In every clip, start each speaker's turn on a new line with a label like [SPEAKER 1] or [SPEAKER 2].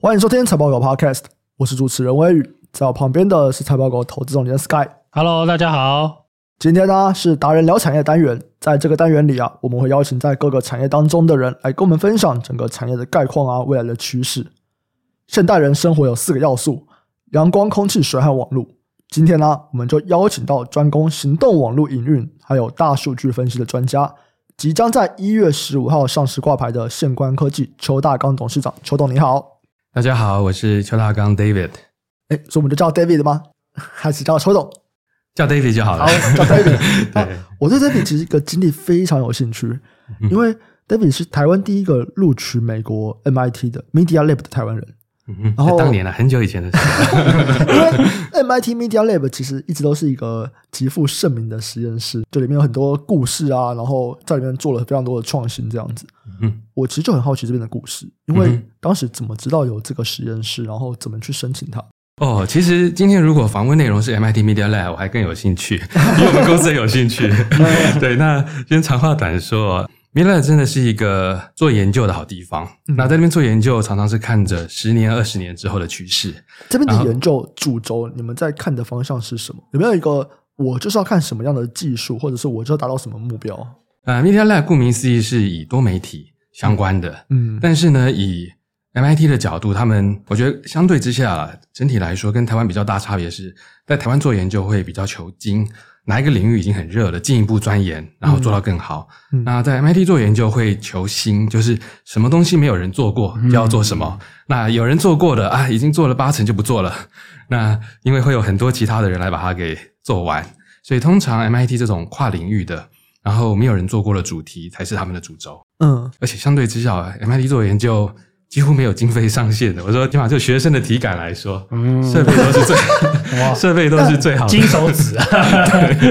[SPEAKER 1] 欢迎收听财报狗 Podcast，我是主持人微宇，在我旁边的是财报狗投资总监 Sky。
[SPEAKER 2] Hello，大家好。
[SPEAKER 1] 今天呢是达人聊产业单元，在这个单元里啊，我们会邀请在各个产业当中的人来跟我们分享整个产业的概况啊，未来的趋势。现代人生活有四个要素：阳光、空气、水和网络。今天呢，我们就邀请到专攻行动网络营运还有大数据分析的专家，即将在一月十五号上市挂牌的县观科技邱大刚董事长。邱董你好，
[SPEAKER 3] 大家好，我是邱大刚 David，
[SPEAKER 1] 哎，所以我们就叫 David 吗？ 还是叫邱董？
[SPEAKER 3] 叫 David 就好了
[SPEAKER 1] 好。，叫 David。
[SPEAKER 3] 对
[SPEAKER 1] 啊我对 David 其实一个经历非常有兴趣，因为 David 是台湾第一个录取美国 MIT 的 Media Lab 的台湾人。
[SPEAKER 3] 嗯
[SPEAKER 1] 然后
[SPEAKER 3] 当年了，很久以前的事了。
[SPEAKER 1] 因为 MIT Media Lab 其实一直都是一个极负盛名的实验室，就里面有很多故事啊，然后在里面做了非常多的创新，这样子。
[SPEAKER 3] 嗯，
[SPEAKER 1] 我其实就很好奇这边的故事，因为
[SPEAKER 3] 嗯
[SPEAKER 1] 当时怎么知道有这个实验室，然后怎么去申请它？
[SPEAKER 3] 哦，其实今天如果访问内容是 MIT Media Lab，我还更有兴 趣，比我们公司也有兴趣。对，那先长话短说，Media Lab 真的是一个做研究的好地方。
[SPEAKER 1] 嗯
[SPEAKER 3] 那在那边做研究，常常是看着十年、二十年之后的趋势。
[SPEAKER 1] 这边
[SPEAKER 3] 然
[SPEAKER 1] 的
[SPEAKER 3] 后
[SPEAKER 1] 研究主轴，你们在看的方向是什么？有没有一个我就是要看什么样的技术，或者是我就要达到什么目标？
[SPEAKER 3] 呃，Media Lab 顾名思义是以多媒体相关的，
[SPEAKER 1] 嗯
[SPEAKER 3] 但是呢，以 MIT 的角度，他们我觉得相对之下啦，整体来说跟台湾比较大差别是在台湾做研究会比较求精，哪一个领域已经很热了，进一步钻研，然后做到更好。
[SPEAKER 1] 嗯
[SPEAKER 3] 那在 MIT 做研究会求新，就是什么东西没有人做过
[SPEAKER 1] 嗯
[SPEAKER 3] 就要做什么。那有人做过的啊，已经做了八成就不做了。 那因为会有很多其他的人来把它给做完，所以通常 MIT 这种跨领域的，然后没有人做过的主题才是他们的主轴。
[SPEAKER 1] 嗯，
[SPEAKER 3] 而且相对之下，MIT 做研究几乎没有经费上限的。我说，起码就学生的体感来说，
[SPEAKER 2] 嗯，
[SPEAKER 3] 设备都是最
[SPEAKER 2] 哇
[SPEAKER 3] 设备都是最好的
[SPEAKER 2] 金。手指啊，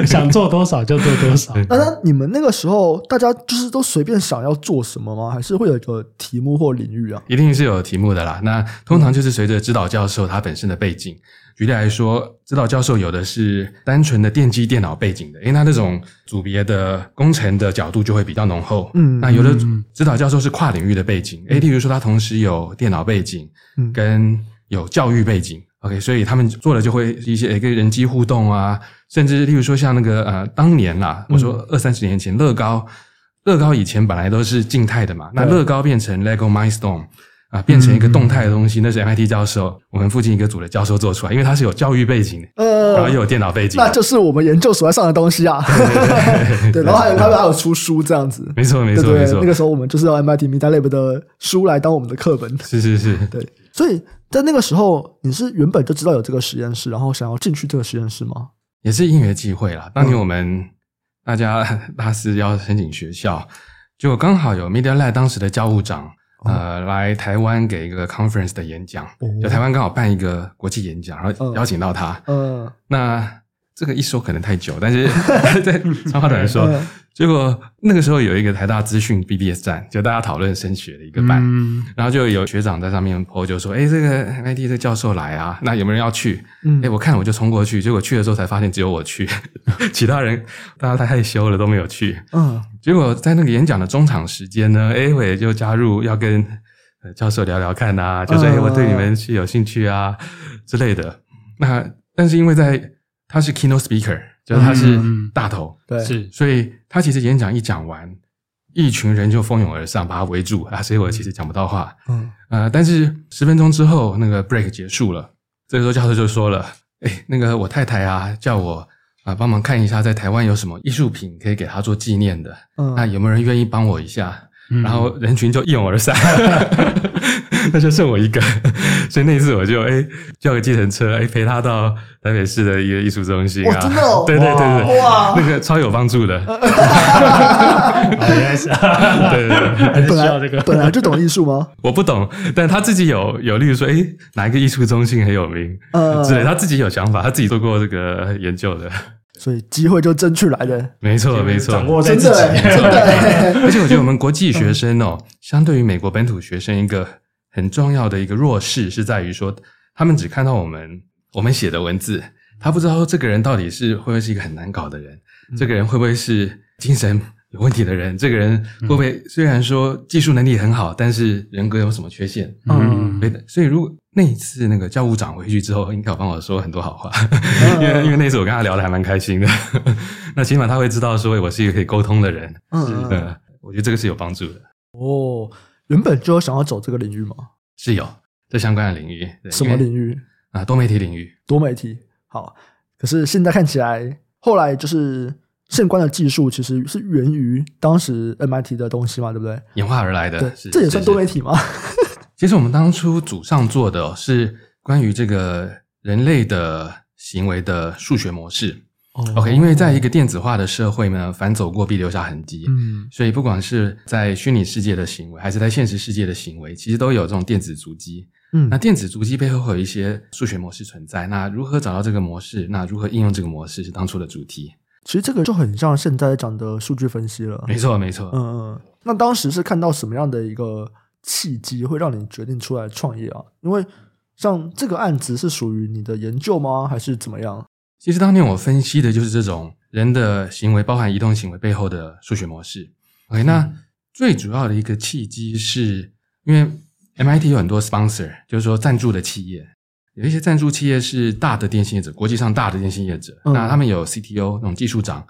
[SPEAKER 2] 想做多少就做多少。
[SPEAKER 3] 对
[SPEAKER 2] 嗯
[SPEAKER 1] 那那你们那个时候大家就是都随便想要做什么吗？还是会有一个题目或领域啊？
[SPEAKER 3] 一定是有题目的啦。那通常就是随着指导教授他本身的背景，举例来说，指导教授有的是单纯的电机电脑背景的，因为他那种组别的工程的角度就会比较浓厚。
[SPEAKER 1] 嗯
[SPEAKER 3] 那有的指导教授是跨领域的背景，诶，例如说他同时有电脑背景，
[SPEAKER 1] 嗯
[SPEAKER 3] 跟有教育背景。OK，所以他们做的就会一些诶跟人机互动啊，甚至例如说像那个呃，当年啦，
[SPEAKER 1] 嗯
[SPEAKER 3] 我说二三十年前，乐高，乐高以前本来都是静态的嘛，那
[SPEAKER 1] 对
[SPEAKER 3] 乐高变成 LEGO Milestone 啊，变成一个动态的
[SPEAKER 1] 嗯
[SPEAKER 3] 东西，那是 MIT 教授我们附近一个组的教授做出来，因为他是有教育背景的，然后
[SPEAKER 1] 呃
[SPEAKER 3] 又，有电脑背景
[SPEAKER 1] 那
[SPEAKER 3] 的，
[SPEAKER 1] 就是我们研究所在上的东西啊。 对，然后还有他们还有出书这样子。
[SPEAKER 3] 没错没
[SPEAKER 1] 对
[SPEAKER 3] 错
[SPEAKER 1] 对
[SPEAKER 3] 没
[SPEAKER 1] 对，
[SPEAKER 3] 错
[SPEAKER 1] 那，个时候我们就是要 MIT Media Lab 的书来当我们的课 本。
[SPEAKER 3] 是是是，
[SPEAKER 1] 对，所以在那个时候，你是原本就知道有这个实验室，然后想要进去这个实验室吗？
[SPEAKER 3] 也是因缘际会啦。当
[SPEAKER 1] 嗯
[SPEAKER 3] 年我们大家 大四要申请学校，就刚好有 Media Lab 当时的教务长。
[SPEAKER 1] 哦
[SPEAKER 3] 呃，来台湾给一个 conference 的演讲，就台湾刚好办一个国际演讲，然
[SPEAKER 1] 嗯
[SPEAKER 3] 后邀请到他，
[SPEAKER 1] 嗯，
[SPEAKER 3] 那这个一说可能太久，但是 在长话短说
[SPEAKER 1] 嗯，
[SPEAKER 3] 结果那个时候有一个台大资讯 BBS 站，就大家讨论升学的一个版，
[SPEAKER 2] 嗯，
[SPEAKER 3] 然后就有学长在上面 PO 就说：“哎，这个 MIT 这教授来啊，那有没有人要去？”
[SPEAKER 1] 嗯
[SPEAKER 3] 哎，我看我就冲过去，结果去的时候才发现只有我去， 其他人大家太害羞了都没有去。
[SPEAKER 1] 嗯，
[SPEAKER 3] 结果在那个演讲的中场时间呢，哎，我也就加入要跟呃教授聊聊看啊，就说、
[SPEAKER 1] 嗯
[SPEAKER 3] 哎，我对你们是有兴趣啊之类的。那但是因为在他是 keynote speaker，就是他是
[SPEAKER 2] 嗯
[SPEAKER 3] 大头，
[SPEAKER 1] 对，
[SPEAKER 2] 是
[SPEAKER 3] 所以他其实演讲一讲完，一群人就蜂拥而上把他围住啊，所以我其实讲不到话。
[SPEAKER 1] 嗯，
[SPEAKER 3] 呃，但是十分钟之后，那个 break 结束了，这个时候教授就说了：“哎，那个我太太啊，叫我啊、帮忙看一下，在台湾有什么艺术品可以给她做纪念的，
[SPEAKER 1] 嗯
[SPEAKER 3] 那有没有人愿意帮我一下？”
[SPEAKER 2] 嗯
[SPEAKER 3] 然后人群就一拥 而散， 那就剩我一个， 所以那一次我就哎叫个计程车哎陪她到台北市的一个艺术中心啊，
[SPEAKER 1] 哇真的哦
[SPEAKER 3] 对对对对，
[SPEAKER 1] 哇
[SPEAKER 3] 那个超有帮 助的，
[SPEAKER 2] 啊原来是，
[SPEAKER 3] 对对对。
[SPEAKER 2] 还是
[SPEAKER 1] 本
[SPEAKER 2] 需要这
[SPEAKER 1] 来
[SPEAKER 2] 个。
[SPEAKER 1] 本来就懂艺术吗？
[SPEAKER 3] 我不懂，但他自己有有，例如说，诶，哪一个艺术中心很有名，
[SPEAKER 1] 嗯
[SPEAKER 3] 之类，他自己有想法，他自己做过这个研究的，
[SPEAKER 1] 所以机会就争取来 的，
[SPEAKER 3] 没错，没错。
[SPEAKER 2] 掌握在
[SPEAKER 1] 真
[SPEAKER 2] 自
[SPEAKER 1] 的
[SPEAKER 2] 己
[SPEAKER 1] 欸，真的 欸。
[SPEAKER 3] 而且我觉得我们国际学生哦，相对于美国本土学生，一个很重要的一个弱势是在于说，他们只看到我们我们写的文字，
[SPEAKER 2] 嗯
[SPEAKER 3] 他不知道这个人到底是会不会是一个很难搞的人，这个人会不会是精神有问题的人，这个人会不
[SPEAKER 2] 嗯
[SPEAKER 3] 会虽然说技术能力很好，但是人格有什么缺陷？
[SPEAKER 1] 嗯
[SPEAKER 3] 对的，所以如果那一次那个教务长回去之后，应该有帮我说很多好话，
[SPEAKER 1] 嗯
[SPEAKER 3] 因为因为那次我跟他聊的还蛮开心的。 那起码他会知道说我是一个可以沟通的人，
[SPEAKER 1] 嗯嗯
[SPEAKER 3] 呃，我觉得这个是有帮助的，
[SPEAKER 1] 哦，原本就有想要走这个领域嘛？
[SPEAKER 3] 是有这相关的领域，对
[SPEAKER 1] 什么领
[SPEAKER 3] 因为
[SPEAKER 1] 域？
[SPEAKER 3] 啊？多媒体领域，
[SPEAKER 1] 多媒体。好，可是现在看起来，后来就是现关的技术其实是源于当时 MIT 的东西嘛，对不对？
[SPEAKER 3] 演化而来的
[SPEAKER 1] 对，，
[SPEAKER 3] 是
[SPEAKER 1] 这也算多媒。
[SPEAKER 3] 是
[SPEAKER 1] 体吗？
[SPEAKER 3] 是其实我们当初祖上做的哦是关于这个人类的行为的数学模式。OK，因为在一个电子化的社会呢，反走过必留下痕迹。
[SPEAKER 1] 嗯
[SPEAKER 3] 所以，不管是在虚拟世界的行为，还是在现实世界的行为，其实都有这种电子足迹。
[SPEAKER 1] 嗯
[SPEAKER 3] 那电子足迹背后会有一些数学模式存在。那如何找到这个模式？那如何应用这个模式是当初的主题。
[SPEAKER 1] 其实这个就很像现在讲的数据分析了。
[SPEAKER 3] 没错，没错。
[SPEAKER 1] 嗯，嗯，那当时是看到什么样的一个契机，会让你决定出来创业啊？因为像这个案子是属于你的研究吗？还是怎么样？
[SPEAKER 3] 其实当年我分析的就是这种人的行为，包含移动行为背后的数学模式。OK，那最主要的一个契机是因为 MIT 有很多 sponsor，就是说赞助的企业，有一些赞助企业是大的电信业者，国际上大的电信业者，
[SPEAKER 1] 嗯
[SPEAKER 3] 那他们有 CTO 那种技术长，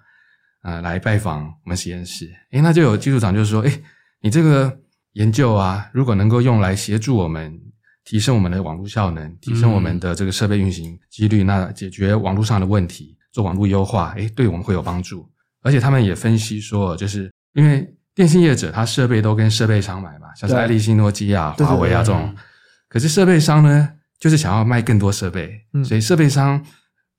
[SPEAKER 3] 呃，来拜访我们实验室。诶，那就有技术长就说，诶，你这个研究啊，如果能够用来协助我们提升我们的网络效能，提升我
[SPEAKER 1] 嗯
[SPEAKER 3] 们的这个设备运行几率，那解决网络上的问题，做网络优化，诶，对我们会有帮助。而且他们也分析说，就是因为电信业者他设备都跟设备商买嘛，像是
[SPEAKER 1] 对
[SPEAKER 3] 爱立信、诺基亚、
[SPEAKER 1] 对对
[SPEAKER 3] 华为啊
[SPEAKER 2] 对
[SPEAKER 3] 这种，可是设备商呢，就是想要卖更多设备，
[SPEAKER 1] 嗯
[SPEAKER 3] 所以设备商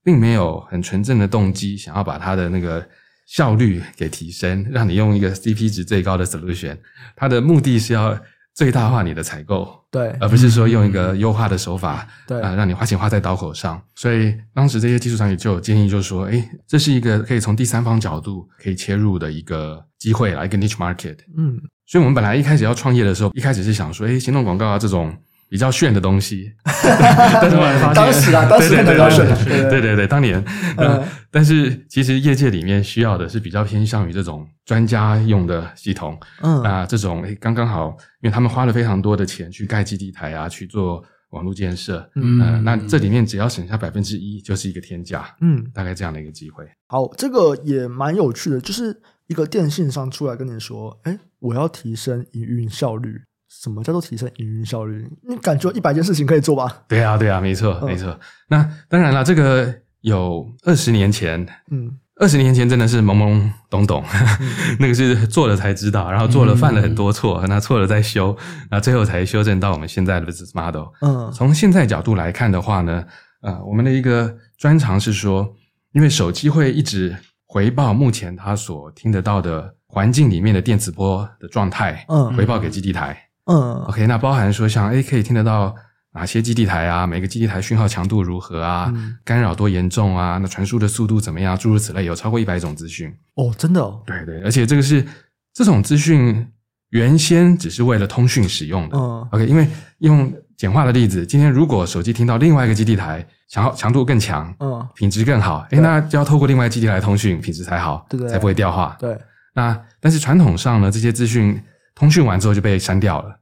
[SPEAKER 3] 并没有很纯正的动机，想要把它的那个效率给提升，让你用一个 CP 值最高的 solution。它的目的是要最大化你的采购，
[SPEAKER 1] 对
[SPEAKER 3] 而不是说用一
[SPEAKER 1] 嗯
[SPEAKER 3] 个优化的手法
[SPEAKER 1] 对，
[SPEAKER 3] 啊、让你花钱花在刀口上。所以当时这些技术上也就有建议，就是说，哎，这是一个可以从第三方角度可以切入的一个机会啦，一个 niche market。
[SPEAKER 1] 嗯，
[SPEAKER 3] 所以我们本来一开始要创业的时候，一开始是想说，哎，行动广告啊这种比较炫的东西，但是后来发现，
[SPEAKER 1] 当时啊当时可能
[SPEAKER 3] 对对对
[SPEAKER 1] 比较炫
[SPEAKER 3] 对对
[SPEAKER 1] 对
[SPEAKER 3] 对对对，当年，
[SPEAKER 1] 嗯
[SPEAKER 3] 呃，但是其实业界里面需要的是比较偏向于这种专家用的系统，
[SPEAKER 1] 嗯
[SPEAKER 3] 那这种诶刚刚好，因为他们花了非常多的钱去盖基地台啊，去做网络建设，
[SPEAKER 1] 嗯
[SPEAKER 3] 呃，那这里面只要省下百分之一，就是一个天价，
[SPEAKER 1] 嗯，
[SPEAKER 3] 大概这样的一个机会。
[SPEAKER 1] 好，这个也蛮有趣的，就是一个电信商出来跟你说，哎，我要提升营运效率。什么叫做提升营运效率？你感觉一百件事情可以做吧？
[SPEAKER 3] 对啊，对啊，没错，
[SPEAKER 1] 嗯
[SPEAKER 3] 没错。那当然了，这个有二十年前。
[SPEAKER 1] 嗯
[SPEAKER 3] 二十年前真的是懵懵懂懂， 那个是做了才知道，然后
[SPEAKER 1] 嗯
[SPEAKER 3] 做了犯了很多错，那错了再修，那最后才修正到我们现在的 business model。
[SPEAKER 1] 嗯
[SPEAKER 3] 从现在角度来看的话呢，呃，我们的一个专长是说，因为手机会一直回报目前它所听得到的环境里面的电磁波的状态，
[SPEAKER 1] 嗯
[SPEAKER 3] 回报给基地台。
[SPEAKER 1] 嗯
[SPEAKER 3] OK，那包含说像诶可以听得到哪些基地台啊，每个基地台讯号强度如何啊，
[SPEAKER 1] 嗯
[SPEAKER 3] 干扰多严重啊，那传输的速度怎么样，诸如此类，有超过一百种资讯。
[SPEAKER 1] 哦，真的哦，
[SPEAKER 3] 对对，而且这个是这种资讯原先只是为了通讯使用的，
[SPEAKER 1] 嗯
[SPEAKER 3] OK，因为用简化的例子，今天如果手机听到另外一个基地台强强度更强，
[SPEAKER 1] 嗯，
[SPEAKER 3] 品质更好，诶，
[SPEAKER 1] 对
[SPEAKER 3] 那就要透过另外一个基地台通讯，品质才好，
[SPEAKER 1] 对对对
[SPEAKER 3] 才不会掉话。
[SPEAKER 1] 对，
[SPEAKER 3] 那但是传统上呢，这些资讯通讯完之后就被删掉了。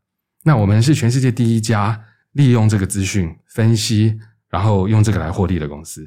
[SPEAKER 3] 那我们是全世界第一家利用这个资讯分析，然后用这个来获利的公司，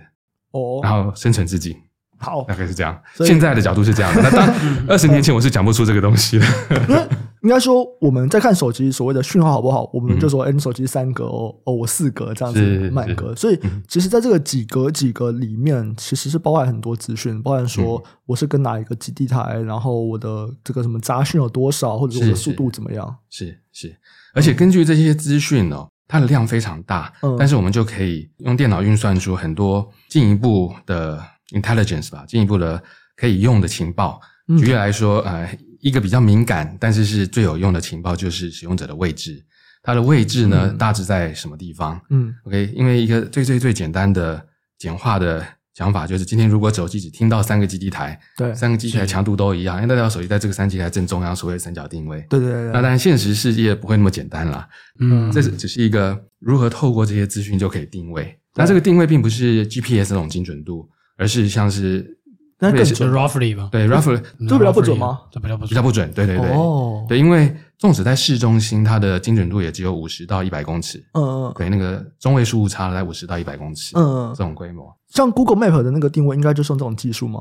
[SPEAKER 1] 哦，
[SPEAKER 3] 然后生存至今，
[SPEAKER 1] 好
[SPEAKER 3] 大，概是这样。
[SPEAKER 1] 所以
[SPEAKER 3] 现在的角度是这样的，那当 二十年前我是讲不出这个东西的。
[SPEAKER 1] 因为 应该说我们在看手机所谓的讯号好不好，我们就说，哎、你手机三格哦，哦，我四格这样子
[SPEAKER 3] 是
[SPEAKER 1] 满
[SPEAKER 3] 是嗯
[SPEAKER 1] 格，所以其实在这个几格几格里面，其实是包含很多资讯，包含说
[SPEAKER 3] 嗯
[SPEAKER 1] 我是跟哪一个基地台，然后我的这个什么杂讯有多少，或者我的
[SPEAKER 3] 是是
[SPEAKER 1] 速度怎么样，
[SPEAKER 3] 是是，而且根据这些资讯哦，它的量非常大，
[SPEAKER 1] 嗯
[SPEAKER 3] 但是我们就可以用电脑运算出很多进一步的 intelligence 吧，进一步的可以用的情报。
[SPEAKER 1] 嗯
[SPEAKER 3] 举例来说，呃，一个比较敏感，但是是最有用的情报就是使用者的位置，它的位置呢、
[SPEAKER 1] 嗯
[SPEAKER 3] 大致在什么地方
[SPEAKER 1] 嗯
[SPEAKER 3] ？OK，因为一个最最最简单的简化的讲法就是，今天如果手机只听到三个基地台，
[SPEAKER 1] 对，
[SPEAKER 3] 三个基地台
[SPEAKER 2] 是
[SPEAKER 3] 强度都一样，因为那条手机在这个三基地台正中央，所谓的三角定位。
[SPEAKER 1] 对对对
[SPEAKER 3] 那
[SPEAKER 1] 对，
[SPEAKER 3] 当然，现实世界不会那么简单啦。
[SPEAKER 2] 嗯，
[SPEAKER 3] 这是只是一个如何透过这些资讯就可以定位。那这个定位并不是 GPS 那种精准度，而是像是
[SPEAKER 1] 那更
[SPEAKER 3] 对是
[SPEAKER 2] 就
[SPEAKER 1] 准
[SPEAKER 2] roughly 吧，嗯
[SPEAKER 3] 对 roughly
[SPEAKER 1] 这比较不准吗？
[SPEAKER 2] 这比较不
[SPEAKER 3] 比较
[SPEAKER 2] 准，
[SPEAKER 3] 不准，对对对，
[SPEAKER 1] 哦，
[SPEAKER 3] 对，因为纵使在市中心，它的精准度也只有五十到一百公尺，
[SPEAKER 1] 嗯嗯
[SPEAKER 3] 对，那个中位数误差在五十到一百公尺，
[SPEAKER 1] 嗯
[SPEAKER 3] 这，种规模，
[SPEAKER 1] 像 Google Map 的那个定位，应该就是用这种技术吗？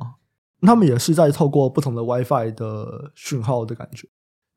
[SPEAKER 1] 他们也是在透过不同的 WiFi 的讯号的感觉。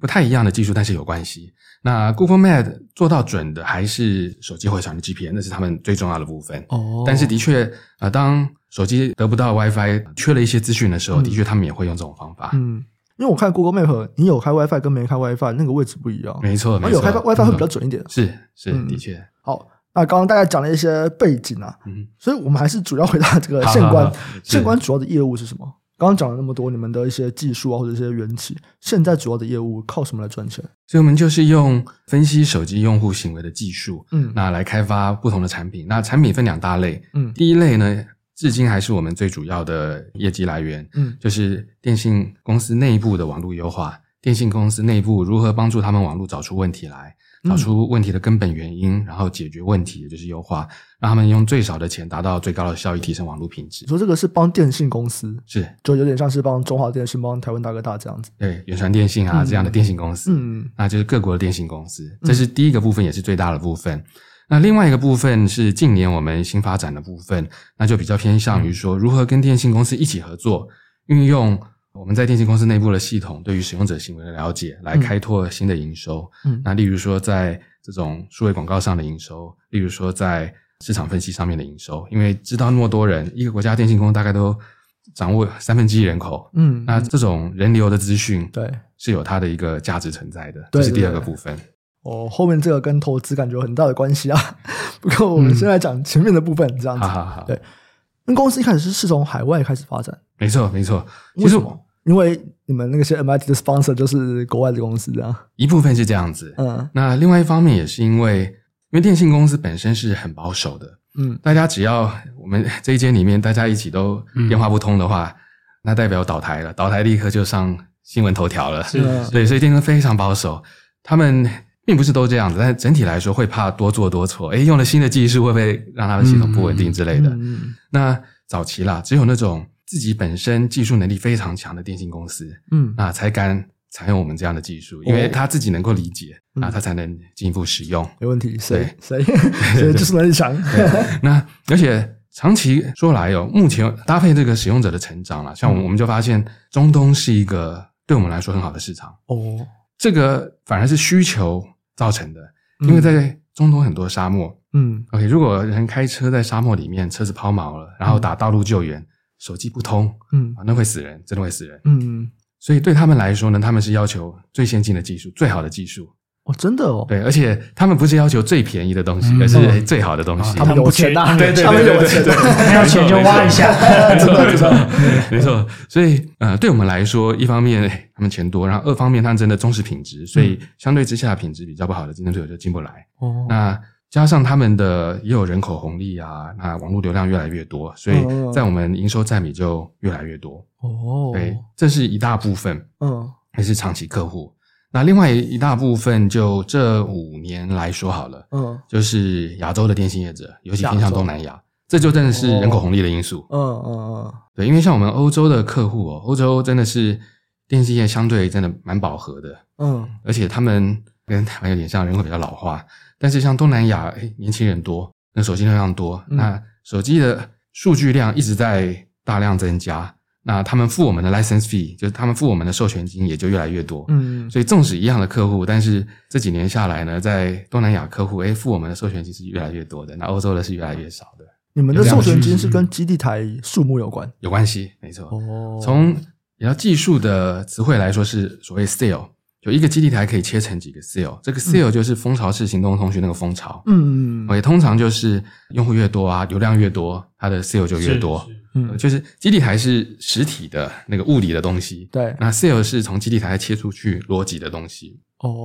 [SPEAKER 3] 不太一样的技术，但是有关系。那 Google Map 做到准的还是手机回传的 GPS，那是他们最重要的部分。
[SPEAKER 1] 哦
[SPEAKER 3] 但是的确，呃，当手机得不到 WiFi，缺了一些资讯的时候，
[SPEAKER 1] 嗯
[SPEAKER 3] 的确他们也会用这种方法。
[SPEAKER 1] 嗯，因为我看 Google Map，你有开 WiFi 跟没开 WiFi 那个位置不一样，
[SPEAKER 3] 没错，没
[SPEAKER 1] 啊
[SPEAKER 3] 错
[SPEAKER 1] 有开 WiFi 会比较
[SPEAKER 3] 嗯
[SPEAKER 1] 准一点。
[SPEAKER 3] 是是，
[SPEAKER 1] 嗯
[SPEAKER 3] 的确，
[SPEAKER 1] 好，那刚刚大概讲了一些背景啊，
[SPEAKER 3] 嗯，
[SPEAKER 1] 所以我们还是主要回答这个
[SPEAKER 3] 好
[SPEAKER 1] 县官
[SPEAKER 3] 好好是
[SPEAKER 1] 县官主要的业务是什么？刚刚讲了那么多，你们的一些技术啊，或者一些缘起，现在主要的业务靠什么来赚钱？
[SPEAKER 3] 所以我们就是用分析手机用户行为的技术，
[SPEAKER 1] 嗯
[SPEAKER 3] 那来开发不同的产品。那产品分两大类，
[SPEAKER 1] 嗯
[SPEAKER 3] 第一类呢，至今还是我们最主要的业绩来源，
[SPEAKER 1] 嗯
[SPEAKER 3] 就是电信公司内部的网络优化。电信公司内部如何帮助他们网络找出问题来，
[SPEAKER 1] 嗯
[SPEAKER 3] 找出问题的根本原因，然后解决问题，也就是优化，让他们用最少的钱达到最高的效益，提升网络品质
[SPEAKER 1] 你。说这个是帮电信公司，
[SPEAKER 3] 是
[SPEAKER 1] 就有点像是帮中华电信、帮台湾大哥大这样子。
[SPEAKER 3] 对远传电信啊、
[SPEAKER 1] 嗯
[SPEAKER 3] 这样的电信公司，
[SPEAKER 1] 嗯
[SPEAKER 3] 那就是各国的电信公司，这是第一个部分，也是最大的部分。那另外一个部分是近年我们新发展的部分，那就比较偏向
[SPEAKER 1] 嗯
[SPEAKER 3] 于说如何跟电信公司一起合作，运用我们在电信公司内部的系统对于使用者行为的了解，来
[SPEAKER 1] 嗯
[SPEAKER 3] 开拓新的营收。
[SPEAKER 1] 嗯
[SPEAKER 3] 那例如说在这种数位广告上的营收，例如说在市场分析上面的营收，因为知道那么多人，一个国家电信公司大概都掌握三分之一人口，
[SPEAKER 1] 嗯，
[SPEAKER 3] 那这种人流的资讯，
[SPEAKER 1] 对
[SPEAKER 3] 是有它的一个价值存在的，
[SPEAKER 1] 对
[SPEAKER 3] 这是第
[SPEAKER 1] 对
[SPEAKER 3] 二个
[SPEAKER 1] 对
[SPEAKER 3] 部分。
[SPEAKER 1] 哦，后面这个跟投资感觉有很大的关系啊。 不过我们先来讲前面的部分，这样子
[SPEAKER 3] 哈。哈哈，
[SPEAKER 1] 对因为公司一开始是是从海外开始发展，
[SPEAKER 3] 没错没错。其
[SPEAKER 1] 为
[SPEAKER 3] 实
[SPEAKER 1] 什么？因为你们那个些 MIT 的 sponsor 就是国外的公司，这样。
[SPEAKER 3] 一部分是这样子，
[SPEAKER 1] 嗯
[SPEAKER 3] 那另外一方面也是因为，因为电信公司本身是很保守的，
[SPEAKER 1] 嗯，
[SPEAKER 3] 大家只要我们这一间里面大家一起都
[SPEAKER 2] 嗯
[SPEAKER 3] 电话不通的话，那代表倒台了，倒台立刻就上新闻头条了。
[SPEAKER 2] 是
[SPEAKER 1] 嗯
[SPEAKER 3] 对，所以电信非常保守，他们。并不是都这样子，但是整体来说会怕多做多错。诶，用了新的技术会不会让他们系统不稳定之类的？
[SPEAKER 1] 嗯
[SPEAKER 3] 那早期啦，只有那种自己本身技术能力非常强的电信公司，
[SPEAKER 1] 嗯
[SPEAKER 3] 那才敢采用我们这样的技术，因为他自己能够理解，
[SPEAKER 1] 哦嗯
[SPEAKER 3] 那他才能进一步使用。
[SPEAKER 1] 没问题。谁
[SPEAKER 3] 对
[SPEAKER 1] 谁 谁就是能力强。
[SPEAKER 3] 那而且长期说来哦，目前搭配这个使用者的成长啦，
[SPEAKER 1] 嗯
[SPEAKER 3] 像我们我们就发现中东是一个对我们来说很好的市场，
[SPEAKER 1] 哦，
[SPEAKER 3] 这个反而是需求造成的，
[SPEAKER 1] 嗯
[SPEAKER 3] 因为在中东很多沙漠，
[SPEAKER 1] 嗯
[SPEAKER 3] OK，如果人开车在沙漠里面，车子抛锚了，然后打道路救援，手机不通，
[SPEAKER 1] 嗯
[SPEAKER 3] 啊那会死人，真的会死人。
[SPEAKER 1] 嗯，
[SPEAKER 3] 所以对他们来说呢，他们是要求最先进的技术、最好的技术，
[SPEAKER 1] 哦，真的哦。
[SPEAKER 3] 对，而且他们不是要求最便宜的东西，
[SPEAKER 2] 嗯
[SPEAKER 3] 而是哎最好的东西。
[SPEAKER 1] 啊他们 有钱呐，
[SPEAKER 3] 对对
[SPEAKER 1] 他们有
[SPEAKER 3] 对
[SPEAKER 1] 钱啊
[SPEAKER 3] 对对，
[SPEAKER 1] 呐。
[SPEAKER 2] 没有钱就挖一下，
[SPEAKER 3] 没错， 没错，没错。所以，呃，对我们来说，一方面哎他们钱多，然后二方面他们真的重视品质，所
[SPEAKER 1] 嗯
[SPEAKER 3] 以相对之下品质比较不好的竞争对手就进不来。
[SPEAKER 1] 哦
[SPEAKER 3] 那加上他们的也有人口红利啊，那网络流量越来越多，所以
[SPEAKER 1] 嗯
[SPEAKER 3] 在我们营收占比就越来越多。
[SPEAKER 1] 哦，
[SPEAKER 3] 对，这是一大部分，
[SPEAKER 1] 嗯
[SPEAKER 3] 也是长期客户。那另外一大部分，就这五年来说好了，
[SPEAKER 1] 嗯
[SPEAKER 3] 就是亚洲的电信业者，尤其偏
[SPEAKER 1] 亚
[SPEAKER 3] 向
[SPEAKER 1] 洲
[SPEAKER 3] 东南亚，这就真的是人口红利的因素。
[SPEAKER 1] 嗯嗯
[SPEAKER 3] 对，因为像我们欧洲的客户哦，欧洲真的是电信业相对真的蛮饱和的，
[SPEAKER 1] 嗯
[SPEAKER 3] 而且他们跟台湾有点像，人口比较老化。但是像东南亚，哎，年轻人多，那手机流量多，
[SPEAKER 1] 嗯
[SPEAKER 3] 那手机的数据量一直在大量增加，那他们付我们的 license fee，就是他们付我们的授权金也就越来越多。
[SPEAKER 1] 嗯嗯，
[SPEAKER 3] 所以纵使一样的客户，但是这几年下来呢，在东南亚客户，哎，付我们的授权金是越来越多的，那欧洲的是越来越少的，
[SPEAKER 1] 你们的授权金是跟基地台数目有关
[SPEAKER 3] 有关系，没错。
[SPEAKER 1] 哦
[SPEAKER 3] 从比较技术的词汇来说，是所谓 sale，就一个基地台可以切成几个 sale。这个 sale 就是蜂巢式行动通讯那个蜂巢。
[SPEAKER 1] 嗯嗯
[SPEAKER 3] OK，通常就是用户越多啊，流量越多，它的 sale 就越多。呃
[SPEAKER 2] 是是
[SPEAKER 1] 嗯
[SPEAKER 3] 就是基地台是实体的那个物理的东西，
[SPEAKER 1] 对
[SPEAKER 3] 那 sale 是从基地台切出去逻辑的东西。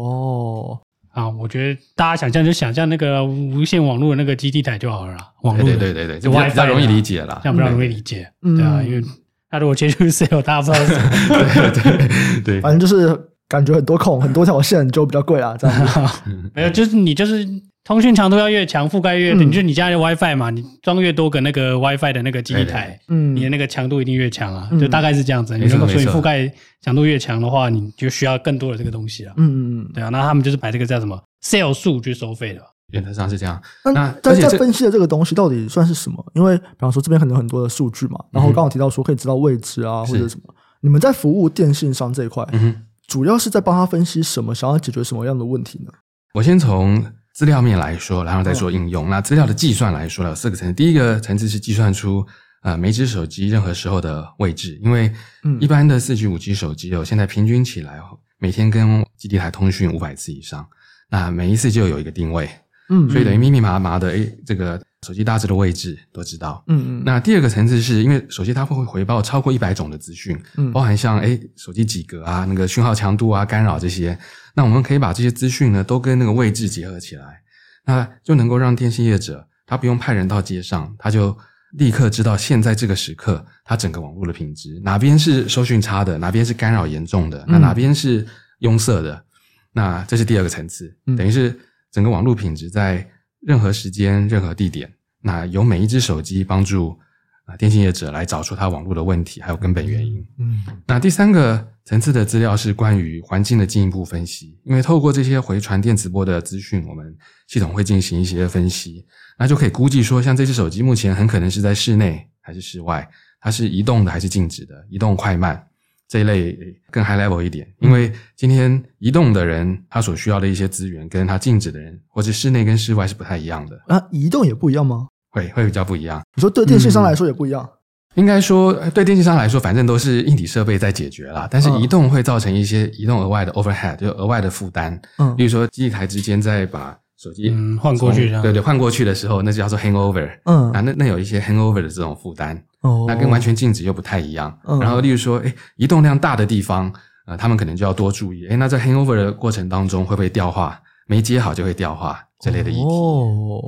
[SPEAKER 1] 哦
[SPEAKER 2] 啊，我觉得大家想象就想象那个无线网络的那个基地台就好了啦，网
[SPEAKER 3] 对
[SPEAKER 2] 络
[SPEAKER 3] 对对
[SPEAKER 2] 的
[SPEAKER 3] 对对，就
[SPEAKER 2] 就
[SPEAKER 3] 比较
[SPEAKER 2] WiFi
[SPEAKER 3] 比较容易
[SPEAKER 2] 啦
[SPEAKER 3] 理解啦。
[SPEAKER 2] 这样比较容易理解，
[SPEAKER 1] 嗯
[SPEAKER 2] 对啊，因为他如果接触 sale，大家不知道是什么
[SPEAKER 3] 对对 对
[SPEAKER 1] 反正就是感觉很多孔很多条线就比较贵啊，这样子
[SPEAKER 3] 嗯
[SPEAKER 2] 没有，就是你就是通讯长度要越强，覆盖越，
[SPEAKER 1] 嗯
[SPEAKER 2] 你就是你家的 WiFi 嘛，你装越多个那个 WiFi 的那个基地台，
[SPEAKER 1] 嗯
[SPEAKER 2] 你的那个强度一定越强啊，
[SPEAKER 1] 嗯
[SPEAKER 2] 就大概是这样子。你
[SPEAKER 3] 没错
[SPEAKER 2] 如果说你
[SPEAKER 3] 没错
[SPEAKER 2] 覆盖强度越强的话，你就需要更多的这个东西啊。
[SPEAKER 1] 嗯嗯嗯。
[SPEAKER 2] 对啊，那他们就是把这个叫什么 sale 数去收费的吧。
[SPEAKER 3] 原则上是这样。那
[SPEAKER 1] 那
[SPEAKER 3] 而
[SPEAKER 1] 但
[SPEAKER 3] 且
[SPEAKER 1] 在
[SPEAKER 3] 这
[SPEAKER 1] 分析的这个东西到底算是什么？因为比方说这边可能有很多的数据嘛，然后刚好提到说可以知道位置啊
[SPEAKER 3] 嗯是
[SPEAKER 1] 或者什么。你们在服务电信商这一块，
[SPEAKER 3] 嗯哼，
[SPEAKER 1] 主要是在帮他分析什么，想要解决什么样的问题呢？
[SPEAKER 3] 我先从资料面来说，然后再说
[SPEAKER 2] 嗯
[SPEAKER 3] 应用。那资料的计算来说呢，有四个层次。第一个层次是计算出呃每只手机任何时候的位置，因为
[SPEAKER 1] 嗯
[SPEAKER 3] 一般的四 G、五 G 手机哦，现在平均起来每天跟基地台通讯五百次以上，那每一次就有一个定位，
[SPEAKER 1] 嗯，
[SPEAKER 3] 所以等于密密麻麻的，诶，这个手机大致的位置都知道。
[SPEAKER 1] 嗯嗯，
[SPEAKER 3] 那第二个层次是因为手机它会回报超过一百种的资讯，
[SPEAKER 1] 嗯
[SPEAKER 3] 包含像哎手机几格啊、那个讯号强度啊、干扰这些，那我们可以把这些资讯呢都跟那个位置结合起来，那就能够让电信业者他不用派人到街上，他就立刻知道现在这个时刻它整个网络的品质哪边是收讯差的，哪边是干扰严重的，那
[SPEAKER 1] 嗯
[SPEAKER 3] 哪边是拥塞的，那这是第二个层次，
[SPEAKER 1] 嗯
[SPEAKER 3] 等于是整个网络品质在任何时间、任何地点，那由每一只手机帮助啊电信业者来找出它网络的问题，还有根本原因。
[SPEAKER 1] 嗯
[SPEAKER 3] 那第三个层次的资料是关于环境的进一步分析，因为透过这些回传电磁波的资讯，我们系统会进行一些分析，那就可以估计说，像这只手机目前很可能是在室内还是室外，它是移动的还是静止的，移动快慢这一类更 high level 一点，因为今天移动的人他所需要的一些资源，跟他静止的人或者室内跟室外是不太一样的，
[SPEAKER 1] 啊，移动也不一样吗？
[SPEAKER 3] 会会比较不一样。
[SPEAKER 1] 你说对电信商来说也不一样。
[SPEAKER 3] 应该说，呃对电信商来说，反正都是硬体设备在解决啦。但是
[SPEAKER 1] 嗯
[SPEAKER 3] 移动会造成一些移动额外的 overhead，就额外的负担。
[SPEAKER 1] 嗯
[SPEAKER 3] 例如说，机台之间在把手机
[SPEAKER 2] 嗯换过去
[SPEAKER 3] 从
[SPEAKER 2] 这样
[SPEAKER 3] 对对，换过去的时候，那就叫做 hangover。
[SPEAKER 1] 嗯
[SPEAKER 3] 啊，那那有一些 hangover 的这种负担，
[SPEAKER 1] 哦，
[SPEAKER 3] 那跟完全静止又不太一样。
[SPEAKER 1] 嗯
[SPEAKER 3] 然后，例如说，哎，移动量大的地方，呃，他们可能就要多注意。哎，那在 hangover 的过程当中，会不会掉话？没接好就会掉话这类的议题。
[SPEAKER 1] 哦，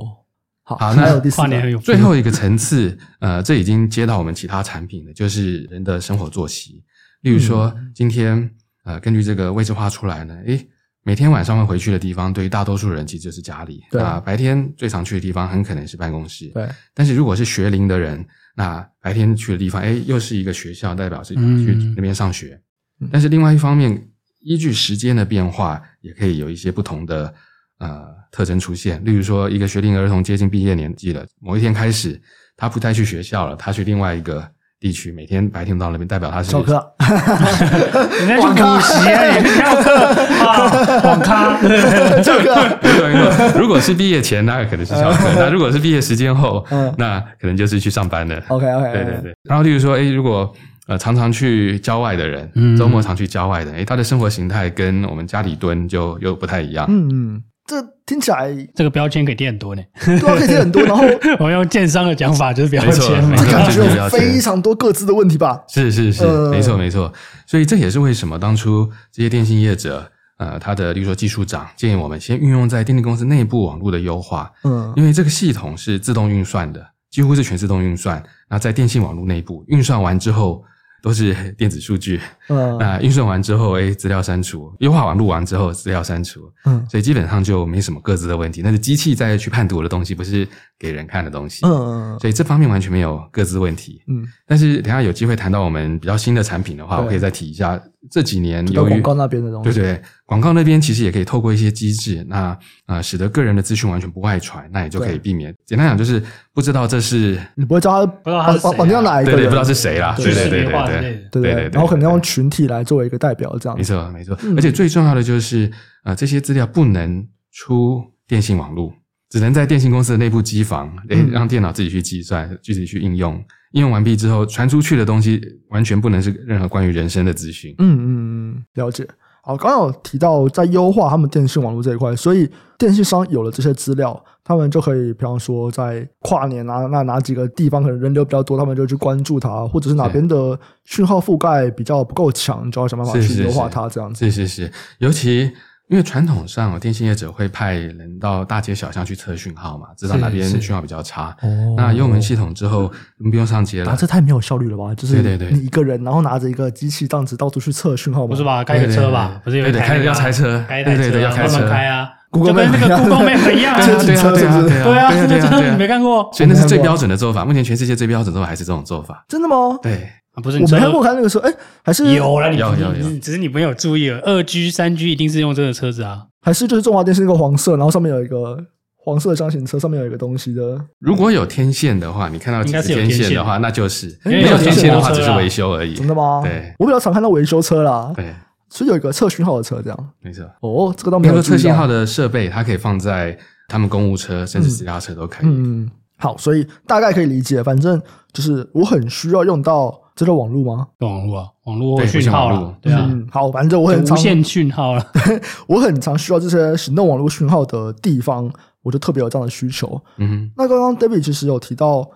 [SPEAKER 1] 好，
[SPEAKER 3] 好
[SPEAKER 1] 还
[SPEAKER 3] 那
[SPEAKER 1] 有第四
[SPEAKER 2] 跨年很
[SPEAKER 1] 个，
[SPEAKER 2] 有
[SPEAKER 3] 最后一个层次， 呃，这已经接到我们其他产品的，就是人的生活作息。例如说，今天呃，根据这个位置画出来呢，诶，每天晚上会回去的地方，对于大多数人其实就是家里。啊
[SPEAKER 1] 对
[SPEAKER 3] 那白天最常去的地方很可能是办公室。
[SPEAKER 1] 对，
[SPEAKER 3] 但是如果是学龄的人，那白天去的地方，哎，又是一个学校，代表是
[SPEAKER 2] 嗯
[SPEAKER 3] 去那边上学。
[SPEAKER 1] 嗯
[SPEAKER 3] 但是另外一方面，依据时间的变化，也可以有一些不同的呃特征出现。例如说，一个学龄儿童接近毕业年纪了，某一天开始，他不再去学校了，他去另外一个地区，每天白天到那边，代表他是
[SPEAKER 1] 小 柯，
[SPEAKER 2] 嗯人家去补习啊，也是跳课啊，网 咖，
[SPEAKER 1] 这个，
[SPEAKER 3] 没错没错。如果是毕业前，那可能是翘 课；那如果是毕业时间后
[SPEAKER 1] 嗯，
[SPEAKER 3] 那可能就是去上班了。
[SPEAKER 1] OK，OK，OK
[SPEAKER 3] 对对对。然后，例如说，哎，如果呃常常去郊外的人，
[SPEAKER 2] 嗯
[SPEAKER 3] 周末常去郊外的人，哎，他的生活形态跟我们家里蹲就又不太一样。
[SPEAKER 1] 嗯嗯，这听起来
[SPEAKER 2] 这个标签可以贴很多呢。
[SPEAKER 1] 对啊，可以听很多， 然后
[SPEAKER 2] 我们用建商的讲法就是标
[SPEAKER 3] 没错
[SPEAKER 2] 签嘛
[SPEAKER 3] 没。错
[SPEAKER 1] 感觉
[SPEAKER 3] 这个
[SPEAKER 1] 有
[SPEAKER 3] 了解
[SPEAKER 1] 非常多各自的问题吧？
[SPEAKER 3] 是是是，
[SPEAKER 1] 呃
[SPEAKER 3] 没错没错。所以这也是为什么当初这些电信业者。呃，他的例如说技术长建议我们先运用在电力公司内部网络的优化，
[SPEAKER 1] 嗯
[SPEAKER 3] 因为这个系统是自动运算的，几乎是全自动运算。那在电信网络内部运算完之后，都是电子数据。
[SPEAKER 1] 嗯
[SPEAKER 3] 那运算完之后，哎，资料删除，优化网络完之后，资料删除，
[SPEAKER 1] 嗯
[SPEAKER 3] 所以基本上就没什么各自的问题。那是机器再去判读的东西，不是给人看的东西。
[SPEAKER 1] 嗯
[SPEAKER 3] 所以这方面完全没有各自问题。
[SPEAKER 1] 嗯，
[SPEAKER 3] 但是等一下有机会谈到我们比较新的产品的话，
[SPEAKER 1] 对
[SPEAKER 3] 我可以再提一下。这几年
[SPEAKER 1] 就到
[SPEAKER 3] 由于
[SPEAKER 1] 广告那边的东西，
[SPEAKER 3] 对对，广告那边其实也可以透过一些机制，那呃使得个人的资讯完全不外传，那也就可以
[SPEAKER 1] 对
[SPEAKER 3] 避免。简单讲就是不知道这是
[SPEAKER 1] 你不会叫他
[SPEAKER 2] 知道他是
[SPEAKER 1] 绑
[SPEAKER 2] 谁啊
[SPEAKER 1] 绑定到哪一个
[SPEAKER 3] 对
[SPEAKER 1] 人，
[SPEAKER 3] 对，不知道是谁啦，
[SPEAKER 1] 对
[SPEAKER 3] 对对
[SPEAKER 2] 视
[SPEAKER 3] 对
[SPEAKER 2] 觉化
[SPEAKER 3] 对
[SPEAKER 2] 之类
[SPEAKER 3] 对
[SPEAKER 2] 的
[SPEAKER 1] 对
[SPEAKER 3] 对
[SPEAKER 1] 对，然后可能要
[SPEAKER 3] 对
[SPEAKER 1] 用群体来作为一个代表，这样
[SPEAKER 3] 没
[SPEAKER 1] 子，
[SPEAKER 3] 错，没错
[SPEAKER 1] 嗯。
[SPEAKER 3] 而且最重要的就是，呃，这些资料不能出电信网络，只能在电信公司的内部机房，诶，
[SPEAKER 1] 嗯
[SPEAKER 3] 让电脑自己去计算，自己去应用。应用完毕之后，传出去的东西完全不能是任何关于人生的资讯。
[SPEAKER 1] 嗯嗯嗯，了解。好，刚刚有提到在优化他们电信网络这一块，所以电信商有了这些资料，他们就可以，比方说在跨年啊，那哪几个地方可能人流比较多，他们就去关注它，或者是哪边的讯号覆盖比较不够强，就要想办法
[SPEAKER 3] 是
[SPEAKER 1] 去
[SPEAKER 3] 是
[SPEAKER 1] 优化
[SPEAKER 3] 是
[SPEAKER 1] 它，这样子。
[SPEAKER 3] 是是是，尤其因为传统上哦，电信业者会派人到大街小巷去测讯号嘛，知道
[SPEAKER 2] 是
[SPEAKER 3] 哪边
[SPEAKER 2] 是
[SPEAKER 3] 讯号比较差。
[SPEAKER 1] 哦
[SPEAKER 3] 那有我们系统之后，不用上街
[SPEAKER 1] 啊，
[SPEAKER 3] 了。
[SPEAKER 1] 这太没有效率了吧？就是
[SPEAKER 3] 对对对
[SPEAKER 1] 你一个人，然后拿着一个机器这样子到处去测讯号吗，
[SPEAKER 2] 不是吧？开个车吧，不是有一
[SPEAKER 3] 对对
[SPEAKER 2] 台
[SPEAKER 3] 开
[SPEAKER 2] 那个
[SPEAKER 3] 要开车
[SPEAKER 2] 开一
[SPEAKER 3] 对
[SPEAKER 2] 台车
[SPEAKER 3] 对
[SPEAKER 2] 啊，
[SPEAKER 3] 对要开
[SPEAKER 2] 慢慢
[SPEAKER 3] 车
[SPEAKER 2] 开啊。
[SPEAKER 1] Google
[SPEAKER 2] 就跟
[SPEAKER 1] Map
[SPEAKER 2] 那个 Google Map 一样啊
[SPEAKER 1] 这
[SPEAKER 3] 对啊，对啊，对啊，对
[SPEAKER 2] 对啊，
[SPEAKER 3] 啊，对
[SPEAKER 2] 这
[SPEAKER 3] 啊，对
[SPEAKER 2] 这你
[SPEAKER 3] 啊
[SPEAKER 2] 没。看过？
[SPEAKER 3] 所以那是最标准的做法，目前全世界最标准做法还是这种做法。
[SPEAKER 1] 真的吗？
[SPEAKER 3] 对，
[SPEAKER 2] 啊不是，
[SPEAKER 1] 我
[SPEAKER 2] 你
[SPEAKER 1] 没
[SPEAKER 2] 这
[SPEAKER 1] 看过，看那个时候，哎，还是
[SPEAKER 2] 有了，你
[SPEAKER 3] 有有
[SPEAKER 2] 你只是你没有注意了。二 G、三 G 一定是用这个车子啊。
[SPEAKER 1] 还是就是中华电信那个黄色，然后上面有一个黄色的箱型车，上面有一个东西的。
[SPEAKER 3] 如果有天线的话，你看到
[SPEAKER 2] 应该是有
[SPEAKER 3] 天
[SPEAKER 2] 天
[SPEAKER 3] 线
[SPEAKER 2] 线
[SPEAKER 3] 的话，那就是
[SPEAKER 1] 因为
[SPEAKER 3] 没哎
[SPEAKER 1] 有
[SPEAKER 3] 有天
[SPEAKER 1] 天
[SPEAKER 3] 线
[SPEAKER 1] 线
[SPEAKER 3] 的
[SPEAKER 1] 的
[SPEAKER 3] 话
[SPEAKER 2] 车
[SPEAKER 3] 只是
[SPEAKER 2] 啊
[SPEAKER 3] 维修而已。
[SPEAKER 1] 真的吗？
[SPEAKER 3] 对
[SPEAKER 1] 我比较常看到维修车啦，
[SPEAKER 3] 对，
[SPEAKER 1] 所以有一个测讯号的车这样。
[SPEAKER 3] 没错。
[SPEAKER 1] 哦，这个倒没
[SPEAKER 3] 比如
[SPEAKER 1] 有
[SPEAKER 3] 说
[SPEAKER 1] 注
[SPEAKER 3] 测
[SPEAKER 1] 意
[SPEAKER 3] 信
[SPEAKER 1] 到
[SPEAKER 3] 号。的设备，它可以放在他们公务车，甚至其他车都可以。
[SPEAKER 1] 嗯，好，所以大概可以理解。反正就是我很需要用到这个网络吗？
[SPEAKER 2] 网络啊，网络或
[SPEAKER 3] 对不
[SPEAKER 2] 讯
[SPEAKER 3] 像
[SPEAKER 2] 号
[SPEAKER 3] 网络
[SPEAKER 2] 了，对啊，
[SPEAKER 1] 嗯，好，反正我很
[SPEAKER 2] 就无
[SPEAKER 1] 常
[SPEAKER 2] 线讯号啊了。
[SPEAKER 1] 我很常需要这些行动网络讯号的地方，我就特别有这样的需求。
[SPEAKER 3] 嗯
[SPEAKER 1] 那刚刚 David 其实有提到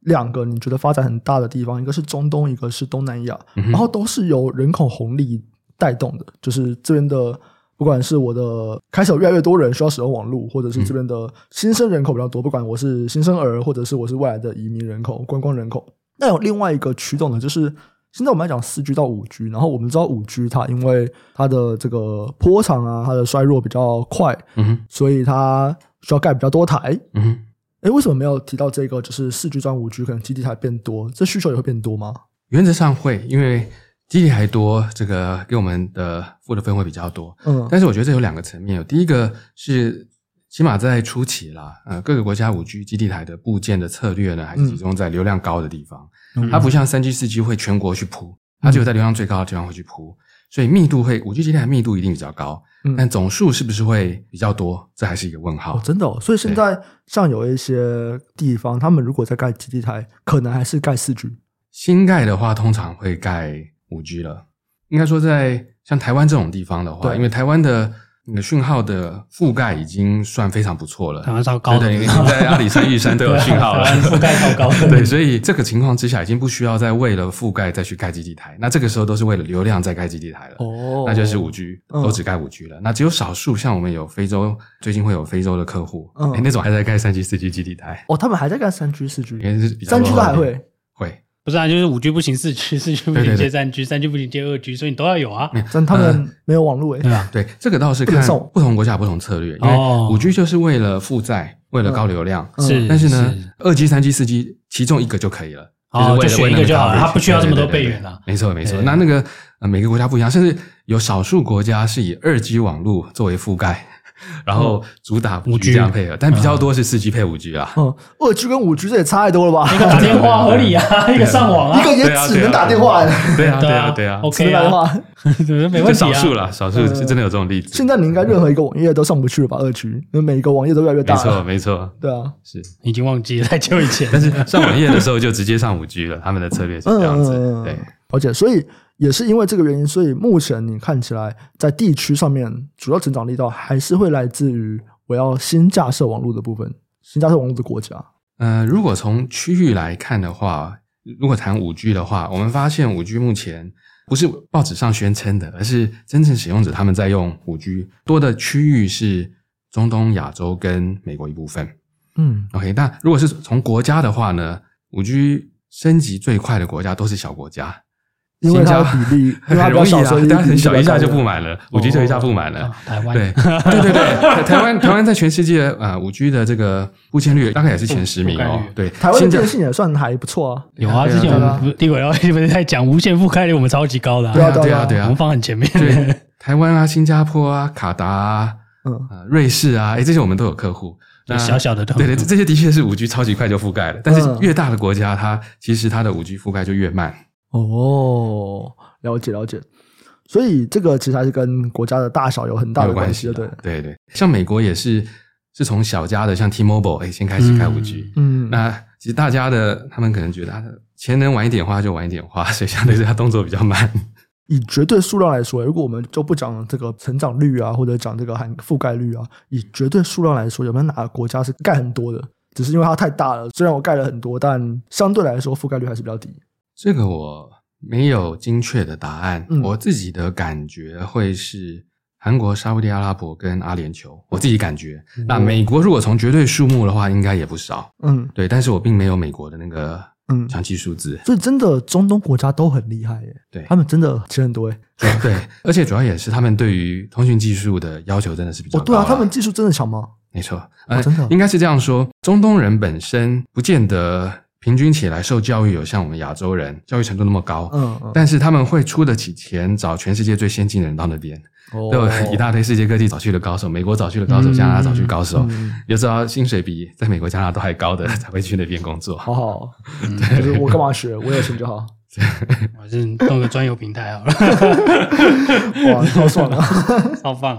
[SPEAKER 1] 两个你觉得发展很大的地方，一个是中东，一个是东南亚，
[SPEAKER 3] 嗯哼
[SPEAKER 1] 然后都是由人口红利带动的，就是这边的。不管是我的开始有越来越多人需要使用网络，或者是这边的新生人口比较多，不管我是新生儿，或者是我是未来的移民人口、观光人口，那有另外一个驱动的，就是现在我们来讲四 G 到五 G，然后我们知道五 G 它因为它的这个波长啊，它的衰弱比较快，
[SPEAKER 3] 嗯哼
[SPEAKER 1] 所以它需要盖比较多台。
[SPEAKER 3] 嗯哼，
[SPEAKER 1] 哎，为什么没有提到这个？就是四 G 转五 G，可能基地台变多，这需求也会变多吗？
[SPEAKER 3] 原则上会，因为基地还多，这个给我们的付的费用会比较多。
[SPEAKER 1] 嗯
[SPEAKER 3] 但是我觉得这有两个层面，有第一个是起码在初期啦，呃，各个国家五 G 基地台的部件的策略呢，还
[SPEAKER 1] 嗯
[SPEAKER 3] 是集中在流量高的地方，它不像三 G、四 G 会全国去铺，它只有在流量最高的地方会去铺，所以密度会五 G 基地台密度一定比较高，
[SPEAKER 1] 嗯
[SPEAKER 3] 但总数是不是会比较多，这还是一个问号。
[SPEAKER 1] 哦，真的、哦，所以现在像有一些地方，他们如果在盖基地台，可能还是盖四 G。
[SPEAKER 3] 新盖的话，通常会盖五 G 了。应该说，在像台湾这种地方的话，
[SPEAKER 1] 对
[SPEAKER 3] 因为台湾的那个讯号的覆盖已经算非常不错
[SPEAKER 1] 嗯
[SPEAKER 3] 了，
[SPEAKER 2] 台湾超高的
[SPEAKER 3] 对对，你在阿里山、玉山都有讯号了，
[SPEAKER 2] 对啊台 湾覆盖超高的
[SPEAKER 3] 对，所以这个情况之下，已经不需要再为了覆盖再去盖基地台，那这个时候都是为了流量在盖基地台了。
[SPEAKER 1] 哦
[SPEAKER 3] 那就是五 G，
[SPEAKER 1] 嗯
[SPEAKER 3] 都只盖五 G 了。那只有少数，像我们有非洲，最近会有非洲的客户，
[SPEAKER 1] 嗯
[SPEAKER 3] 诶那种还在盖三 G、四 G 基地台，
[SPEAKER 1] 哦，他们还在盖三 G、四 G，
[SPEAKER 3] 因为是比较
[SPEAKER 1] 三 G 都还
[SPEAKER 3] 落后一
[SPEAKER 1] 会
[SPEAKER 3] 点。会，
[SPEAKER 2] 不是啊，就是五 G 不行，四 G 四 G 不
[SPEAKER 3] 对对
[SPEAKER 2] 行
[SPEAKER 3] 对
[SPEAKER 2] 接三 G，三 G 不行接二 G，所以你都要有啊。
[SPEAKER 1] 但他
[SPEAKER 3] 嗯
[SPEAKER 1] 们没有网络诶、
[SPEAKER 2] 对啊，
[SPEAKER 3] 对，这个倒是
[SPEAKER 1] 不能
[SPEAKER 3] 看
[SPEAKER 1] 送
[SPEAKER 3] 不同国家有不同策略，因
[SPEAKER 2] 哦
[SPEAKER 3] 为五 G 就是为了负载，为了高流量，
[SPEAKER 1] 嗯
[SPEAKER 2] 是，
[SPEAKER 3] 但是呢，二 G、三 G、四 G 其中一个就可以了。
[SPEAKER 2] 哦
[SPEAKER 3] 是为了
[SPEAKER 2] 就选一个就好了
[SPEAKER 3] 为了那 coverage，
[SPEAKER 2] 它不需要这么多
[SPEAKER 3] 对对对
[SPEAKER 2] 备
[SPEAKER 3] 对
[SPEAKER 2] 援啊
[SPEAKER 3] 没错，没错。
[SPEAKER 2] 对
[SPEAKER 3] 那那个呃每个国家不一样，甚至有少数国家是以二 G 网络作为覆盖， 然
[SPEAKER 2] 哦
[SPEAKER 3] 后主打
[SPEAKER 2] 5G
[SPEAKER 3] 这样配合，但比较多是四 G 配五 G 啊啦。
[SPEAKER 1] 嗯，二 G 跟五 G 这也差太多了吧？
[SPEAKER 2] 一个打电话 合理啊，一个上网啊
[SPEAKER 1] 一，个也
[SPEAKER 3] 对啊
[SPEAKER 1] 只能打电话、
[SPEAKER 3] 对啊，对
[SPEAKER 2] 对
[SPEAKER 3] 啊，
[SPEAKER 2] 啊
[SPEAKER 3] 对啊，
[SPEAKER 1] 只
[SPEAKER 2] ，OK
[SPEAKER 1] 能打电
[SPEAKER 2] 啊，
[SPEAKER 1] 话。
[SPEAKER 2] 没
[SPEAKER 3] 就
[SPEAKER 2] 问题
[SPEAKER 3] 少
[SPEAKER 2] 啊。
[SPEAKER 3] 数啦，少数是真的有这种例子。
[SPEAKER 1] 呃现在你应该任何一个网页都上不去了吧？二 G，那每一个网页都越来越
[SPEAKER 3] 没
[SPEAKER 1] 大
[SPEAKER 3] 错，
[SPEAKER 1] 了。
[SPEAKER 3] 没错，
[SPEAKER 1] 对啊，
[SPEAKER 3] 是。
[SPEAKER 2] 已经忘记了，太久以前。
[SPEAKER 3] 但是上网页的时候就直接上五 G 了，他们的策略是这样
[SPEAKER 1] 嗯
[SPEAKER 3] 子。对，
[SPEAKER 1] 而且所以也是因为这个原因，所以目前你看起来在地区上面主要成长力道还是会来自于我要新架设网络的部分，新架设网络的国家。
[SPEAKER 3] 呃，如果从区域来看的话，如果谈五 G 的话，我们发现五 G 目前不是报纸上宣称的，而是真正使用者他们在用五 G 多的区域是中东、亚洲跟美国一部分。
[SPEAKER 1] 嗯
[SPEAKER 3] OK，那如果是从国家的话呢，五 G 升级最快的国家都是小国家。
[SPEAKER 1] 因为它的
[SPEAKER 3] 新
[SPEAKER 1] 比
[SPEAKER 3] 加
[SPEAKER 1] 例因为它
[SPEAKER 3] 很
[SPEAKER 1] 比较
[SPEAKER 3] 容易
[SPEAKER 1] 小
[SPEAKER 3] 啊
[SPEAKER 1] 所以，
[SPEAKER 3] 大家
[SPEAKER 1] 比
[SPEAKER 3] 很
[SPEAKER 1] 例
[SPEAKER 3] 小，
[SPEAKER 1] 比较
[SPEAKER 3] 一下
[SPEAKER 1] 高
[SPEAKER 3] 就
[SPEAKER 1] 的
[SPEAKER 3] 不满了，五 G 就一下不满
[SPEAKER 1] 哦
[SPEAKER 3] 了。
[SPEAKER 2] 啊台 湾
[SPEAKER 3] 对对对对，台台湾台湾在全世界啊五 G 的这个布线率大概也是前十名
[SPEAKER 2] 覆
[SPEAKER 3] 哦
[SPEAKER 2] 盖率。
[SPEAKER 3] 对，
[SPEAKER 1] 台湾的
[SPEAKER 3] 现在
[SPEAKER 1] 电信也算还不错啊。
[SPEAKER 2] 有啊，
[SPEAKER 3] 对啊
[SPEAKER 2] 之前我
[SPEAKER 1] 对啊
[SPEAKER 2] 们地轨幺不是在讲无线覆盖率，我们超级高的啊，
[SPEAKER 1] 对啊
[SPEAKER 3] 对啊对
[SPEAKER 2] 我
[SPEAKER 3] 啊
[SPEAKER 2] 们，放很前面。
[SPEAKER 3] 对 台湾啊、新加坡啊、卡达啊、
[SPEAKER 1] 嗯，
[SPEAKER 3] 呃瑞士啊，哎这些我们都有客户。那
[SPEAKER 2] 小小的都
[SPEAKER 3] 对对，这这些的确是五 G 超级快就覆盖了，但是
[SPEAKER 1] 嗯
[SPEAKER 3] 越大的国家，它其实它的五 G 覆盖就越慢。
[SPEAKER 1] 哦，了解了解。所以这个其实还是跟国家的大小有很大
[SPEAKER 3] 有
[SPEAKER 1] 的
[SPEAKER 3] 关
[SPEAKER 1] 关
[SPEAKER 3] 系
[SPEAKER 1] 系
[SPEAKER 3] 啊
[SPEAKER 1] 的，对。
[SPEAKER 3] 对对，像美国也是是从小家的，像 T-Mobile 哎先开始开五 G，、
[SPEAKER 1] 嗯，
[SPEAKER 3] 那其实大家的他们可能觉得啊钱能晚一点花就晚一点花，所以相对是它动作比较慢。
[SPEAKER 1] 以绝对数量来说，如果我们就不讲这个成长率啊，或者讲这个含覆盖率啊，以绝对数量来说，有没有哪个国家是盖很多的？只是因为它太大了，虽然我盖了很多，但相对来说覆盖率还是比较低。
[SPEAKER 3] 这个我没有精确的答案，
[SPEAKER 1] 嗯
[SPEAKER 3] 我自己的感觉会是韩国、沙烏地阿拉伯跟阿联酋，我自己感觉。那美国如果从绝对数目的话，应该也不少，
[SPEAKER 1] 嗯
[SPEAKER 3] 对，但是我并没有美国的那个
[SPEAKER 1] 嗯，
[SPEAKER 3] 长期数字。
[SPEAKER 1] 所以真的中东国家都很厉害耶，
[SPEAKER 3] 对
[SPEAKER 1] 他们真的钱很多耶。
[SPEAKER 3] 对，而且主要也是他们对于通讯技术的要求真的是比较
[SPEAKER 1] 哦，
[SPEAKER 3] 高、
[SPEAKER 1] 对啊，他们技术真的强 吗？
[SPEAKER 3] 没错，呃，
[SPEAKER 1] 真的哦
[SPEAKER 3] 应该是这样说。中东人本身不见得平均起来受教育有像我们亚洲人教育程度那么高，
[SPEAKER 1] 嗯嗯，
[SPEAKER 3] 但是他们会出得起钱找全世界最先进的人到那边，
[SPEAKER 1] 哦
[SPEAKER 3] 都有一大堆世界各地找去的高手，美国找去的高手，
[SPEAKER 2] 嗯
[SPEAKER 3] 加拿大找去的高手，
[SPEAKER 1] 嗯
[SPEAKER 3] 有知道薪水比在美国、加拿大都还高的才会去那边工作。
[SPEAKER 1] 好好，
[SPEAKER 3] 嗯
[SPEAKER 1] 就是我干嘛学，我有钱就好，
[SPEAKER 2] 我是弄个专有平台好了，
[SPEAKER 1] 哇，好爽啊！
[SPEAKER 2] 超棒。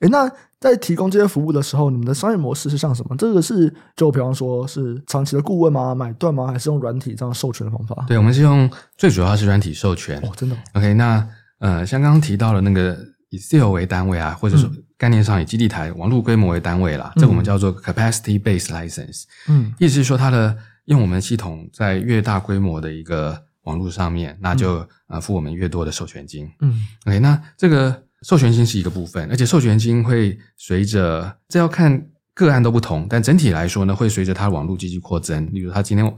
[SPEAKER 1] 诶，那在提供这些服务的时候，你们的商业模式是像什么？这个是就比方说是长期的顾问吗？买断吗？还是用软体这样授权的方法？
[SPEAKER 3] 对，我们是用最主要是软体授权。
[SPEAKER 1] 哦，真的
[SPEAKER 3] OK，那呃，像刚刚提到的那个以 Excel 为单位啊，或者说
[SPEAKER 1] 嗯
[SPEAKER 3] 概念上以基地台网络规模为单位啦，这我们叫做 capacity based license，
[SPEAKER 1] 嗯，
[SPEAKER 3] 意思是说它的用我们系统在越大规模的一个网络上面，那就、呃付我们越多的授权金。
[SPEAKER 1] 嗯
[SPEAKER 3] OK，那这个授权金是一个部分，而且授权金会随着这要看个案都不同，但整体来说呢，会随着它网络继续扩增。例如，它今天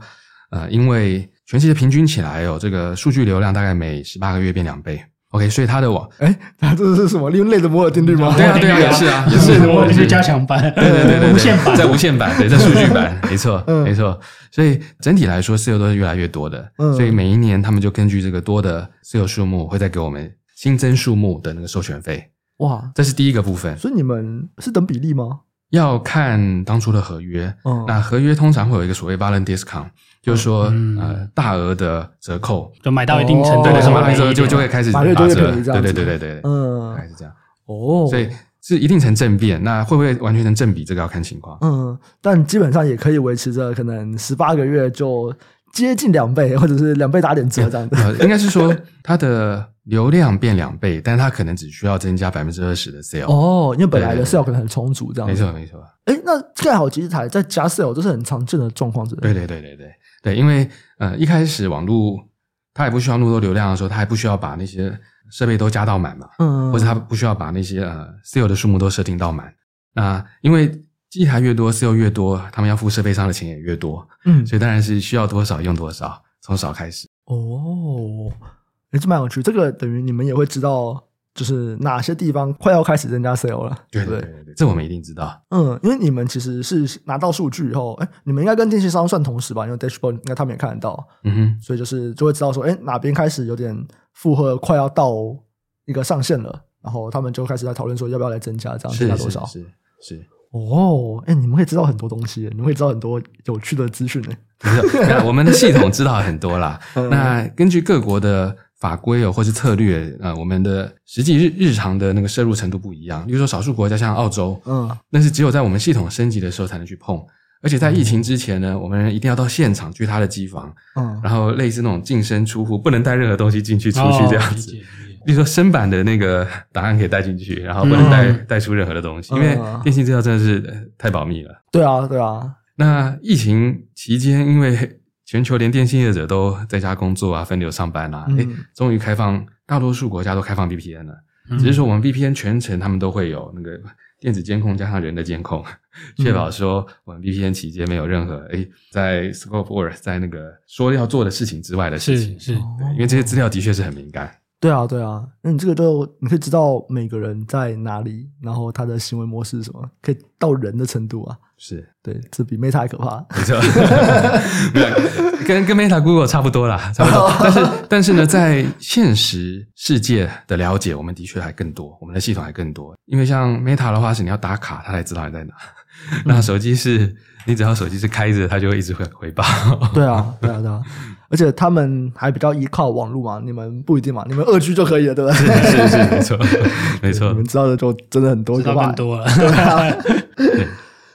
[SPEAKER 3] 呃，因为全世界平均起来哦，这个数据流量大概每十八个月变两倍。OK，所以它的网
[SPEAKER 1] 哎，那这是什么？利用类的摩尔定律吗？
[SPEAKER 3] 对啊对啊也是啊也是
[SPEAKER 2] 我这是加强版，
[SPEAKER 3] 对对对对对
[SPEAKER 2] 无限版，
[SPEAKER 3] 在无限版，对，在数据版，没错，
[SPEAKER 1] 嗯
[SPEAKER 3] 没错。所以整体来说，私有都是越来越多的，
[SPEAKER 1] 嗯
[SPEAKER 3] 所以每一年他们就根据这个多的私有数目，会再给我们新增数目的那个授权费，
[SPEAKER 1] 哇，
[SPEAKER 3] 这是第一个部分。
[SPEAKER 1] 所以你们是等比例吗？
[SPEAKER 3] 要看当初的合约，
[SPEAKER 1] 嗯，
[SPEAKER 3] 那合约通常会有一个所谓 balance discount，就是说、
[SPEAKER 2] 嗯
[SPEAKER 3] 呃大额的折扣，
[SPEAKER 2] 就买到一定程
[SPEAKER 1] 哦
[SPEAKER 2] 度
[SPEAKER 3] 对对，
[SPEAKER 2] 的
[SPEAKER 3] 什
[SPEAKER 2] 时
[SPEAKER 3] 么
[SPEAKER 2] 候
[SPEAKER 1] 买
[SPEAKER 3] 完
[SPEAKER 1] 了
[SPEAKER 3] 之
[SPEAKER 2] 便
[SPEAKER 3] 后
[SPEAKER 2] 宜
[SPEAKER 3] 就
[SPEAKER 2] 点
[SPEAKER 3] 就会开始
[SPEAKER 1] 买了就
[SPEAKER 3] 打
[SPEAKER 1] 会
[SPEAKER 3] 折，
[SPEAKER 1] 便宜这
[SPEAKER 3] 对
[SPEAKER 1] 样子
[SPEAKER 3] 对对对对，对大
[SPEAKER 1] 嗯
[SPEAKER 3] 概是这样，
[SPEAKER 1] 哦，
[SPEAKER 3] 所以是一定成正比，那会不会完全成正比，这个要看 情况。
[SPEAKER 1] 嗯，但基本上也可以维持着可能十八个月就接近两倍，或者是两倍打点折这样子。
[SPEAKER 3] 呃，应该是说它的流量变两倍，但它可能只需要增加百分之二十的 sale。
[SPEAKER 1] 哦，因为本来
[SPEAKER 3] 对
[SPEAKER 1] 的
[SPEAKER 3] 对对
[SPEAKER 1] sale 可能很充足，这样
[SPEAKER 3] 没
[SPEAKER 1] 子。
[SPEAKER 3] 错，没错，
[SPEAKER 1] 哎，那盖好机台再加 sale，这是很常见的状况，是不
[SPEAKER 3] 对
[SPEAKER 1] 是？
[SPEAKER 3] 对对对对对，因为呃一开始网络它也不需要那么多流量的时候，它还不需要把那些设备都加到满嘛，
[SPEAKER 1] 嗯，
[SPEAKER 3] 或者它不需要把那些呃 sale 的数目都设定到满。那因为机台越多，sale 越多，他们要付设备上的钱也越多，
[SPEAKER 1] 嗯，
[SPEAKER 3] 所以当然是需要多少用多少，从少开始。
[SPEAKER 1] 哦，哎，这蛮有趣。这个等于你们也会知道，就是哪些地方快要开始增加 sale 了，不
[SPEAKER 3] 对对对，这我们一定知道。
[SPEAKER 1] 嗯，因为你们其实是拿到数据以后，哎，你们应该跟电信商算同时吧？因为 dashboard 应该他们也看得到，
[SPEAKER 3] 嗯哼，
[SPEAKER 1] 所以就是就会知道说，哎，哪边开始有点负荷快要到一个上限了，然后他们就开始在讨论说要不要来增加，这样增
[SPEAKER 3] 是
[SPEAKER 1] 加多
[SPEAKER 3] 是
[SPEAKER 1] 少？
[SPEAKER 3] 是是。
[SPEAKER 1] 哦，哎，你们会知道很多东西，你们会知道很多有趣的资讯呢。
[SPEAKER 3] 不是，没有我们的系统知道很多啦。
[SPEAKER 1] 嗯
[SPEAKER 3] 那根据各国的法规哦，或是策略，呃，我们的实际日日常的那个摄入程度不一样。比如说，少数国家像澳洲，
[SPEAKER 1] 嗯，
[SPEAKER 3] 那是只有在我们系统升级的时候才能去碰。而且在疫情之前呢，我们一定要到现场去他的机房，
[SPEAKER 1] 嗯，
[SPEAKER 3] 然后类似那种净身出户，不能带任何东西进去、出去这样子
[SPEAKER 2] 哦。理。解理解
[SPEAKER 3] 比如说申版的那个档案可以带进去，然后不能带、
[SPEAKER 2] 嗯
[SPEAKER 3] 带出任何的东西，因为
[SPEAKER 1] 嗯
[SPEAKER 3] 电信资料真的是呃太保密了。
[SPEAKER 1] 对啊，对啊，
[SPEAKER 3] 那疫情期间，因为 全球连电信业者都在家工作啊，分流上班啊，
[SPEAKER 1] 嗯
[SPEAKER 3] 诶，终于开放，大多数国家都开放 VPN 了。
[SPEAKER 2] 嗯
[SPEAKER 3] 只是说我们 VPN 全程他们都会有那个电子监控加上人的监控，
[SPEAKER 2] 嗯
[SPEAKER 3] 确保说我们 VPN 期间没有任何诶在 scope or 在那个说要做的事情之外的事
[SPEAKER 2] 是
[SPEAKER 3] 情。
[SPEAKER 2] 是，哦
[SPEAKER 3] 对，因为这些资料的确是很敏感。
[SPEAKER 1] 对啊，对啊，那你这个就你可以知道每个人在哪里，然后他的行为模式是什么，可以到人的程度啊。
[SPEAKER 3] 是，
[SPEAKER 1] 对，这比 Meta 还可怕。
[SPEAKER 3] 没 错，没有啊跟跟 Meta、Google 差不多啦，差不多。但是但是呢，在现实世界的了解，我们的确还更多，我们的系统还更多。因为像 Meta 的话，是你要打卡，它才知道你在哪。那手机是你只要手机是开着，它就会一直会回报。
[SPEAKER 1] 对啊，对啊，对 啊，而且他们还比较依靠网络嘛，你们不一定嘛，你们二 G 就可以了，对不对？
[SPEAKER 3] 是是没错，没错
[SPEAKER 1] 你们。知道的就真的很多，
[SPEAKER 2] 知道
[SPEAKER 1] 可怕
[SPEAKER 2] 更。多了。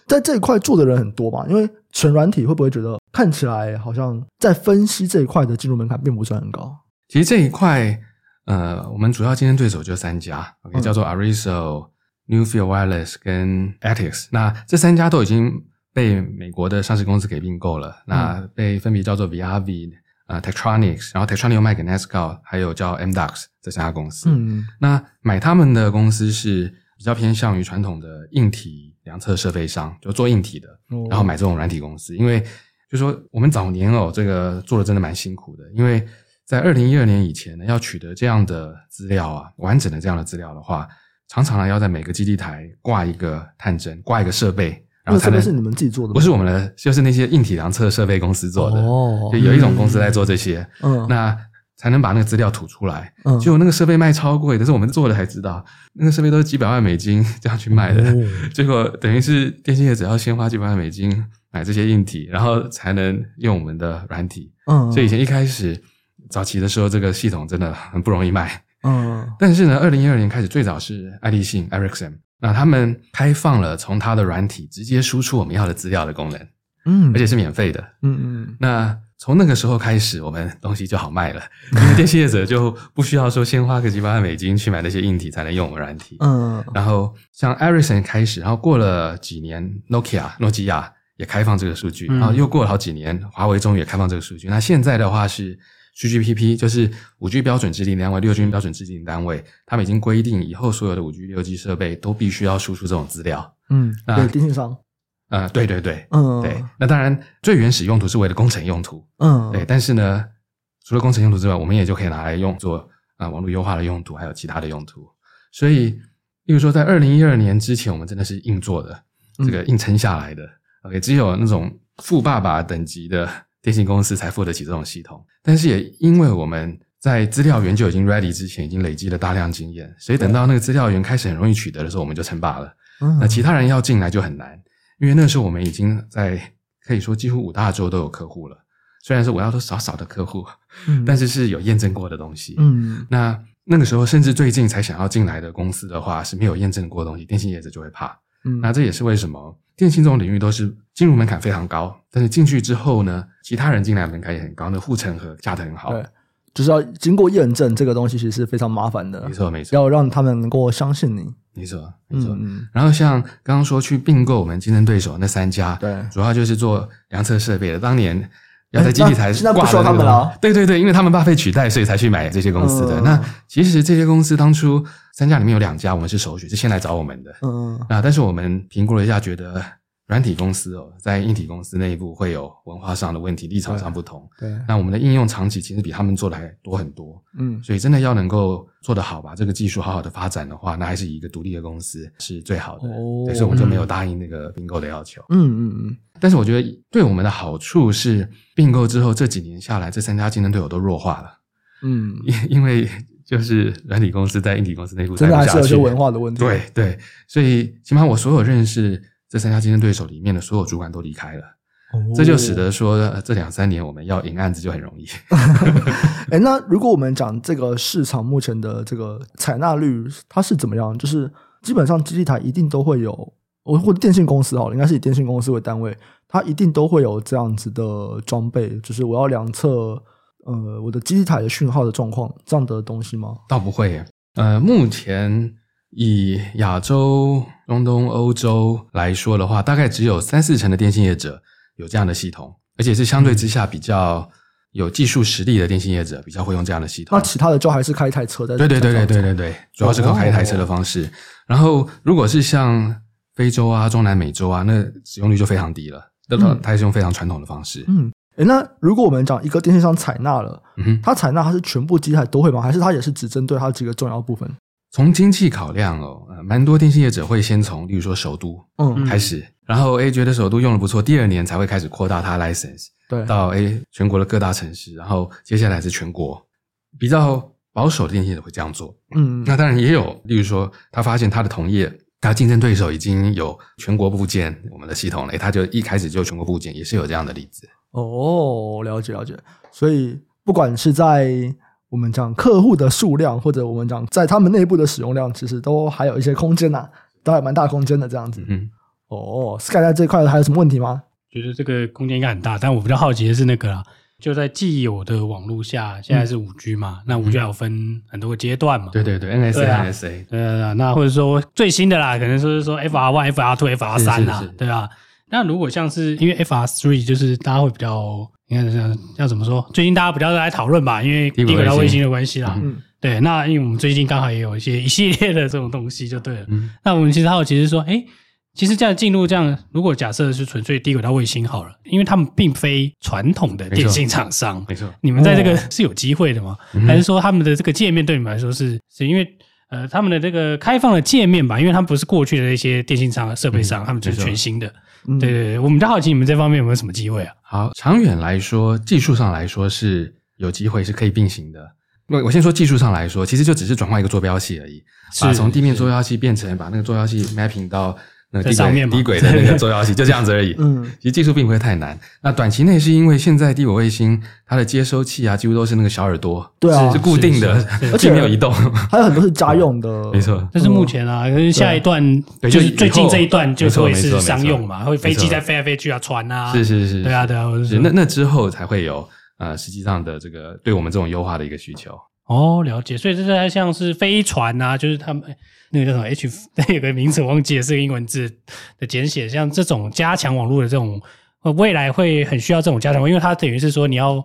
[SPEAKER 1] 在这一块做的人很多嘛，因为纯软体会不会觉得看起来好像在分析这一块的进入门槛并不算很高？
[SPEAKER 3] 其实这一块，呃，我们主要竞争对手就三家，OK，、
[SPEAKER 1] 嗯
[SPEAKER 3] 叫做 Arizo、Newfield Wireless 跟 Atix。那这三家都已经被美国的上市公司给并购了，
[SPEAKER 1] 嗯
[SPEAKER 3] 那被分别叫做 VRV、呃 Tektronix，然后 Tektronix 又卖给 NASCAR，还有叫 MDOX 这三家公司。
[SPEAKER 1] 嗯
[SPEAKER 3] 那买他们的公司是比较偏向于传统的硬体量测设备商，就做硬体的，
[SPEAKER 1] 哦
[SPEAKER 3] 然后买这种软体公司，因为就说我们早年哦，这个做的真的蛮辛苦的，因为在二零一二年以前呢，要取得这样的资料啊，完整的这样的资料的话，常常呢要在每个基地台挂一个探针，挂一个设备，然后
[SPEAKER 1] 那
[SPEAKER 3] 才
[SPEAKER 1] 这
[SPEAKER 3] 能
[SPEAKER 1] 边是你们自己做的吗？
[SPEAKER 3] 不是我们的，就是那些硬体量测设备公司做的，
[SPEAKER 1] 哦
[SPEAKER 3] 就有一种公司在做这些，
[SPEAKER 1] 嗯，
[SPEAKER 3] 那才能把那个资料吐出来。
[SPEAKER 1] 嗯
[SPEAKER 3] 结果那个设备卖超贵，但是我们做的才知道，那个设备都是几百万美金 这样去卖的。
[SPEAKER 1] 哦
[SPEAKER 3] 结果等于是电信业只要先花几百万美金买这些硬体，然后才能用我们的软体。
[SPEAKER 1] 嗯，
[SPEAKER 3] 所以以前一开始早期的时候，这个系统真的很不容易卖。
[SPEAKER 1] 嗯
[SPEAKER 3] 但是呢，二零一二年开始，最早是爱立信 Ericsson，那他们开放了从它的软体直接输出我们要的资料的功能，
[SPEAKER 1] 嗯，
[SPEAKER 3] 而且是免费的。
[SPEAKER 1] 嗯嗯
[SPEAKER 3] 那从那个时候开始，我们东西就好卖了，因为电信业者就不需要说先花个几百万美金去买那些硬体才能用我们软体。
[SPEAKER 1] 嗯
[SPEAKER 3] 然后像 Ericsson 开始，然后过了几年，Nokia 诺基亚也开放这个数据，
[SPEAKER 2] 嗯
[SPEAKER 3] 然后又过了好几年，华为终于也开放这个数据。那现在的话是 3GPP，就是五 G 标准制定单位、六 G 标准制定单位，他们已经规定以后所有的五 G、六 G 设备都必须要输出这种资料。
[SPEAKER 1] 嗯，
[SPEAKER 3] 那
[SPEAKER 1] 对，电信商，
[SPEAKER 3] 呃，对对对，
[SPEAKER 1] 嗯，
[SPEAKER 3] 啊对。那当然，最原始用途是为了工程用途，
[SPEAKER 1] 嗯，
[SPEAKER 3] 对，，但是呢，除了工程用途之外，我们也就可以拿来用作啊、呃网络优化的用途，还有其他的用途。所以，例如说，在二零一二年之前，我们真的是硬做的，这个硬撑下来的。OK，只有那种富爸爸等级的电信公司才付得起这种系统。但是也因为我们在资料源就已经 ready 之前，已经累积了大量经验，所以等到那个资料源开始很容易取得的时候，我们就称霸了。
[SPEAKER 1] 嗯，
[SPEAKER 3] 那其他人要进来就很难，因为那时候我们已经在可以说几乎五大洲都有客户了。虽然是我要说少少的客户，
[SPEAKER 1] 嗯，
[SPEAKER 3] 但
[SPEAKER 1] 是，
[SPEAKER 3] 是是有验证过的东西。，
[SPEAKER 1] 嗯
[SPEAKER 3] 那那个时候甚至最近才想要进来的公司的话是没有验证过的东西，电信业者就会怕。
[SPEAKER 1] 嗯，
[SPEAKER 3] 那这也是为什么电信这种领域都是进入门槛非常高，但是进去之后呢，其他人进来门槛也很高，那护城河下得很好。
[SPEAKER 1] 对，就是要经过验证这个东西，其实是非常麻烦的
[SPEAKER 3] 没，错，没错，
[SPEAKER 1] 要让他们能够相信你，
[SPEAKER 3] 没错，没错。
[SPEAKER 1] 嗯嗯，
[SPEAKER 3] 然后像刚刚说去并购我们竞争对手那三家，
[SPEAKER 1] 对，
[SPEAKER 3] 主要就是做量测设备的。当年要在基地
[SPEAKER 1] 哎
[SPEAKER 3] 台
[SPEAKER 1] 那现在不
[SPEAKER 3] 挂
[SPEAKER 1] 需要
[SPEAKER 3] 的
[SPEAKER 1] 他
[SPEAKER 3] 那个
[SPEAKER 1] 们了啊
[SPEAKER 3] 对对对，因为他们怕被取代，所以才去买这些公司的。
[SPEAKER 1] 嗯
[SPEAKER 3] 那其实这些公司当初三家里面有两家我们是首选，是先来找我们的。
[SPEAKER 1] 嗯
[SPEAKER 3] 那但是我们评估了一下，觉得软体公司哦，在硬体公司内部会有文化上的问题，立场上不同。
[SPEAKER 1] 对，
[SPEAKER 3] 那我们的应用场景其实比他们做的还多很多。
[SPEAKER 1] 嗯
[SPEAKER 3] 所以真的要能够做得好，把这个技术好好的发展的话，那还是以一个独立的公司是最好的。
[SPEAKER 1] 哦
[SPEAKER 3] 对所以我们就没有答应那个并购的要求。
[SPEAKER 1] 嗯嗯
[SPEAKER 3] 但是我觉得对我们的好处是，并购之后这几年下来，这三家竞争对手都弱化了，
[SPEAKER 1] 嗯嗯，
[SPEAKER 3] 因因为就是软体公司在硬体公司内部
[SPEAKER 1] 真的
[SPEAKER 3] 待
[SPEAKER 1] 还
[SPEAKER 3] 不
[SPEAKER 1] 是
[SPEAKER 3] 下
[SPEAKER 1] 有
[SPEAKER 3] 去
[SPEAKER 1] 些文化的问题，
[SPEAKER 3] 对，对，所以起码我所有认识这三家竞争对手里面的所有主管都离开了，这就使得说、呃这两三年我们要赢案子就很容易。
[SPEAKER 1] 哎，那如果我们讲这个市场目前的这个采纳率，它是怎么样？就是基本上基地台一定都会有，我或者电信公司好了，应该是以电信公司为单位，它一定都会有这样子的装备，就是我要量测呃我的基地台的讯号的状况这样的东西吗？
[SPEAKER 3] 倒不会耶，呃，目前以亚洲、中东、欧洲来说的话，大概只有三四成的电信业者有这样的系统，而且是相对之下比较有技术实力的电信业者比较会用这样的系统
[SPEAKER 1] 那。其他的就还是开一台车在
[SPEAKER 3] 对对对对对
[SPEAKER 1] 在
[SPEAKER 3] 对对，主要是靠开一台车的方式。然后，如果是像非洲啊、中南美洲啊，那使用率就非常低了。那它
[SPEAKER 1] 嗯
[SPEAKER 3] 它是用非常传统的方式。
[SPEAKER 1] 嗯，哎，那如果我们讲一个电信商采纳了，
[SPEAKER 3] 嗯哼，
[SPEAKER 1] 它采纳它是全部基地台都会吗？还是它也是只针对它几个重要部分？
[SPEAKER 3] 从经济考量哦，呃蛮多电信业者会先从，例如说首都，
[SPEAKER 1] 嗯，
[SPEAKER 3] 开始，然后 A 觉得首都用的不错，第二年才会开始扩大它 license
[SPEAKER 1] 对，
[SPEAKER 3] 到 A 全国的各大城市，然后接下来是全国。比较保守的电信也会这样做。
[SPEAKER 1] 嗯，
[SPEAKER 3] 那当然也有，例如说他发现他的同业，他竞争对手已经有全国部件我们的系统了，诶他就一开始就有全国部件，也是有这样的例子。
[SPEAKER 1] 哦，了解了解。所以不管是在我们讲客户的数量，或者我们讲在他们内部的使用量，其实都还有一些空间呐、都还蛮大空间的这样子。
[SPEAKER 3] 嗯
[SPEAKER 1] 哦，Sky 在这一块还有什么问题吗？
[SPEAKER 2] 觉得这个空间应该很大，但我比较好奇的是那个啦，就在既有的网络下，现在是五 G 嘛，那五 G 还有分很多个阶段嘛，
[SPEAKER 3] 哼，对对对，NSA
[SPEAKER 2] 对啊
[SPEAKER 3] NSA，
[SPEAKER 2] 呃，那或者说最新的啦，可能说是说 FR one、FR two、FR 三啦
[SPEAKER 3] 是是，
[SPEAKER 2] 对吧？那如果像是因为 FR three，就是大家会比较，你看像要怎么说？最近大家比较在讨论吧，因为
[SPEAKER 3] 低轨
[SPEAKER 2] 低轨道
[SPEAKER 3] 卫
[SPEAKER 2] 卫
[SPEAKER 3] 星
[SPEAKER 2] 星的关系啦。
[SPEAKER 1] 嗯
[SPEAKER 2] 对，那因为我们最近刚好也有一些一系列的这种东西，就对了。
[SPEAKER 3] 嗯
[SPEAKER 2] 那我们其实好奇是说，哎，其实这样进入这样，如果假设是纯粹低轨道卫星好了，因为他们并非传统的电信厂商，
[SPEAKER 3] 没错，
[SPEAKER 2] 你们在这
[SPEAKER 3] 哦
[SPEAKER 2] 个是有机会的吗？
[SPEAKER 3] 嗯
[SPEAKER 2] 还是说他们的这个界面对你们来说是是因为呃他们的这个开放的界面吧？因为他们不是过去的那些电信商、设备商，
[SPEAKER 3] 嗯
[SPEAKER 2] 他们就是
[SPEAKER 3] 没错
[SPEAKER 2] 全新的。
[SPEAKER 1] 嗯
[SPEAKER 2] 对对对，我们就好奇你们这方面有没有什么机会啊？
[SPEAKER 3] 好，长远来说，技术上来说是有机会是可以并行的。我我先说技术上来说，其实就只是转换一个坐标系而已，把
[SPEAKER 2] 是
[SPEAKER 3] 从地面坐标系变成把那个坐标系 mapping 到那个
[SPEAKER 2] 在
[SPEAKER 3] 地
[SPEAKER 2] 上
[SPEAKER 3] 轨
[SPEAKER 2] 面嘛
[SPEAKER 3] 低轨的那个坐标 系，就这样子而已。
[SPEAKER 1] 嗯
[SPEAKER 3] 其实技术并不会太难。那短期内是因为现在低轨卫星它的接收器啊，几乎都是那个小耳朵，
[SPEAKER 1] 对啊
[SPEAKER 3] 是固定的
[SPEAKER 2] 是是，
[SPEAKER 1] 是
[SPEAKER 3] 并没有 移动。
[SPEAKER 1] 还有很多是家用的，
[SPEAKER 3] 没错
[SPEAKER 2] 这是目前啊，可是下一段
[SPEAKER 3] 嗯对
[SPEAKER 2] 就是
[SPEAKER 3] 就以后
[SPEAKER 2] 最近这一段就会
[SPEAKER 3] 没错没
[SPEAKER 2] 是
[SPEAKER 3] 错
[SPEAKER 2] 商用嘛，
[SPEAKER 3] 没错
[SPEAKER 2] 会飞机
[SPEAKER 3] 没错
[SPEAKER 2] 在飞来飞去啊，船啊，
[SPEAKER 3] 是是是，
[SPEAKER 2] 对啊对啊，我是
[SPEAKER 3] 是
[SPEAKER 2] 说
[SPEAKER 3] 那那之后才会有呃实际上的这个对我们这种优化的一个需求。
[SPEAKER 2] 哦，了解，所以这是像是飞船啊，就是他们哎那个叫什么 H，有 个名词我忘记了，是个英文字的简写，像这种加强网络的这种，呃未来会很需要这种加强网，因为它等于是说你要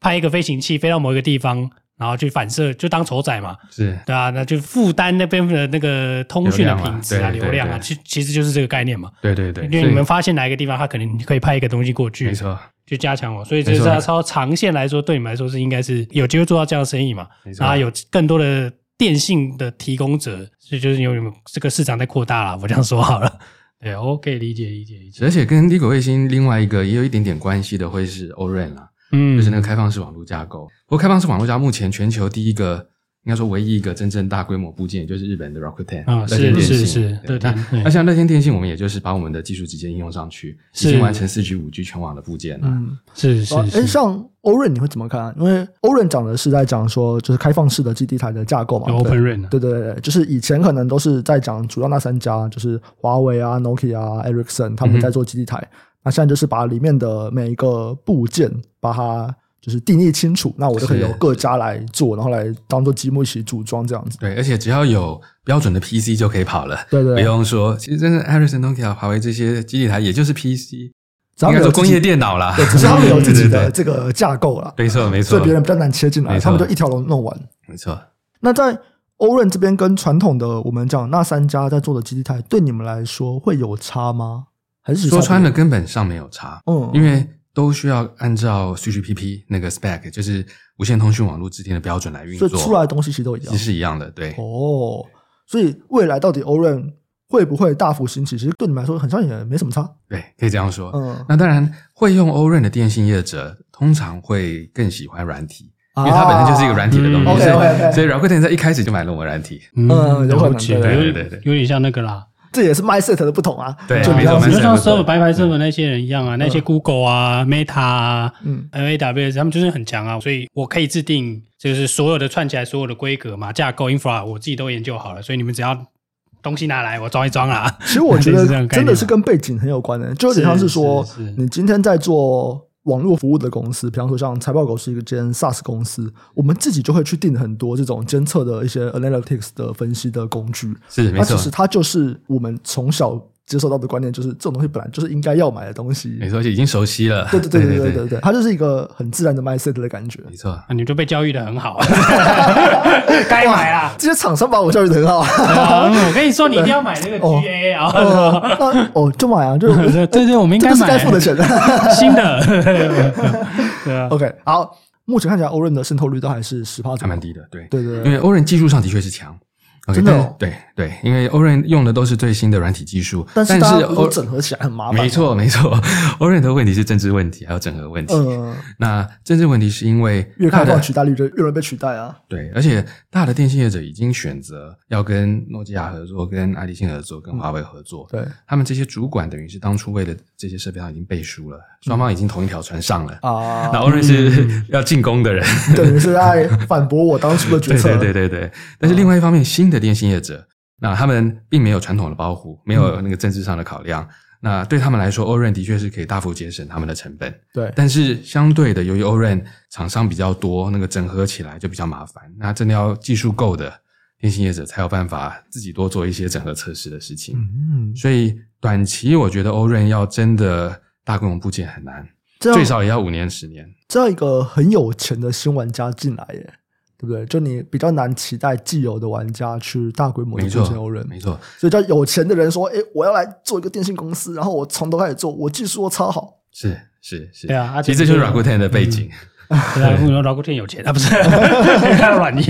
[SPEAKER 2] 派一个飞行器飞到某一个地方，然后去反射，就当丑仔嘛，
[SPEAKER 3] 是
[SPEAKER 2] 对啊，那就负担那边的那个通讯的品质
[SPEAKER 3] 流量啊对
[SPEAKER 2] 啊、流量啊，
[SPEAKER 3] 对对
[SPEAKER 2] 其其实就是这个概念嘛。
[SPEAKER 3] 对对对，
[SPEAKER 2] 因为你们发现哪一个地方，它可能可以派一个东西过去，
[SPEAKER 3] 没错，
[SPEAKER 2] 去加强我，所以这是
[SPEAKER 3] 没错
[SPEAKER 2] 它超长线来说，对你们来说是应该是有机会做到这样的生意嘛
[SPEAKER 3] 没？错
[SPEAKER 2] 然后啊有更多的电信的提供者，所以就是有你们这个市场在扩大了，我这样说 好了。对，我可以理解理解理解。
[SPEAKER 3] 而且跟低轨卫星另外一个也有一点点关系的，会是 O-RAN 啦、
[SPEAKER 2] 嗯
[SPEAKER 3] 就是那个开放式网络架构。不过开放式网络架目前全球第一个，应该说唯一一个真正大规模部件，也就是日本的 Rakuten
[SPEAKER 2] 啊
[SPEAKER 3] 乐天
[SPEAKER 2] 是
[SPEAKER 3] 电信
[SPEAKER 2] 是是乐
[SPEAKER 3] 对
[SPEAKER 2] 天对
[SPEAKER 3] 那
[SPEAKER 1] 哎
[SPEAKER 3] 那像乐天电信，我们也就是把我们的技术直接应用上去，已
[SPEAKER 2] 是
[SPEAKER 3] 经完成四 G、五 G 全网的部件了。
[SPEAKER 1] 嗯，
[SPEAKER 2] 是
[SPEAKER 1] 啊
[SPEAKER 2] 是
[SPEAKER 1] 诶，
[SPEAKER 2] 是，
[SPEAKER 1] 像欧润你会怎么看啊？因为欧润讲的是在讲说，就是开放式的基地台的架构嘛。
[SPEAKER 2] 有 Open
[SPEAKER 1] 对
[SPEAKER 2] Run 啊，
[SPEAKER 1] 对对对，就是以前可能都是在讲主要那三家，就是华为啊、Nokia 啊、Ericsson 他们在做基地
[SPEAKER 3] 嗯
[SPEAKER 1] 台。那现在就是把里面的每一个部件把它就是定义清楚，那我就可以由
[SPEAKER 3] 是
[SPEAKER 1] 各家来做，然后来当做积木一起组装这样子。
[SPEAKER 3] 对，而且只要有标准的 PC 就可以跑了，
[SPEAKER 1] 对对啊
[SPEAKER 3] 不
[SPEAKER 1] 对，
[SPEAKER 3] 用说。其实真正 Ericsson、Nokia、华为这些基地台，也就是 PC，
[SPEAKER 1] 只要
[SPEAKER 3] 应该
[SPEAKER 1] 有
[SPEAKER 3] 说
[SPEAKER 1] 自
[SPEAKER 3] 工
[SPEAKER 1] 己
[SPEAKER 3] 业，电脑啦
[SPEAKER 1] 对，。只是他 们有自己
[SPEAKER 3] 对
[SPEAKER 1] 的
[SPEAKER 3] 对
[SPEAKER 1] 这个架构啦，
[SPEAKER 3] 对没错，没错，
[SPEAKER 1] 所以别人比较难切进来，
[SPEAKER 3] 没
[SPEAKER 1] 他们
[SPEAKER 3] 错
[SPEAKER 1] 就一条龙弄完。
[SPEAKER 3] 没错。
[SPEAKER 1] 那在欧润这边跟传统的我们讲那三家在做的基地台，对你们来说会有差吗？还是
[SPEAKER 3] 说穿了，
[SPEAKER 1] 了，
[SPEAKER 3] 根本上没有差，
[SPEAKER 1] 嗯，
[SPEAKER 3] 因为都需要按照 CGPP 那个 spec，就是无线通讯网络制定的标准来运
[SPEAKER 1] 所
[SPEAKER 3] 作，
[SPEAKER 1] 以出来的东西其实都一样
[SPEAKER 3] 其实是一样的。对，
[SPEAKER 1] 哦。所以未来到底欧润会不会大幅兴起，其实对你们来说很像也没什么差。
[SPEAKER 3] 对，可以这样说。
[SPEAKER 1] 嗯，
[SPEAKER 3] 那当然，会用欧润的电信业者，通常会更喜欢软体，
[SPEAKER 1] 因
[SPEAKER 3] 因为它本身就是一个软体的东
[SPEAKER 2] 啊
[SPEAKER 3] 西，所
[SPEAKER 1] 嗯 OK，OK，OK
[SPEAKER 3] 以所以 Rakuten 在一开始就买了我们软体。
[SPEAKER 1] 嗯有可能
[SPEAKER 2] 了解，
[SPEAKER 1] 对
[SPEAKER 2] 有
[SPEAKER 3] 对对对
[SPEAKER 2] 有点像那个啦，
[SPEAKER 1] 这也是 mindset 的不同啊。
[SPEAKER 3] 对
[SPEAKER 1] 就比
[SPEAKER 3] 没
[SPEAKER 1] 较
[SPEAKER 3] 错
[SPEAKER 2] 你
[SPEAKER 3] 没
[SPEAKER 2] 就
[SPEAKER 3] 错
[SPEAKER 2] 像
[SPEAKER 3] 没错
[SPEAKER 2] server 白牌 server 那些人一样啊，那些 Google 啊、Meta 啊、
[SPEAKER 1] 嗯
[SPEAKER 2] AWS 他们就是很强啊，所以我可以制定就是所有的串起来所有的规格嘛、架构、infra 我自己都研究好了，所以你们只要东西拿来，我装一装啦。
[SPEAKER 1] 其实我觉
[SPEAKER 2] 类
[SPEAKER 1] 得
[SPEAKER 2] 似这样的概
[SPEAKER 1] 真
[SPEAKER 2] 念
[SPEAKER 1] 的是跟背景很有关的，就有点像是 说
[SPEAKER 2] 是是是，
[SPEAKER 1] 你今天在做网络服务的公司，比方说像财报狗是一个间 SaaS 公司，我们自己就会去定很多这种监测的一些 analytics 的分析的工具。
[SPEAKER 3] 是没
[SPEAKER 1] 那其
[SPEAKER 3] 错，
[SPEAKER 1] 实它啊就是我们从小接受到的观念，就是这种东西本来就是应该要买的东西。
[SPEAKER 3] 没错，而且已经熟悉了。
[SPEAKER 1] 对对对对
[SPEAKER 3] 对
[SPEAKER 1] 对对对，它就是一个很自然的 mindset 的感觉。
[SPEAKER 3] 没错。
[SPEAKER 2] 啊，你就被教育的很好，该买啦。
[SPEAKER 1] 这些厂商把我教育的很 好啊，
[SPEAKER 2] 对啊我跟你说，你一定要买那个 GA 啊！
[SPEAKER 1] 那哦就买啊， 就
[SPEAKER 2] 对对对，我们应
[SPEAKER 1] 这
[SPEAKER 2] 该
[SPEAKER 1] 就是
[SPEAKER 2] 买
[SPEAKER 1] 该付的钱。
[SPEAKER 2] 新的。 对啊，
[SPEAKER 1] OK，好，目前看起来欧润的渗透率都还是十帕
[SPEAKER 3] 还
[SPEAKER 1] 左右
[SPEAKER 3] 蛮。低的，对
[SPEAKER 1] 对对
[SPEAKER 3] 因
[SPEAKER 1] 对，
[SPEAKER 3] 为欧润技术上的确是强。OK，
[SPEAKER 1] 真的
[SPEAKER 3] 但
[SPEAKER 1] 哦
[SPEAKER 3] 对对，因为欧润用的都是最新的软体技术，
[SPEAKER 1] 但是
[SPEAKER 3] 是
[SPEAKER 1] 大家都
[SPEAKER 3] 欧
[SPEAKER 1] 整合起来很麻烦。
[SPEAKER 3] 没，错 没错，欧润的问题是政治问题，还有整合问题。
[SPEAKER 1] 嗯，
[SPEAKER 3] 那政治问题是因为
[SPEAKER 1] 越
[SPEAKER 3] 大
[SPEAKER 1] 开放
[SPEAKER 3] 的
[SPEAKER 1] 取代率就越容易被取代啊。
[SPEAKER 3] 对，而且大的电信业者已经选择要跟诺基亚合作、跟爱立信合作、跟华为合作。
[SPEAKER 1] 对
[SPEAKER 3] 他们这些主管等于是当初为了这些设备上已经背书
[SPEAKER 1] 嗯
[SPEAKER 3] 了，双方已经同一条船上了。
[SPEAKER 1] 啊
[SPEAKER 3] 那，欧润是要进攻的人，
[SPEAKER 1] 等于是在反驳我当初的决
[SPEAKER 3] 对
[SPEAKER 1] 策。
[SPEAKER 3] 对对对
[SPEAKER 1] 嗯
[SPEAKER 3] 对。但是另外一方面，新的电信业者，那他们并没有传统的包袱，
[SPEAKER 1] 嗯
[SPEAKER 3] 没有那个政治上的考量。那对他们来说，欧润的确是可以大幅节省他们的成本。
[SPEAKER 1] 对
[SPEAKER 3] 但是相对的，由于欧润厂商比较多，那个整合起来就比较麻烦。那真的要技术够的电信业者才有办法自己多做一些整合测试的事情。
[SPEAKER 1] 嗯，
[SPEAKER 3] 所以短期我觉得欧润要真的大规模部件很难，
[SPEAKER 1] 这
[SPEAKER 3] 最
[SPEAKER 1] 样
[SPEAKER 3] 少也要五年十年。
[SPEAKER 1] 这样一个很有钱的新玩家进来耶，对不对？就你比较难期待既有的玩家去大规模的
[SPEAKER 3] 没
[SPEAKER 1] 做成
[SPEAKER 3] 错
[SPEAKER 1] 游人，，
[SPEAKER 3] 没错，
[SPEAKER 1] 所以叫有钱的人说：“哎，我要来做一个电信公司，然后我从头开始做，我技术都超好。
[SPEAKER 3] 是是是，
[SPEAKER 2] 对啊啊
[SPEAKER 3] 其实这就是
[SPEAKER 2] 对
[SPEAKER 3] Rakuten 的背
[SPEAKER 1] 嗯
[SPEAKER 3] 景，
[SPEAKER 2] 对啊，我说老古天有钱，他不是他软硬。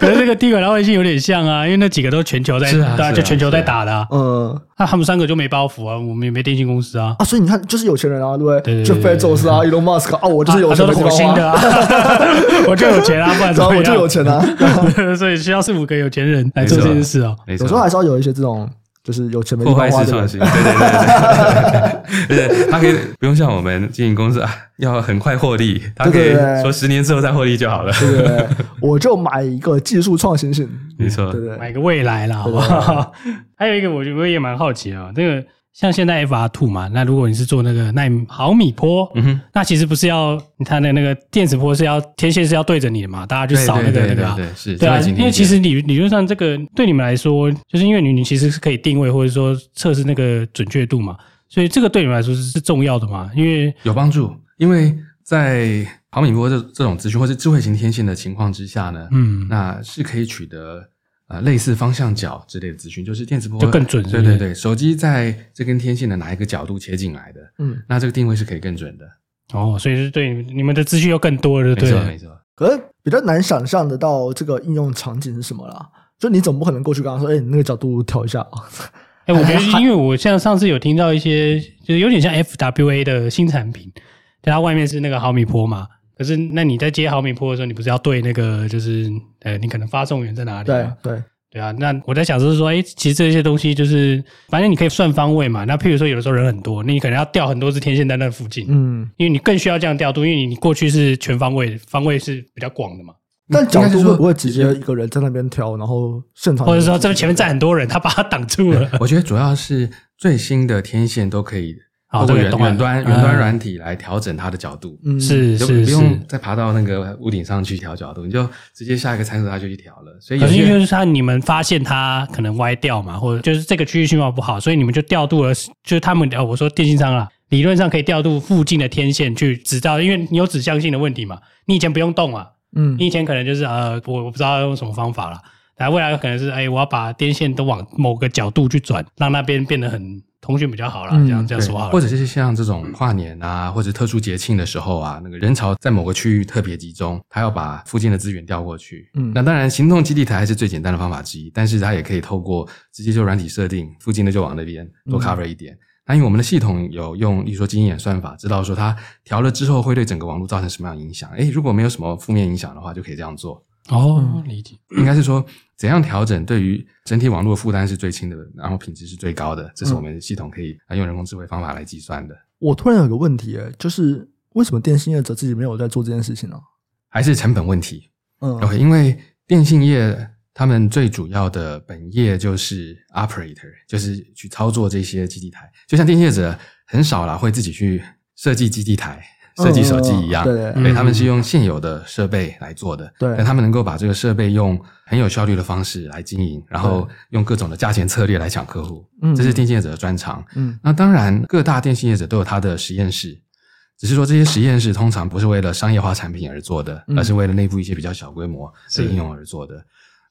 [SPEAKER 2] 可是这个低轨老卫星有点像啊，因为那几个都全球在，
[SPEAKER 3] 是啊
[SPEAKER 2] 对啊，
[SPEAKER 3] 是啊
[SPEAKER 2] 就全球在打的啊。
[SPEAKER 1] 嗯
[SPEAKER 2] 那他们三个就没包袱啊，我们也没电信公司啊”，
[SPEAKER 1] 啊，所以你看，就是有钱人啊，对不对？
[SPEAKER 2] 对对
[SPEAKER 1] 就
[SPEAKER 2] 对对
[SPEAKER 1] Bezos 啊，Elon Musk 啊，我就是有
[SPEAKER 2] 啊他
[SPEAKER 1] 钱的
[SPEAKER 2] 都是
[SPEAKER 1] 地
[SPEAKER 2] 火星
[SPEAKER 1] 方
[SPEAKER 2] 的
[SPEAKER 1] 啊，
[SPEAKER 2] 啊，我就有钱啊，不然怎
[SPEAKER 1] 然后
[SPEAKER 2] 么
[SPEAKER 1] 我就
[SPEAKER 2] 样
[SPEAKER 1] 有钱啊。
[SPEAKER 2] 所以需要四五个有钱人来做
[SPEAKER 3] 没
[SPEAKER 2] 这
[SPEAKER 3] 错
[SPEAKER 2] 件事哦。
[SPEAKER 3] 没
[SPEAKER 1] 有时候
[SPEAKER 3] 错
[SPEAKER 1] 还。是要有一些这种，就是有钱没地
[SPEAKER 3] 破
[SPEAKER 1] 方
[SPEAKER 3] 坏
[SPEAKER 1] 花
[SPEAKER 3] 式
[SPEAKER 1] 的
[SPEAKER 3] 创
[SPEAKER 1] 人。
[SPEAKER 3] 新，对对对对对， 对他可以不用像我们经营公司啊，要很快获利，他可
[SPEAKER 1] 对
[SPEAKER 3] 以
[SPEAKER 1] 对对
[SPEAKER 3] 说十年之后再获利就好了，
[SPEAKER 1] 对不对，我就买一个技术创新性，
[SPEAKER 2] 嗯
[SPEAKER 3] 没错
[SPEAKER 1] 对，对
[SPEAKER 2] 买个未来啦，好不好？还有一个，我觉得我也蛮好奇啊，这个像现在 FR Two 嘛，那如果你是做那个奈米毫米波，
[SPEAKER 3] 嗯哼，
[SPEAKER 2] 那其实不是要它的那个电磁波是要天线是要对着你的嘛，大家去
[SPEAKER 3] 对
[SPEAKER 2] 扫那个
[SPEAKER 3] 对
[SPEAKER 2] 那
[SPEAKER 3] 对
[SPEAKER 2] 个、啊
[SPEAKER 3] 对。对是，
[SPEAKER 2] 对啊，
[SPEAKER 3] 这个请
[SPEAKER 2] 因为
[SPEAKER 3] 听
[SPEAKER 2] 其实理理论上这个对你们来说，就是因为你你其实是可以定位或者说测试那个准确度嘛，所以这个对你们来说是是重要的嘛，因为
[SPEAKER 3] 有帮助，因为在毫米波这这种资讯或是智慧型天线的情况之下呢，
[SPEAKER 2] 嗯，
[SPEAKER 3] 那是可以取得呃类似方向角之类的资讯，就是电磁波
[SPEAKER 2] 就更准是不
[SPEAKER 3] 对
[SPEAKER 2] 是
[SPEAKER 3] 对对，手机在这根天线的哪一个角度切进来的，
[SPEAKER 1] 嗯。
[SPEAKER 3] 那这个定位是可以更准的。
[SPEAKER 2] 哦，所以是对你们你们的资讯又更多了，
[SPEAKER 3] 没
[SPEAKER 2] 对
[SPEAKER 3] 错
[SPEAKER 2] 了
[SPEAKER 3] 没错，
[SPEAKER 1] 可是比较难想象得到这个应用场景是什么啦。就你总不可能过去跟他说：“哎、你那个角度调一下啊。
[SPEAKER 2] 哎、我觉得，因为我像上次有听到一些，就是有点像 FWA 的新产品，对它外面是那个毫米波嘛。可是，那你在接毫米波的时候，你不是要对那个，就是呃，你可能发送源在哪”里
[SPEAKER 1] 对
[SPEAKER 2] 嘛？
[SPEAKER 1] 对，
[SPEAKER 2] 对啊。那我在想，就是说，哎、其实这些东西就是，反正你可以算方位嘛。那譬如说，有的时候人很多，那你可能要调很多支天线在那附近，
[SPEAKER 1] 嗯。
[SPEAKER 2] 因为你更需要这样调度，因为你你过去是全方位，方位是比较广的嘛。
[SPEAKER 1] 但角
[SPEAKER 3] 嗯应该
[SPEAKER 1] 度
[SPEAKER 3] 是说
[SPEAKER 1] 会不会直接一个人在那边调，然后现场
[SPEAKER 2] 或者说，这边前面站很多人，他把它挡住了。
[SPEAKER 3] 我觉得主要是最新的天线都可以
[SPEAKER 2] 好
[SPEAKER 3] 通过
[SPEAKER 2] 啊这个
[SPEAKER 3] 远
[SPEAKER 2] 懂了
[SPEAKER 3] 远端远端
[SPEAKER 2] 嗯
[SPEAKER 3] 软体来调整它的角度。
[SPEAKER 1] 嗯
[SPEAKER 2] 是
[SPEAKER 3] 就是不
[SPEAKER 2] 是。
[SPEAKER 3] 用再爬到那个屋顶上去调角度，你就直接下一个参数它就去调了。所以
[SPEAKER 2] 可
[SPEAKER 3] 有
[SPEAKER 2] 是因为
[SPEAKER 3] 些
[SPEAKER 2] 就是他你们发现它可能歪掉嘛，或者就是这个区域信号不好，所以你们就调度了，就是他们呃，我说电信商啊，理论上可以调度附近的天线去指到，因为你有指向性的问题嘛，你以前不用动啊，
[SPEAKER 1] 嗯
[SPEAKER 2] 你以前可能就是呃，我我不知道要用什么方法了，然后未来可能是哎，我要把电线都往某个角度去转，让那边变得很通讯比较好啦，
[SPEAKER 1] 嗯
[SPEAKER 2] 这样这样
[SPEAKER 3] 对
[SPEAKER 2] 说好了，
[SPEAKER 3] 或者是像这种跨年啊，或者特殊节庆的时候啊，那个人潮在某个区域特别集中，他要把附近的资源调过去。
[SPEAKER 1] 嗯
[SPEAKER 3] 那当然，行动基地台还是最简单的方法之一，但是它也可以透过直接就软体设定，附近的就往那边多
[SPEAKER 1] 嗯
[SPEAKER 3] cover 一点。那因为我们的系统有用，例如说经验算法，知道说它调了之后会对整个网络造成什么样的影响。诶，如果没有什么负面影响的话，就可以这样做。
[SPEAKER 2] 哦，理解，
[SPEAKER 3] 应该是说怎样调整对于整体网络的负担是最轻的，然后品质是最高的，这是我们系统可以呃用人工智慧方法来计算的。
[SPEAKER 1] 我突然有个问题、哎，就是为什么电信业者自己没有在做这件事情呢、
[SPEAKER 3] 还是成本问题
[SPEAKER 1] 嗯
[SPEAKER 3] ，OK？因为电信业他们最主要的本业就是 operator，就是去操作这些基地台，就像电信业者很少啦会自己去设计基地台。设计手机一样，
[SPEAKER 1] 嗯嗯嗯
[SPEAKER 2] 对
[SPEAKER 3] 对，他们是用现有的设备来做的，
[SPEAKER 1] 对
[SPEAKER 3] 但他们能够把这个设备用很有效率的方式来经营，然后用各种的价钱策略来抢客户，
[SPEAKER 1] 嗯
[SPEAKER 3] 这是电信业者的专长。
[SPEAKER 1] 嗯
[SPEAKER 3] 那当然，各大电信业者都有它的实验室，只是说这些实验室通常不是为了商业化产品而做的，
[SPEAKER 1] 嗯
[SPEAKER 3] 而是为了内部一些比较小规模的
[SPEAKER 2] 是
[SPEAKER 3] 应用而做的。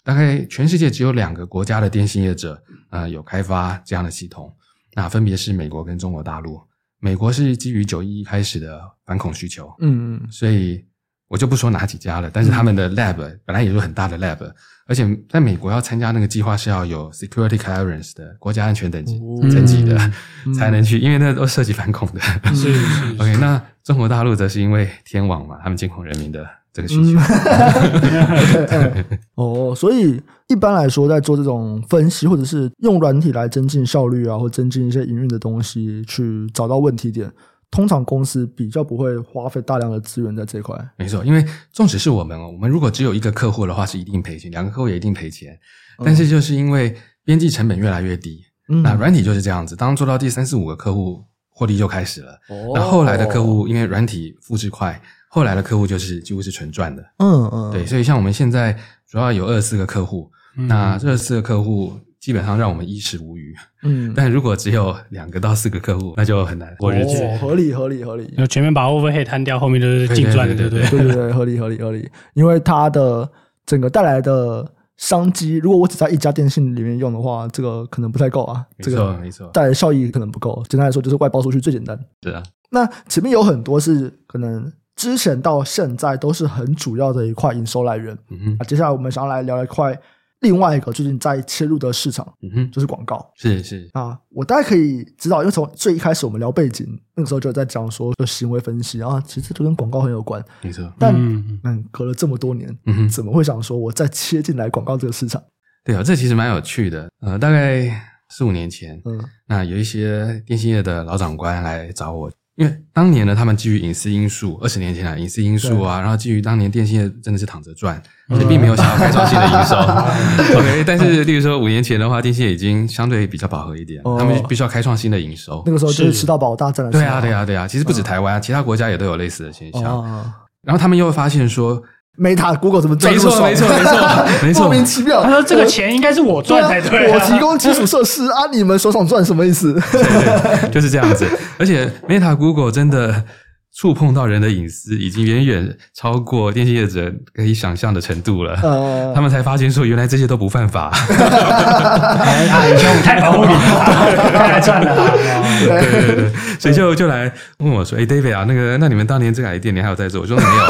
[SPEAKER 3] 大概全世界只有两个国家的电信业者，呃，有开发这样的系统，那分别是美国跟中国大陆。美国是基于九一一开始的反恐需求，
[SPEAKER 1] 嗯嗯
[SPEAKER 3] 所以我就不说哪几家了，但是他们的 lab 本来也是很大的 lab，而且在美国要参加那个计划是要有 security clearance 的国家安全等级
[SPEAKER 1] 哦
[SPEAKER 3] 层级的、
[SPEAKER 1] 嗯
[SPEAKER 3] 才能去，因为那都涉及反恐的。
[SPEAKER 2] 是是
[SPEAKER 3] OK，那中国大陆则是因为天网嘛，他们监控人民的这个需求。
[SPEAKER 1] 嗯 哦，所以一般来说，在做这种分析，或者是用软体来增进效率啊，或增进一些营运的东西，去找到问题点，通常公司比较不会花费大量的资源在这一块。
[SPEAKER 3] 没错，因为纵使是我们，哦，我们如果只有一个客户的话，是一定赔钱，两个客户也一定赔钱。但是啊就是因为边际成本越来越低，
[SPEAKER 1] 嗯
[SPEAKER 3] 那软体就是这样子，当做到第三四五个客户，获利就开始了。
[SPEAKER 1] 哦
[SPEAKER 3] 那后来的客，户，因为软体复制快，后来的客户就是几乎是纯赚的。
[SPEAKER 1] 嗯嗯，
[SPEAKER 3] 对，，所以像我们现在主要有二十四个客户，
[SPEAKER 2] 嗯
[SPEAKER 3] 那这四个客户基本上让我们衣食无余。
[SPEAKER 1] 嗯，
[SPEAKER 3] 但如果只有两个到四个客户，那就很难过日子。
[SPEAKER 1] 哦，合理合理合理，
[SPEAKER 2] 就前面把 overhead 摊掉，后面就是净赚的，对
[SPEAKER 3] 对
[SPEAKER 2] 不
[SPEAKER 3] 对
[SPEAKER 2] 对？
[SPEAKER 1] 对对对，合理合理合理，因为它的整个带来的商机，如果我只在一家电信里面用的话，这个可能不太够啊，
[SPEAKER 3] 没
[SPEAKER 1] 这
[SPEAKER 3] 错，
[SPEAKER 1] 个
[SPEAKER 3] 没错，
[SPEAKER 1] 带来效益可能不够。简单来说，就是外包出去最简单。
[SPEAKER 3] 是啊，
[SPEAKER 1] 那前面有很多是可能之前到现在都是很主要的一块营收来源
[SPEAKER 3] 嗯哼
[SPEAKER 1] 啊，，接下来我们想要来聊一块另外一个最近在切入的市场，
[SPEAKER 3] 嗯哼，
[SPEAKER 1] 就是广告。
[SPEAKER 3] 是是，
[SPEAKER 1] 啊，我大概可以知道，因为从最一开始我们聊背景，那个时候就在讲说就行为分析啊，其实就跟广告很有关。
[SPEAKER 3] 没错，
[SPEAKER 1] 但
[SPEAKER 2] 嗯，
[SPEAKER 1] 嗯，隔了这么多年，
[SPEAKER 3] 嗯哼。
[SPEAKER 1] 怎么会想说我再切进来广告这个市场？
[SPEAKER 3] 对啊，这其实蛮有趣的。呃，大概四五年前，
[SPEAKER 1] 嗯
[SPEAKER 3] 那有一些电信业的老长官来找我，因为当年呢，他们基于隐私因素，二十年前啊，隐私因素啊，然后基于当年电信业真的是躺着赚，所以并没有想要开创性的营收。OK，但 是例如说五年前的话，电信业已经相对比较饱和一点，
[SPEAKER 1] 哦
[SPEAKER 3] 他们必须要开创新的营收
[SPEAKER 1] 那。个时候就是
[SPEAKER 2] 是
[SPEAKER 1] 吃到饱大战的时
[SPEAKER 3] 对
[SPEAKER 1] 候。
[SPEAKER 3] 啊，对哦啊，对啊，其实不止台湾，其他国家也都有类似的现象。
[SPEAKER 1] 啊
[SPEAKER 3] 然后他们又发现说，
[SPEAKER 1] ，Meta、Google 怎么赚
[SPEAKER 3] 没
[SPEAKER 1] 那么
[SPEAKER 3] 错，
[SPEAKER 1] 爽
[SPEAKER 3] 没错，没 错，没 错，
[SPEAKER 1] 莫名其妙。
[SPEAKER 2] 他说这个钱应该是我赚才对
[SPEAKER 1] 我
[SPEAKER 2] 啊，
[SPEAKER 1] 提供基础设施啊，你们手上赚什么意思？
[SPEAKER 3] 对对， 就是这样子。而且 Meta、Google 真的触碰到人的隐私，已经远远超过电信业者可以想象的程度了。
[SPEAKER 1] 呃
[SPEAKER 3] 他，们才发现说，原来这些都不犯法。
[SPEAKER 1] 嗯
[SPEAKER 2] 啊，以前我们太保护你了，太赚了啊。
[SPEAKER 3] 对对 对，所以就就来问我说：“哎、d a v i d 啊，那个，那你们当年这个 i 店你还有在做？”我说：“没有。”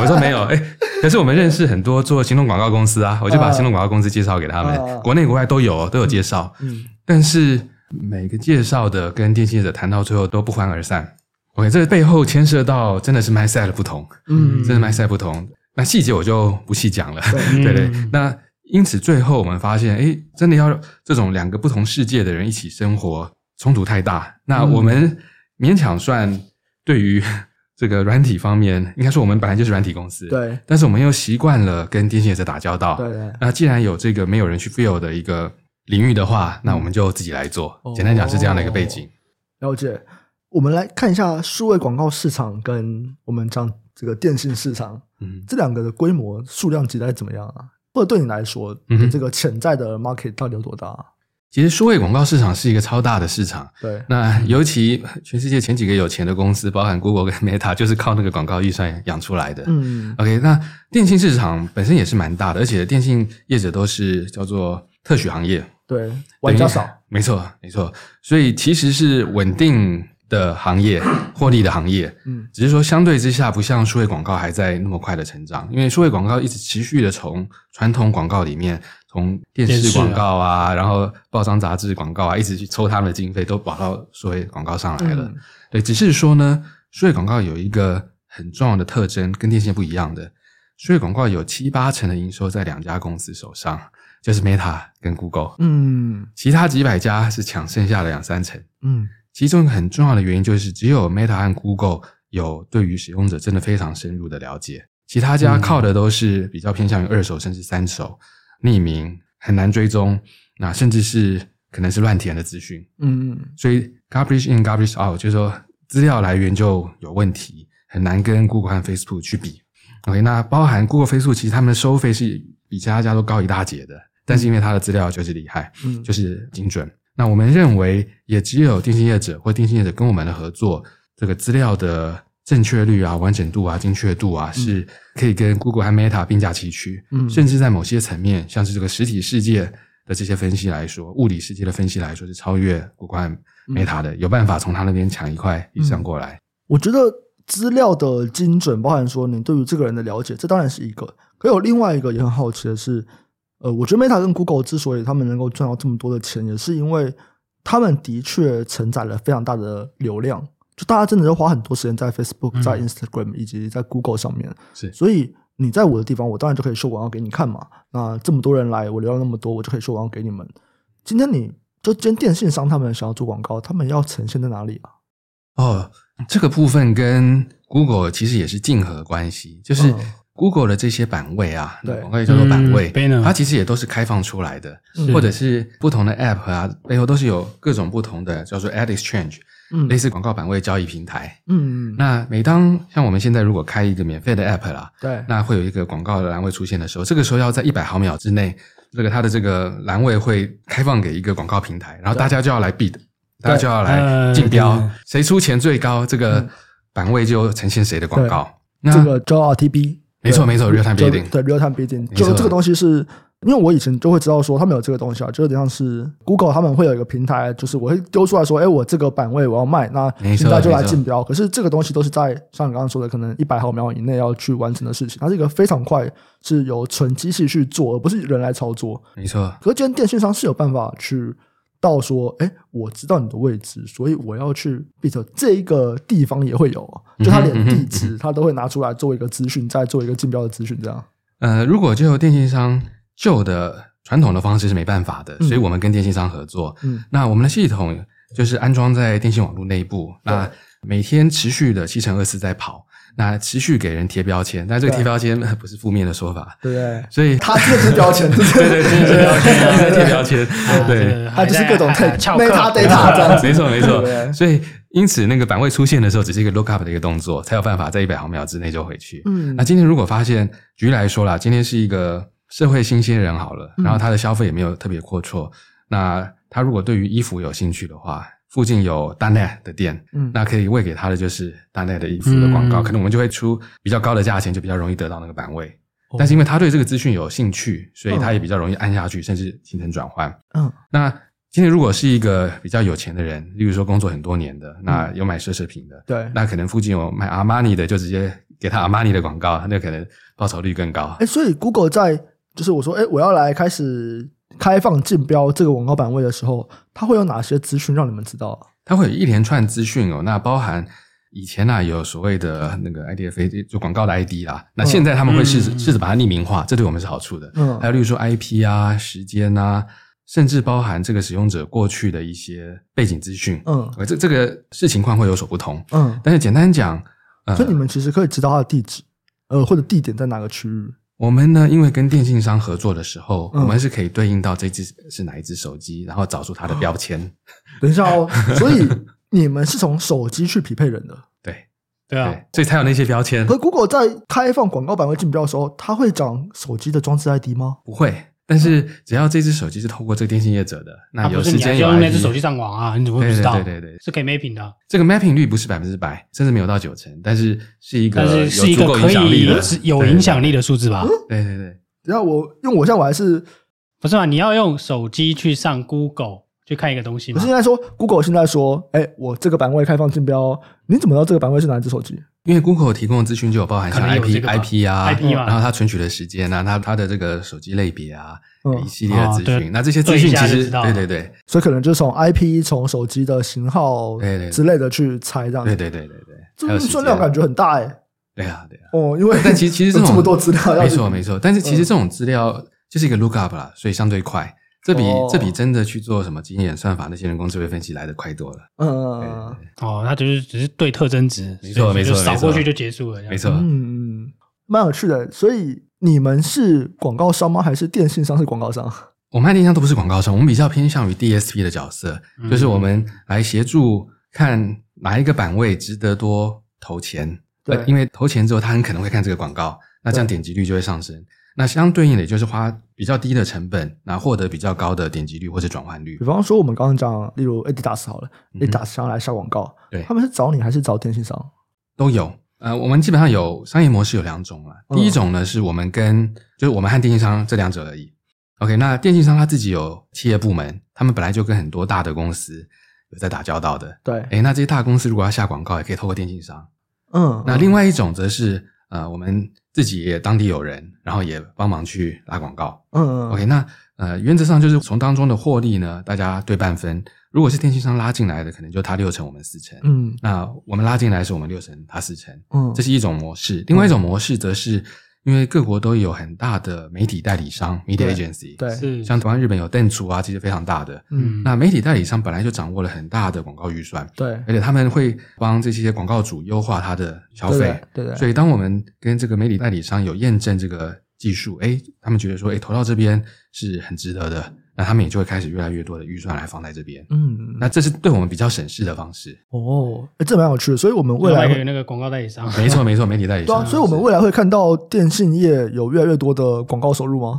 [SPEAKER 3] 我说：“没有。哎，可是我们认识很多做行动广告公司啊，我就把
[SPEAKER 1] 嗯
[SPEAKER 3] 行动广告公司介绍给他们，
[SPEAKER 1] 嗯
[SPEAKER 3] 国内国外都有都有介绍。
[SPEAKER 1] 嗯
[SPEAKER 3] 但是每个介绍的跟电信业者谈到最后都不欢而散。OK，这背后牵涉到真的是 mindset 的不同，
[SPEAKER 1] 嗯
[SPEAKER 3] 真的 mindset 不同。那细节我就不细讲了，
[SPEAKER 1] 对
[SPEAKER 3] 对对
[SPEAKER 2] 嗯
[SPEAKER 3] 那因此最后我们发现，哎，真的要这种两个不同世界的人一起生活，冲突太大。那我们勉强算对于这个软体方面，应该说我们本来就是软体公司，。
[SPEAKER 1] 对
[SPEAKER 3] 但是我们又习惯了跟电信业者打交道，
[SPEAKER 1] 对对，
[SPEAKER 3] 那既然有这个没有人去 fill 的一个领域的话，那我们就自己来做
[SPEAKER 1] 哦。
[SPEAKER 3] 简单讲是这样的一个背景。
[SPEAKER 1] 了解。我们来看一下数位广告市场跟我们讲这个电信市场
[SPEAKER 3] 嗯，
[SPEAKER 1] 这两个的规模、数量级大概怎么样啊？或者对你来说，
[SPEAKER 3] 嗯哼
[SPEAKER 1] 这个潜在的 market 到底有多大啊？
[SPEAKER 3] 其实数位广告市场是一个超大的市场。
[SPEAKER 1] 对，
[SPEAKER 3] 那尤其全世界前几个有钱的公司，包含 Google 跟 Meta，就是靠那个广告预算养出来的。
[SPEAKER 1] 嗯
[SPEAKER 3] OK，那电信市场本身也是蛮大的，而且电信业者都是叫做特许行业，
[SPEAKER 1] 对，玩家少
[SPEAKER 3] 等于，没错，没错。所以其实是稳定的行业，获利的行业。
[SPEAKER 1] 嗯
[SPEAKER 3] 只是说相对之下，不像数位广告还在那么快的成长，因为数位广告一直持续的从传统广告里面，从电
[SPEAKER 2] 电
[SPEAKER 3] 视
[SPEAKER 2] 视啊
[SPEAKER 3] 广告啊，然后报章杂志广告啊，一直去抽他们的经费，都跑到数位广告上来了。
[SPEAKER 1] 嗯
[SPEAKER 3] 对，只是说呢，数位广告有一个很重要的特征，跟电信不一样的，数位广告有七八成的营收在两家公司手上，就是 Meta 跟 Google，
[SPEAKER 1] 嗯
[SPEAKER 3] 其他几百家是抢剩下的两三成。
[SPEAKER 1] 嗯
[SPEAKER 3] 其中一个很重要的原因就是，只有 Meta 和 Google 有对于使用者真的非常深入的了解，其他家靠的都是比较偏向于二手甚至三手，匿名很难追踪，那甚至是可能是乱填的资讯，
[SPEAKER 1] 嗯嗯，
[SPEAKER 3] 所以 garbage in garbage out 就是说资料来源就有问题，很难跟 Google 和 Facebook 去比。OK，那包含 Google、Facebook 其实他们的收费是比其他家都高一大截的，但是因为它的资料就是厉害，
[SPEAKER 1] 嗯
[SPEAKER 3] 就是精准。那我们认为，也只有电信业者或电信业者跟我们的合作，这个资料的正确率啊、完整度啊、精确度啊，是可以跟 Google 和 Meta 并驾齐驱。
[SPEAKER 1] 嗯
[SPEAKER 3] 甚至在某些层面，像是这个实体世界的这些分析来说，物理世界的分析来说，是超越 Google 和 Meta 的，有办法从他那边抢一块以上过来。
[SPEAKER 1] 我觉得资料的精准，包含说你对于这个人的了解，这当然是一个。可有另外一个也很好奇的是，呃，我觉得 Meta 跟 Google 之所以他们能够赚到这么多的钱，也是因为他们的确承载了非常大的流量，就大家真的要花很多时间在 Facebook、
[SPEAKER 2] 嗯
[SPEAKER 1] 在 Instagram 以及在 Google 上面，
[SPEAKER 3] 是
[SPEAKER 1] 所以。你在我的地方，我当然就可以秀广告给你看嘛。那这么多人来，我流量那么多，我就可以秀广告给你们。今天你就今天电信商他们想要做广告，他们要呈现在哪里啊？
[SPEAKER 3] 哦，这个部分跟 Google 其实也是竞合关系，就是
[SPEAKER 1] 嗯
[SPEAKER 3] Google 的这些版位啊，
[SPEAKER 1] 对
[SPEAKER 3] 广告也叫做版位
[SPEAKER 2] 嗯，，banner
[SPEAKER 3] 它其实也都是开放出来的，
[SPEAKER 1] 是
[SPEAKER 3] 或者是不同的 App 啊，背后都是有各种不同的叫做 Ad Exchange。
[SPEAKER 1] 嗯
[SPEAKER 3] 类似广告版位交易平台。
[SPEAKER 1] 嗯，
[SPEAKER 3] 那每当像我们现在如果开一个免费的 App 啦，
[SPEAKER 1] 对，
[SPEAKER 3] 那会有一个广告的栏位出现的时候，这个时候要在一百毫秒之内，这个它的这个栏位会开放给一个广告平台，然后大家就要来 bid，大家就要来竞标
[SPEAKER 2] 呃，
[SPEAKER 3] 谁出钱最高，这个版位就呈现谁的广告。那
[SPEAKER 1] 嗯这个叫 RTB，
[SPEAKER 3] 没错
[SPEAKER 1] 对
[SPEAKER 3] 没错，real time
[SPEAKER 1] 就
[SPEAKER 3] bidding，
[SPEAKER 1] 对 real time bidding，
[SPEAKER 3] 没
[SPEAKER 1] 就
[SPEAKER 3] 错
[SPEAKER 1] 这个东西是。因为我以前就会知道说他们有这个东西啊，就有点像是 Google 他们会有一个平台，就是我会丢出来说，哎，我这个版位我要卖，那
[SPEAKER 3] 没错
[SPEAKER 1] 平台就来
[SPEAKER 3] 没错
[SPEAKER 1] 竞标。可是这个东西都是在像你刚刚说的，可能一百毫秒以内要去完成的事情，它是一个非常快，是由纯机器去做，而不是人来操作。
[SPEAKER 3] 没错，
[SPEAKER 1] 可是今天电信商是有办法去到说，哎，我知道你的位置，所以我要去 bit 这一个地方也会有哦，
[SPEAKER 3] 嗯
[SPEAKER 1] 就他连地址他都会拿出来做一个资讯，再做一个竞标的资讯，这样。
[SPEAKER 3] 呃，如果就电信商旧的传统的方式是没办法的，
[SPEAKER 1] 嗯
[SPEAKER 3] 所以我们跟电信商合作。
[SPEAKER 1] 嗯
[SPEAKER 3] 那我们的系统就是安装在电信网络内部，
[SPEAKER 1] 对
[SPEAKER 3] 那每天持续的七乘二四在跑，那持续给人贴标签。但这个
[SPEAKER 1] 对
[SPEAKER 3] 贴标签 呃不是负面的说法，
[SPEAKER 1] 对不 对？
[SPEAKER 3] 所以
[SPEAKER 1] 他这个是标签，对
[SPEAKER 3] 对对对对对，一直在贴标签，
[SPEAKER 2] 啊
[SPEAKER 3] 对。
[SPEAKER 1] 他啊就是各种 take
[SPEAKER 2] 翘课
[SPEAKER 1] meta data 这样子，
[SPEAKER 3] 没错，
[SPEAKER 1] 对
[SPEAKER 3] 没
[SPEAKER 1] 不
[SPEAKER 3] 错。
[SPEAKER 1] 对
[SPEAKER 3] 所以，因此那个版位出现的时候，只是一个 look up 的一个动作，才有办法在一百毫秒之内就回去。
[SPEAKER 1] 嗯
[SPEAKER 3] 那今天如果发现，举例来说啦，今天是一个社会新鲜人好了，
[SPEAKER 1] 嗯
[SPEAKER 3] 然后他的消费也没有特别阔绰，那他如果对于衣服有兴趣的话，附近有大奈的店，
[SPEAKER 1] 嗯
[SPEAKER 3] 那可以喂给他的就是大奈的衣服的广告，
[SPEAKER 2] 嗯
[SPEAKER 3] 可能我们就会出比较高的价钱，就比较容易得到那个版位。
[SPEAKER 2] 哦嗯
[SPEAKER 3] 但是因为他对这个资讯有兴趣，所以他也比较容易按下去，甚至形成转换。
[SPEAKER 1] 嗯
[SPEAKER 3] 那今天如果是一个比较有钱的人，例如说工作很多年
[SPEAKER 2] 嗯
[SPEAKER 3] 的，那有买奢侈品的，
[SPEAKER 1] 对。
[SPEAKER 3] 那可能附近有卖阿玛尼的，就直接给他阿玛尼的广告，那可能报酬率更高。
[SPEAKER 1] 哎，所以 Google 在就是我说，哎，我要来开始开放竞标这个广告版位的时候，它会有哪些资讯让你们知道啊？
[SPEAKER 3] 它会有一连串资讯哦，那包含以前呢、有所谓的那个 IDFA 就广告的 ID 啦，那现在他们会试着、
[SPEAKER 2] 嗯
[SPEAKER 3] 试着把它匿名化，这对我们是好处的。
[SPEAKER 1] 嗯
[SPEAKER 3] 还有例如说 IP 啊、时间啊，甚至包含这个使用者过去的一些背景资讯。
[SPEAKER 1] 嗯
[SPEAKER 3] 呃，这这个是情况会有所不同，
[SPEAKER 1] 嗯，
[SPEAKER 3] 但是简单讲，呃
[SPEAKER 1] 所，以你们其实可以知道它的地址，呃，或者地点在哪个区域。
[SPEAKER 3] 我们呢，因为跟电信商合作的时候，
[SPEAKER 1] 嗯
[SPEAKER 3] 我们是可以对应到这只是哪一只手机，然后找出它的标签。
[SPEAKER 1] 等一下 哦，所以你们是从手机去匹配人的。
[SPEAKER 3] 对
[SPEAKER 2] 对啊
[SPEAKER 3] 对，，所以才有那些标签
[SPEAKER 1] 可。是 Google 在开放广告版位竞标的时候，它会讲手机的装置 ID 吗？
[SPEAKER 3] 不会，但是只要这只手机是透过这个电信业者的，
[SPEAKER 2] 啊
[SPEAKER 3] 那有
[SPEAKER 2] 不是
[SPEAKER 3] 时
[SPEAKER 2] 你还
[SPEAKER 3] 间
[SPEAKER 2] 是
[SPEAKER 3] 有
[SPEAKER 2] 用
[SPEAKER 3] ID，
[SPEAKER 2] 那只手机上网啊，你怎么会不
[SPEAKER 3] 对
[SPEAKER 2] 知
[SPEAKER 3] 对
[SPEAKER 2] 道？
[SPEAKER 3] 对对对，
[SPEAKER 2] 是可以 mapping 的啊，
[SPEAKER 3] 这个 mapping 率不是百分之百，甚至没有到九成，但是是一个
[SPEAKER 2] 但是是一
[SPEAKER 3] 有
[SPEAKER 2] 个
[SPEAKER 3] 足够
[SPEAKER 2] 可
[SPEAKER 3] 影响力
[SPEAKER 2] 以
[SPEAKER 3] 的
[SPEAKER 2] 是有影响力的数字吧？
[SPEAKER 1] 嗯
[SPEAKER 3] 对。对对对，
[SPEAKER 1] 等一下我，因为我现在我还
[SPEAKER 3] 嗯
[SPEAKER 1] 是
[SPEAKER 2] 不是嘛？你要用手机去上 Google 去看一个东西
[SPEAKER 1] 可
[SPEAKER 2] 嘛
[SPEAKER 1] 是？现啊在说，Google 现在说，哎、我这个版位开放竞标，哦你怎么知道这个版位是哪一只手机？
[SPEAKER 3] 因为 Google 提供的资讯就有包含像
[SPEAKER 2] 可能有
[SPEAKER 3] IP
[SPEAKER 2] 这个吧
[SPEAKER 3] IP 啊
[SPEAKER 2] IP 嘛
[SPEAKER 3] 然后它存取的时间啊，它它的这个手机类别啊，
[SPEAKER 1] 嗯
[SPEAKER 3] 一系列的
[SPEAKER 2] 哦
[SPEAKER 3] 资
[SPEAKER 2] 对
[SPEAKER 3] 讯。那这些资讯
[SPEAKER 2] 对一
[SPEAKER 3] 其
[SPEAKER 2] 下就
[SPEAKER 3] 实
[SPEAKER 2] 知道
[SPEAKER 3] 对对
[SPEAKER 2] 了
[SPEAKER 3] 对
[SPEAKER 1] 所以可能就是从 IP、从手机的型号
[SPEAKER 3] 对对对
[SPEAKER 1] 之类的去猜这样子。
[SPEAKER 3] 对对对对对，
[SPEAKER 1] 这
[SPEAKER 3] 还有
[SPEAKER 1] 运
[SPEAKER 3] 时间
[SPEAKER 1] 算量感觉很大哎、
[SPEAKER 3] 对啊对啊。
[SPEAKER 1] 哦，因为
[SPEAKER 3] 但其实其实这
[SPEAKER 1] 有
[SPEAKER 3] 种
[SPEAKER 1] 这么多资料要
[SPEAKER 3] 没错没错。但是其实这种资料就是一个 lookup 啦，所以相对快。这比、
[SPEAKER 1] 哦
[SPEAKER 3] 这比真的去做什么经验算法那些人工智慧分析来的快多了。
[SPEAKER 1] 嗯
[SPEAKER 2] 哦，它就是只是对特征值，
[SPEAKER 3] 没错
[SPEAKER 2] 所以就
[SPEAKER 3] 没错
[SPEAKER 2] 扫过去
[SPEAKER 3] 没错
[SPEAKER 2] 就结束了，这样
[SPEAKER 3] 没。错，
[SPEAKER 1] 嗯嗯，蛮有趣的。所以你们是广告商吗？还是电信商是广告商？
[SPEAKER 3] 我们和电商都不是广告商，我们比较偏向于 DSP 的角色，
[SPEAKER 2] 嗯
[SPEAKER 3] 就是我们来协助看哪一个版位值得多投钱。
[SPEAKER 1] 对
[SPEAKER 3] 呃因为投钱之后，他很可能会看这个广告，那这样
[SPEAKER 1] 对
[SPEAKER 3] 点击率就会上升。那相对应的，也就是花比较低的成本，那获得比较高的点击率或者转换率
[SPEAKER 1] 比。方说我们刚刚讲，例如 Adidas 好了、a
[SPEAKER 3] 嗯哼
[SPEAKER 1] d i d a s 想要来下广告，
[SPEAKER 3] 对
[SPEAKER 1] 他们是找你还是找电信商？
[SPEAKER 3] 都有。呃，我们基本上有商业模式有两种啦。
[SPEAKER 1] 嗯
[SPEAKER 3] 第一种呢，是我们跟就是我们和电信商这两者而已。OK，那电信商他自己有企业部门，他们本来就跟很多大的公司有在打交道的。
[SPEAKER 1] 对，
[SPEAKER 3] 诶，那这些大公司如果要下广告，也可以透过电信商。
[SPEAKER 1] 嗯，
[SPEAKER 3] 那另外一种则是呃，我们自己也当地有人，然后也帮忙去拉广告。
[SPEAKER 1] 嗯
[SPEAKER 3] OK，那呃，原则上就是从当中的获利呢，大家对半分。如果是电信商拉进来的，可能就他六成，我们四成。
[SPEAKER 1] 嗯
[SPEAKER 3] 那我们拉进来是我们六成，他四成。
[SPEAKER 1] 嗯，
[SPEAKER 3] 这是一种模式。另外一种模式则是因为各国都有很大的媒体代理商 （media
[SPEAKER 1] 对
[SPEAKER 3] agency），
[SPEAKER 1] 对
[SPEAKER 2] 是
[SPEAKER 3] 像台湾、日本有邓厨啊，这些非常大的。
[SPEAKER 1] 嗯
[SPEAKER 3] 那媒体代理商本来就掌握了很大的广告预算，
[SPEAKER 1] 对
[SPEAKER 3] 而且他们会帮这些广告主优化他的消费。
[SPEAKER 1] 对对对
[SPEAKER 3] 所以，当我们跟这个媒体代理商有验证这个技术，哎，他们觉得说，哎，投到这边是很值得的，那他们也就会开始越来越多的预算来放在这边。
[SPEAKER 1] 嗯，
[SPEAKER 3] 那这是对我们比较省事的方式。
[SPEAKER 1] 哦，哎，这蛮有趣的。所以我们未
[SPEAKER 2] 未
[SPEAKER 1] 来
[SPEAKER 2] 来
[SPEAKER 1] 会
[SPEAKER 2] 有那个广告代 理商，
[SPEAKER 3] 没错，没错，媒体代理
[SPEAKER 1] 对啊，
[SPEAKER 3] 商。
[SPEAKER 1] 所以我们未来会看到电信业有越来越多的广告收入吗？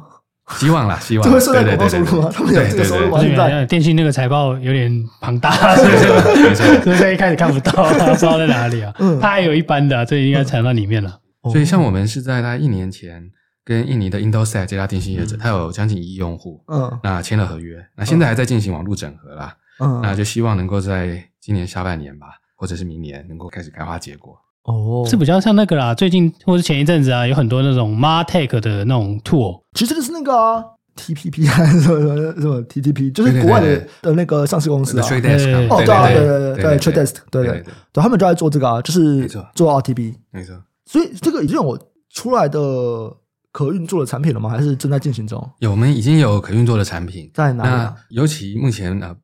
[SPEAKER 3] 希望啦，希望
[SPEAKER 1] 这会算在
[SPEAKER 3] 对对
[SPEAKER 1] 广告收
[SPEAKER 3] 对
[SPEAKER 1] 入吗啊
[SPEAKER 3] 对
[SPEAKER 1] 他们有这个
[SPEAKER 3] 对
[SPEAKER 1] 收
[SPEAKER 3] 对
[SPEAKER 1] 入吗
[SPEAKER 3] 对
[SPEAKER 1] 现在
[SPEAKER 2] 电信那个财报有点庞大，
[SPEAKER 3] 对没错没错。
[SPEAKER 2] 所以一开始看不到，不知道在哪里啊
[SPEAKER 1] 嗯。
[SPEAKER 2] 它还有一般的啊，这应该藏到里面了。
[SPEAKER 1] 哦
[SPEAKER 3] 所以像我们是在大概一年前跟印尼的 Indosat 这家电信业者，它有将近一亿用户，
[SPEAKER 1] 嗯
[SPEAKER 3] 那签了合约，那现在还在进行网络整合啦，
[SPEAKER 1] 嗯，
[SPEAKER 3] 那就希望能够在今年下半年吧，或者是明年能够开始开花结果。
[SPEAKER 1] 哦，
[SPEAKER 2] 是比较像那个啦，最近或是前一阵子啊，有很多那种 MarTech 的那种 tool，
[SPEAKER 1] 其实就是那个啊，TPP 还是什么什么 TTP，就是国外
[SPEAKER 3] 对
[SPEAKER 1] 的
[SPEAKER 3] 对
[SPEAKER 1] 的那个上市公司
[SPEAKER 3] The
[SPEAKER 1] 啊，
[SPEAKER 3] Trade
[SPEAKER 1] 对，
[SPEAKER 3] Desk
[SPEAKER 2] 对
[SPEAKER 3] 啊
[SPEAKER 1] 哦对啊对对对
[SPEAKER 3] 对
[SPEAKER 1] Trade Desk，对对
[SPEAKER 3] 对对，
[SPEAKER 1] 他们就在做这个啊，就是
[SPEAKER 3] 没错
[SPEAKER 1] 做 RTP，
[SPEAKER 3] 没错。
[SPEAKER 1] 所以这个已经有出来的可运作的产品了吗？还是正在进行中？
[SPEAKER 3] 有，我们已经有可运作的产品，
[SPEAKER 1] 在哪里
[SPEAKER 3] 那
[SPEAKER 1] 啊？
[SPEAKER 3] 尤其目前呃，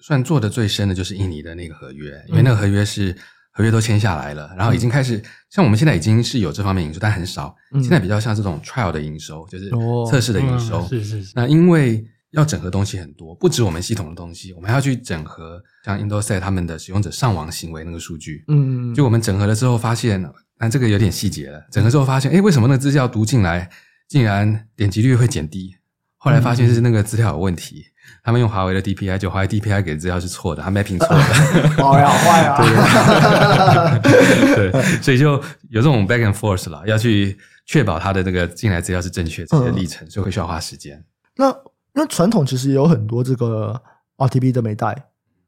[SPEAKER 3] 算做的最深的就是印尼的那个合约，因为
[SPEAKER 1] 嗯
[SPEAKER 3] 那个合约是合约都签下来了，然后已经开始，像我们现在已经是有这方面营收，但很少，
[SPEAKER 1] 嗯
[SPEAKER 3] 现在比较像这种 trial 的营收，就是
[SPEAKER 1] 哦
[SPEAKER 3] 测试的营收。
[SPEAKER 2] 嗯是是是，
[SPEAKER 3] 那因为要整合东西很多，不止我们系统的东西，我们还要去整合像 Indosat 他们的使用者上网行为那个数据。
[SPEAKER 1] 嗯，
[SPEAKER 3] 就我们整合了之后发现，那这个有点细节了。整合之后发现，哎，为什么那个资料读进来竟然点击率会减低？后来发现是那个资料有问题，他们用华为的 DPI，就华为 DPI 给的资料是错的，他 mapping 错了。
[SPEAKER 1] 好呀坏 呀，
[SPEAKER 3] 对，所以就有这种 back and forth 了，要去确保他的那个进来资料是正确这些历程，所以会需要花时间。
[SPEAKER 1] 那 那传统其实也有很多这个 RTB 的美代，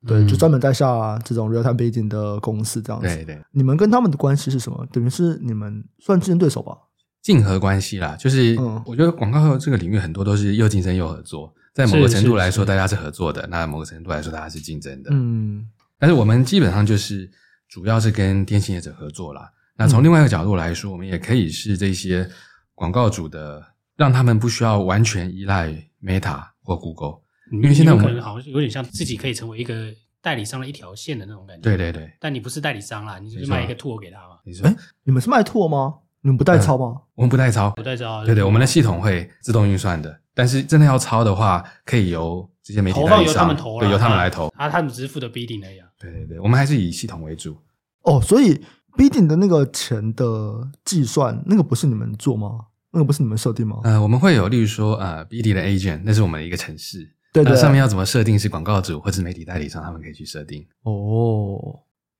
[SPEAKER 1] 对，
[SPEAKER 2] 嗯
[SPEAKER 1] 就专门在下这种 real time bidding 的公司这样子。
[SPEAKER 3] 对对。
[SPEAKER 1] 你们跟他们的关系是什么？等于是你们算竞争对手吧？
[SPEAKER 3] 竞合关系啦，就是
[SPEAKER 1] 嗯
[SPEAKER 3] 我觉得广告这个领域很多都是又竞争又合作，在某个
[SPEAKER 2] 是
[SPEAKER 3] 程度
[SPEAKER 2] 是
[SPEAKER 3] 来说
[SPEAKER 2] 是
[SPEAKER 3] 大家是合作的，那某个程度来说大家是竞争的。
[SPEAKER 1] 嗯
[SPEAKER 3] 但是我们基本上就是主要是跟电信业者合作啦。
[SPEAKER 2] 嗯
[SPEAKER 3] 那从另外一个角度来说，我们也可以是这些广告主的，让他们不需要完全依赖 Meta 或 Google。
[SPEAKER 2] 因
[SPEAKER 3] 为现在我们
[SPEAKER 2] 可能好嗯像有点像自己可以成为一个代理商的一条线的那种感觉。
[SPEAKER 3] 对，对对，
[SPEAKER 2] 但你不是代理商啦，你就
[SPEAKER 3] 没
[SPEAKER 2] 是
[SPEAKER 3] 错
[SPEAKER 2] 卖一个 tool 给他嘛，
[SPEAKER 3] 你说、
[SPEAKER 1] 诶你们是卖拓吗？你们不
[SPEAKER 3] 哎
[SPEAKER 1] 代操吗？
[SPEAKER 3] 我们不代操，
[SPEAKER 2] 不代招。
[SPEAKER 3] 对对，我们的系统会自动运算的。但是真的要抄的话，可以由这些媒体
[SPEAKER 2] 投
[SPEAKER 3] 代
[SPEAKER 2] 放
[SPEAKER 3] 理
[SPEAKER 2] 由他
[SPEAKER 3] 商，
[SPEAKER 2] 们投啦，
[SPEAKER 3] 对，由他们来投。
[SPEAKER 2] 啊，他们只是负责 bidding 而已啊。
[SPEAKER 3] 对对对，我们还是以系统为主。
[SPEAKER 1] 哦，所以 bidding 的那个钱的计算，那个不是你们做吗？那个不是你们设定吗？
[SPEAKER 3] 呃，我们会有，例如说，呃，BD 的 agent，那是我们的一个城市，
[SPEAKER 1] 对对
[SPEAKER 3] 那，上面要怎么设定是广告主或是媒体代理商，他们可以去设定。
[SPEAKER 1] 哦，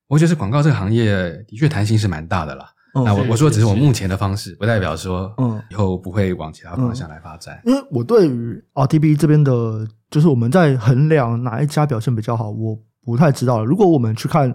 [SPEAKER 3] 我觉得是广告这个行业的确弹性是蛮大的啦。
[SPEAKER 1] 嗯
[SPEAKER 3] 哦那我
[SPEAKER 2] 是
[SPEAKER 3] 我说只是我
[SPEAKER 2] 是
[SPEAKER 3] 目前的方式，不代表说
[SPEAKER 1] 嗯
[SPEAKER 3] 以后不会往其他方向来发展。
[SPEAKER 1] 因为我对于 RTB 这边的，就是我们在衡量哪一家表现比较好，我不太知道了。如果我们去看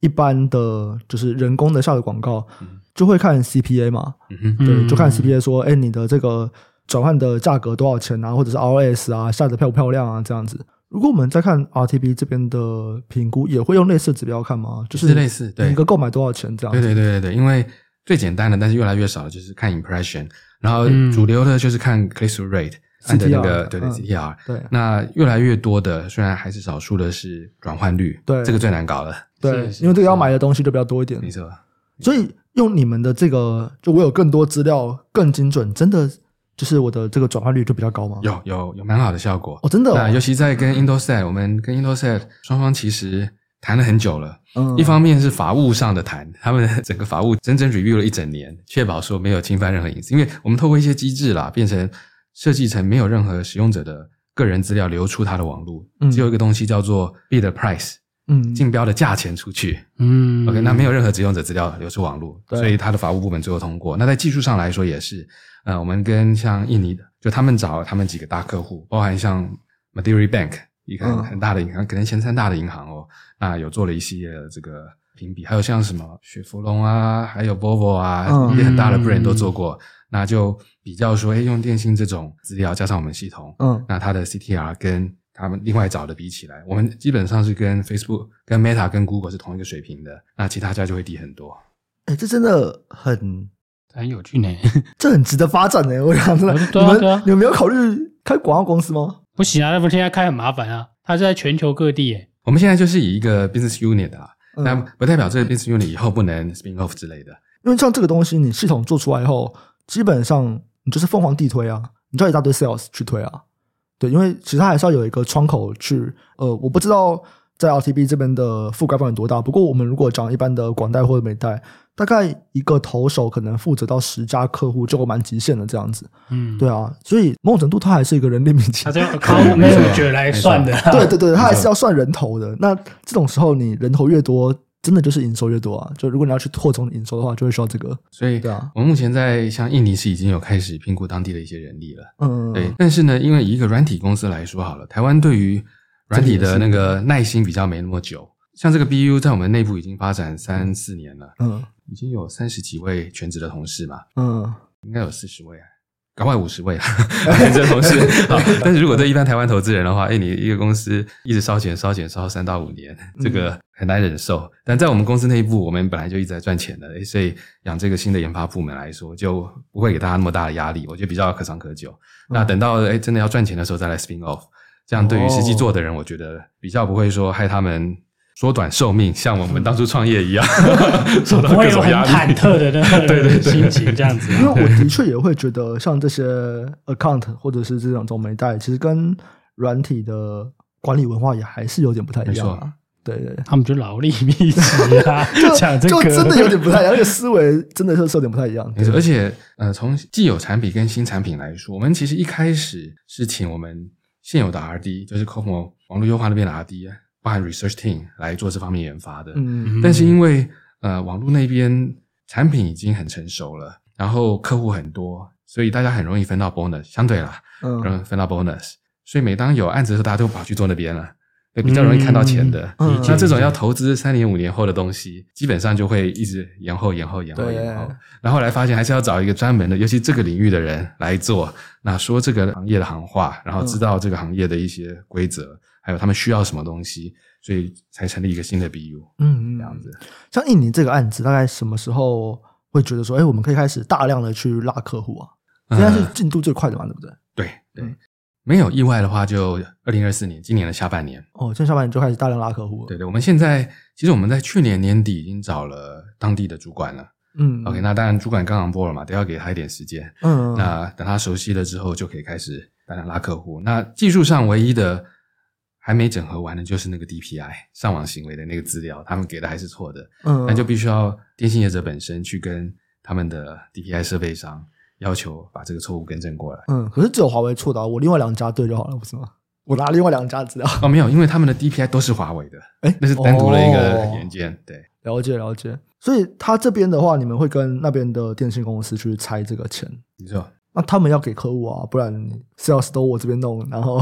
[SPEAKER 1] 一般的，就是人工的下的广告，
[SPEAKER 3] 嗯
[SPEAKER 1] 就会看 CPA 嘛，
[SPEAKER 3] 嗯哼，
[SPEAKER 1] 对，就看
[SPEAKER 2] 嗯
[SPEAKER 1] CPA 说，哎、你的这个转换的价格多少钱啊，或者是 ROS 啊，下的漂不漂亮啊，这样子。如果我们再看 RTB 这边的评估，也会用类似的指标看吗？就是
[SPEAKER 3] 是类似对
[SPEAKER 1] 你一个购买多少钱这样
[SPEAKER 3] 对
[SPEAKER 1] 子。
[SPEAKER 3] 对对对对，因为最简单的，但是越来越少的就是看 impression，然后
[SPEAKER 2] 嗯
[SPEAKER 3] 主流的就是看 click through rate，按的那
[SPEAKER 1] CTR
[SPEAKER 3] 个对对
[SPEAKER 1] 嗯
[SPEAKER 3] CTR。
[SPEAKER 1] 对
[SPEAKER 3] 那越来越多的，虽然还是少数的是转换率，
[SPEAKER 1] 对
[SPEAKER 3] 这个最难搞了，
[SPEAKER 1] 对，
[SPEAKER 2] 是是
[SPEAKER 1] 因为这个要买的东西就比较多一点。
[SPEAKER 3] 没错。
[SPEAKER 1] 所以用你们的这个，就我有更多资料，更精准，真的就是我的这个转化率就比较高吗？
[SPEAKER 3] 有啊有有蛮好的效果
[SPEAKER 1] 哦，真的、
[SPEAKER 3] 那
[SPEAKER 1] 哦。
[SPEAKER 3] 尤其在跟 Indosat，我们跟 Indosat 双方其实谈了很久了。
[SPEAKER 1] 嗯
[SPEAKER 3] 一方面是法务上的谈，他们整个法务整整 review 了一整年，确保说没有侵犯任何隐私。因为我们透过一些机制啦，变成设计成没有任何使用者的个人资料流出他的网络，
[SPEAKER 1] 嗯
[SPEAKER 3] 只有一个东西叫做 bid price，
[SPEAKER 1] 嗯
[SPEAKER 3] 竞标的价钱出去。
[SPEAKER 2] 嗯
[SPEAKER 3] OK，那没有任何使用者资料流出网络，
[SPEAKER 1] 对
[SPEAKER 3] 所以他的法务部门最后通过。那在技术上来说也是，呃，我们跟像印尼的，就他们找他们几个大客户，包含像 Madiri Bank 一个
[SPEAKER 1] 嗯
[SPEAKER 3] 很很大的银行，可能前三大的银行哦，那有做了一系列的这个评比，还有像什么雪佛龙啊，还有 Volvo 啊，
[SPEAKER 1] 嗯
[SPEAKER 3] 一些很大的 brand 都做过。那就比较说，哎，用电信这种资料加上我们系统，
[SPEAKER 1] 嗯
[SPEAKER 3] 那它的 CTR 跟他们另外找的比起来，我们基本上是跟 Facebook、跟 Meta、跟 Google 是同一个水平的，那其他家就会低很多。
[SPEAKER 1] 哎、这真的很，
[SPEAKER 3] 哎
[SPEAKER 2] 很有趣呢。
[SPEAKER 1] 这很值得发展呢、欸我想真的，
[SPEAKER 2] 对啊
[SPEAKER 1] 你们、
[SPEAKER 2] 对啊
[SPEAKER 1] 你们没有考虑开广告公司吗？
[SPEAKER 2] 不行啊，那不现在开很麻烦啊，它是在全球各地耶。
[SPEAKER 3] 我们现在就是以一个 business unit 啊，
[SPEAKER 1] 嗯
[SPEAKER 3] 那不代表这个 business unit 以后不能 spin off 之类的。
[SPEAKER 1] 因为像这个东西，你系统做出来以后，基本上你就是凤凰地推啊，你叫一大堆 sales 去推啊，对，因为其实它还是要有一个窗口去，呃，我不知道在 LTB 这边的覆盖范围多大，不过我们如果讲一般的广贷或者美贷，大概一个投手可能负责到十家客户就蛮极限的这样子。
[SPEAKER 2] 嗯，
[SPEAKER 1] 对啊，所以某种程度它还是一个人力密集
[SPEAKER 2] 他。这样 account manager 来算的啦，
[SPEAKER 1] 对对对，它还是要算人头的。那这种时候，你人头越多，真的就是营收越多啊。就如果你要去扩充营收的话，就会需要这个。
[SPEAKER 3] 所以
[SPEAKER 1] 对啊，
[SPEAKER 3] 我们目前在像印尼是已经有开始评估当地的一些人力了。
[SPEAKER 1] 嗯，
[SPEAKER 3] 对，但是呢，因为以一个软体公司来说好了，台湾对于软体的那个耐心比较没那么久。像这个 BU 在我们内部已经发展三四年了，
[SPEAKER 1] 嗯
[SPEAKER 3] 已经有三十几位全职的同事嘛，
[SPEAKER 1] 嗯，
[SPEAKER 3] 应该有四十位啊，搞不好五十位啊， 全职的同事。好，但是如果对一般台湾投资人的话，哎，你一个公司一直烧钱、烧钱、烧三到五年，
[SPEAKER 2] 嗯
[SPEAKER 3] 这个很难忍受。但在我们公司内部，我们本来就一直在赚钱的，哎，所以养这个新的研发部门来说，就不会给大家那么大的压力，我觉得比较可长可久。
[SPEAKER 2] 嗯
[SPEAKER 3] 那等到哎真的要赚钱的时候再来 spin off，这样对于实际做的人，我觉得比较不会说害他们。缩短寿命，像我们当初创业一 样， 受到
[SPEAKER 2] 嗯不
[SPEAKER 3] 各
[SPEAKER 2] 会有
[SPEAKER 3] 种
[SPEAKER 2] 很
[SPEAKER 3] 压力。
[SPEAKER 2] 忐忑的那
[SPEAKER 3] 对对
[SPEAKER 2] 个
[SPEAKER 3] 对
[SPEAKER 2] 心情这样子。啊
[SPEAKER 1] 因为我的确也会觉得，像这些 account 或者是这种中媒带，其实跟软体的管理文化也还是有点不太一样、
[SPEAKER 3] 没
[SPEAKER 1] 啊。对对对。
[SPEAKER 2] 他们就劳力密集啊，讲 这
[SPEAKER 1] 就
[SPEAKER 2] 个
[SPEAKER 1] 真的有点不太一样，而 且思维真的是有点不太一样。
[SPEAKER 3] 没错，而且呃，从既有产品跟新产品来说，我们其实一开始是请我们现有的 RD，就是 COMO 网络优化那边的 RD，包含 Research Team 来做这方面研发的。
[SPEAKER 1] 嗯
[SPEAKER 3] 但是因为呃，网络那边产品已经很成熟了，然后客户很多，所以大家很容易分到 bonus，相对啦，容
[SPEAKER 1] 嗯
[SPEAKER 3] 易分到 bonus。所以每当有案子的时候，大家都跑去做那边了，对，比较容易看到钱的。
[SPEAKER 1] 嗯
[SPEAKER 2] 理解
[SPEAKER 3] 那这种要投资三年五年后的东西，基本上就会一直延后、延后、延后、
[SPEAKER 1] 对
[SPEAKER 3] 延后。然后后来发现还是要找一个专门的，尤其这个领域的人来做，那说这个行业的行话，然后
[SPEAKER 1] 嗯
[SPEAKER 3] 知道这个行业的一些规则，还有他们需要什么东西，所以才成立一个新的 BU
[SPEAKER 1] 嗯，
[SPEAKER 3] 这样子。
[SPEAKER 1] 像印尼这个案子，大概什么时候会觉得说，哎，我们可以开始大量的去拉客户啊？现
[SPEAKER 3] 嗯
[SPEAKER 1] 在是进度最快的嘛，对不对？
[SPEAKER 3] 对对
[SPEAKER 1] 嗯，
[SPEAKER 3] 没有意外的话，就二零二四年今年的下半年。
[SPEAKER 1] 哦，现在下半年就开始大量拉客户了。
[SPEAKER 3] 对对，我们现在其实我们在去年年底已经找了当地的主管了。
[SPEAKER 1] 嗯
[SPEAKER 3] OK，那当然主管刚上波了嘛，得要给他一点时间。
[SPEAKER 1] 嗯，
[SPEAKER 3] 那等他熟悉了之后，就可以开始大量拉客户。那技术上唯一的还没整合完的，就是那个 DPI 上网行为的那个资料，他们给的还是错的，
[SPEAKER 1] 嗯
[SPEAKER 3] 那就必须要电信业者本身去跟他们的 DPI 设备商要求把这个错误更正过来。
[SPEAKER 1] 嗯，可是只有华为错的、啊，我另外两家对就好了，不是吗？ 我拿另外两家资料，
[SPEAKER 3] 哦，没有，因为他们的 DPI 都是华为的，
[SPEAKER 1] 哎，
[SPEAKER 3] 那是单独的一个
[SPEAKER 1] 哦
[SPEAKER 3] 元件。对，
[SPEAKER 1] 了解了解。所以他这边的话，你们会跟那边的电信公司去拆这个钱，
[SPEAKER 3] 没错。
[SPEAKER 1] 那他们要给客户啊，不然 sales 都我这边弄，然 后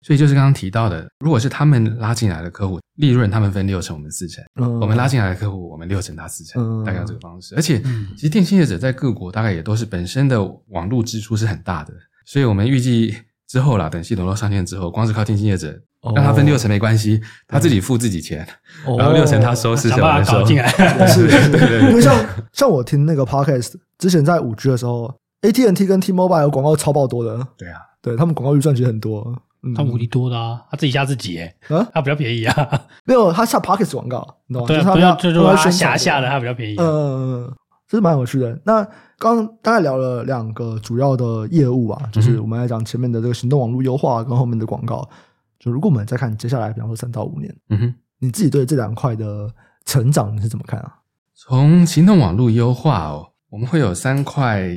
[SPEAKER 3] 所以就是刚刚提到的，如果是他们拉进来的客户，利润他们分六成，我们四成。
[SPEAKER 1] 嗯，
[SPEAKER 3] 我们拉进来的客户，我们六成他四成，
[SPEAKER 1] 嗯
[SPEAKER 3] 大概用这个方式。而且
[SPEAKER 2] 嗯，
[SPEAKER 3] 其实电信业者在各国大概也都是本身的网络支出是很大的，所以我们预计之后啦，等系统都上线之后，光是靠电信业者
[SPEAKER 1] 哦
[SPEAKER 3] 让他分六成没关系，他自己付自己钱，
[SPEAKER 1] 哦
[SPEAKER 3] 然后六成他收，四
[SPEAKER 2] 嗯想
[SPEAKER 3] 成我
[SPEAKER 2] 办
[SPEAKER 3] 们
[SPEAKER 2] 法搞
[SPEAKER 3] 收。
[SPEAKER 2] 进来。
[SPEAKER 1] 是，
[SPEAKER 3] 对对对
[SPEAKER 1] 因为像像我听那个 podcast，之前在五 G 的时候，AT&T 跟 T-Mobile 广告超爆多的，
[SPEAKER 3] 对啊，
[SPEAKER 1] 对他们广告预算其实很多。嗯
[SPEAKER 2] 他无敌多的啊，他自己吓自己耶，
[SPEAKER 1] 啊，
[SPEAKER 2] 他比较便宜啊。
[SPEAKER 1] 没有，他下 podcast 广告，你懂吗？
[SPEAKER 2] 对
[SPEAKER 1] 就
[SPEAKER 2] 啊，
[SPEAKER 1] 是他
[SPEAKER 2] 不
[SPEAKER 1] 们
[SPEAKER 2] 要
[SPEAKER 1] 要
[SPEAKER 2] 就
[SPEAKER 1] 他
[SPEAKER 2] 是
[SPEAKER 1] 们
[SPEAKER 2] 说
[SPEAKER 1] 要
[SPEAKER 2] 他
[SPEAKER 1] 宣
[SPEAKER 2] 辖
[SPEAKER 1] 传
[SPEAKER 2] 下
[SPEAKER 1] 的
[SPEAKER 2] 的，他比较便宜啊。
[SPEAKER 1] 嗯，这是蛮有趣的。那刚大概聊了两个主要的业务
[SPEAKER 3] 嗯
[SPEAKER 1] 啊，就是我们来讲前面的这个行动网络优化跟后面的广告。就如果我们再看接下来，比方说三到五年，
[SPEAKER 3] 嗯哼。
[SPEAKER 1] 你自己对这两块的成长你是怎么看啊？
[SPEAKER 3] 从行动网络优化哦，我们会有三块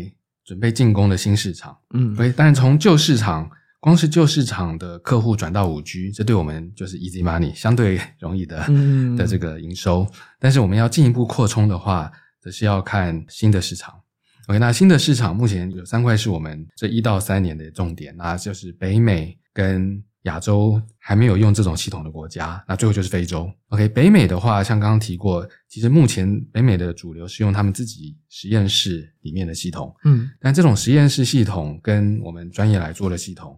[SPEAKER 3] 准备进攻的新市场。
[SPEAKER 1] 嗯
[SPEAKER 3] 对，但是从旧市场，光是旧市场的客户转到五 G，这对我们就是 easy money，相对 容易的、
[SPEAKER 1] 嗯
[SPEAKER 3] 的这个营收。但是我们要进一步扩充的话，则是要看新的市场。OK，那新的市场目前有三块是我们这一到三年的重点，那就是北美跟亚洲还没有用这种系统的国家，那最后就是非洲。OK，北美的话，像刚刚提过，其实目前北美的主流是用他们自己实验室里面的系统，
[SPEAKER 1] 嗯
[SPEAKER 3] 但这种实验室系统跟我们专业来做的系统，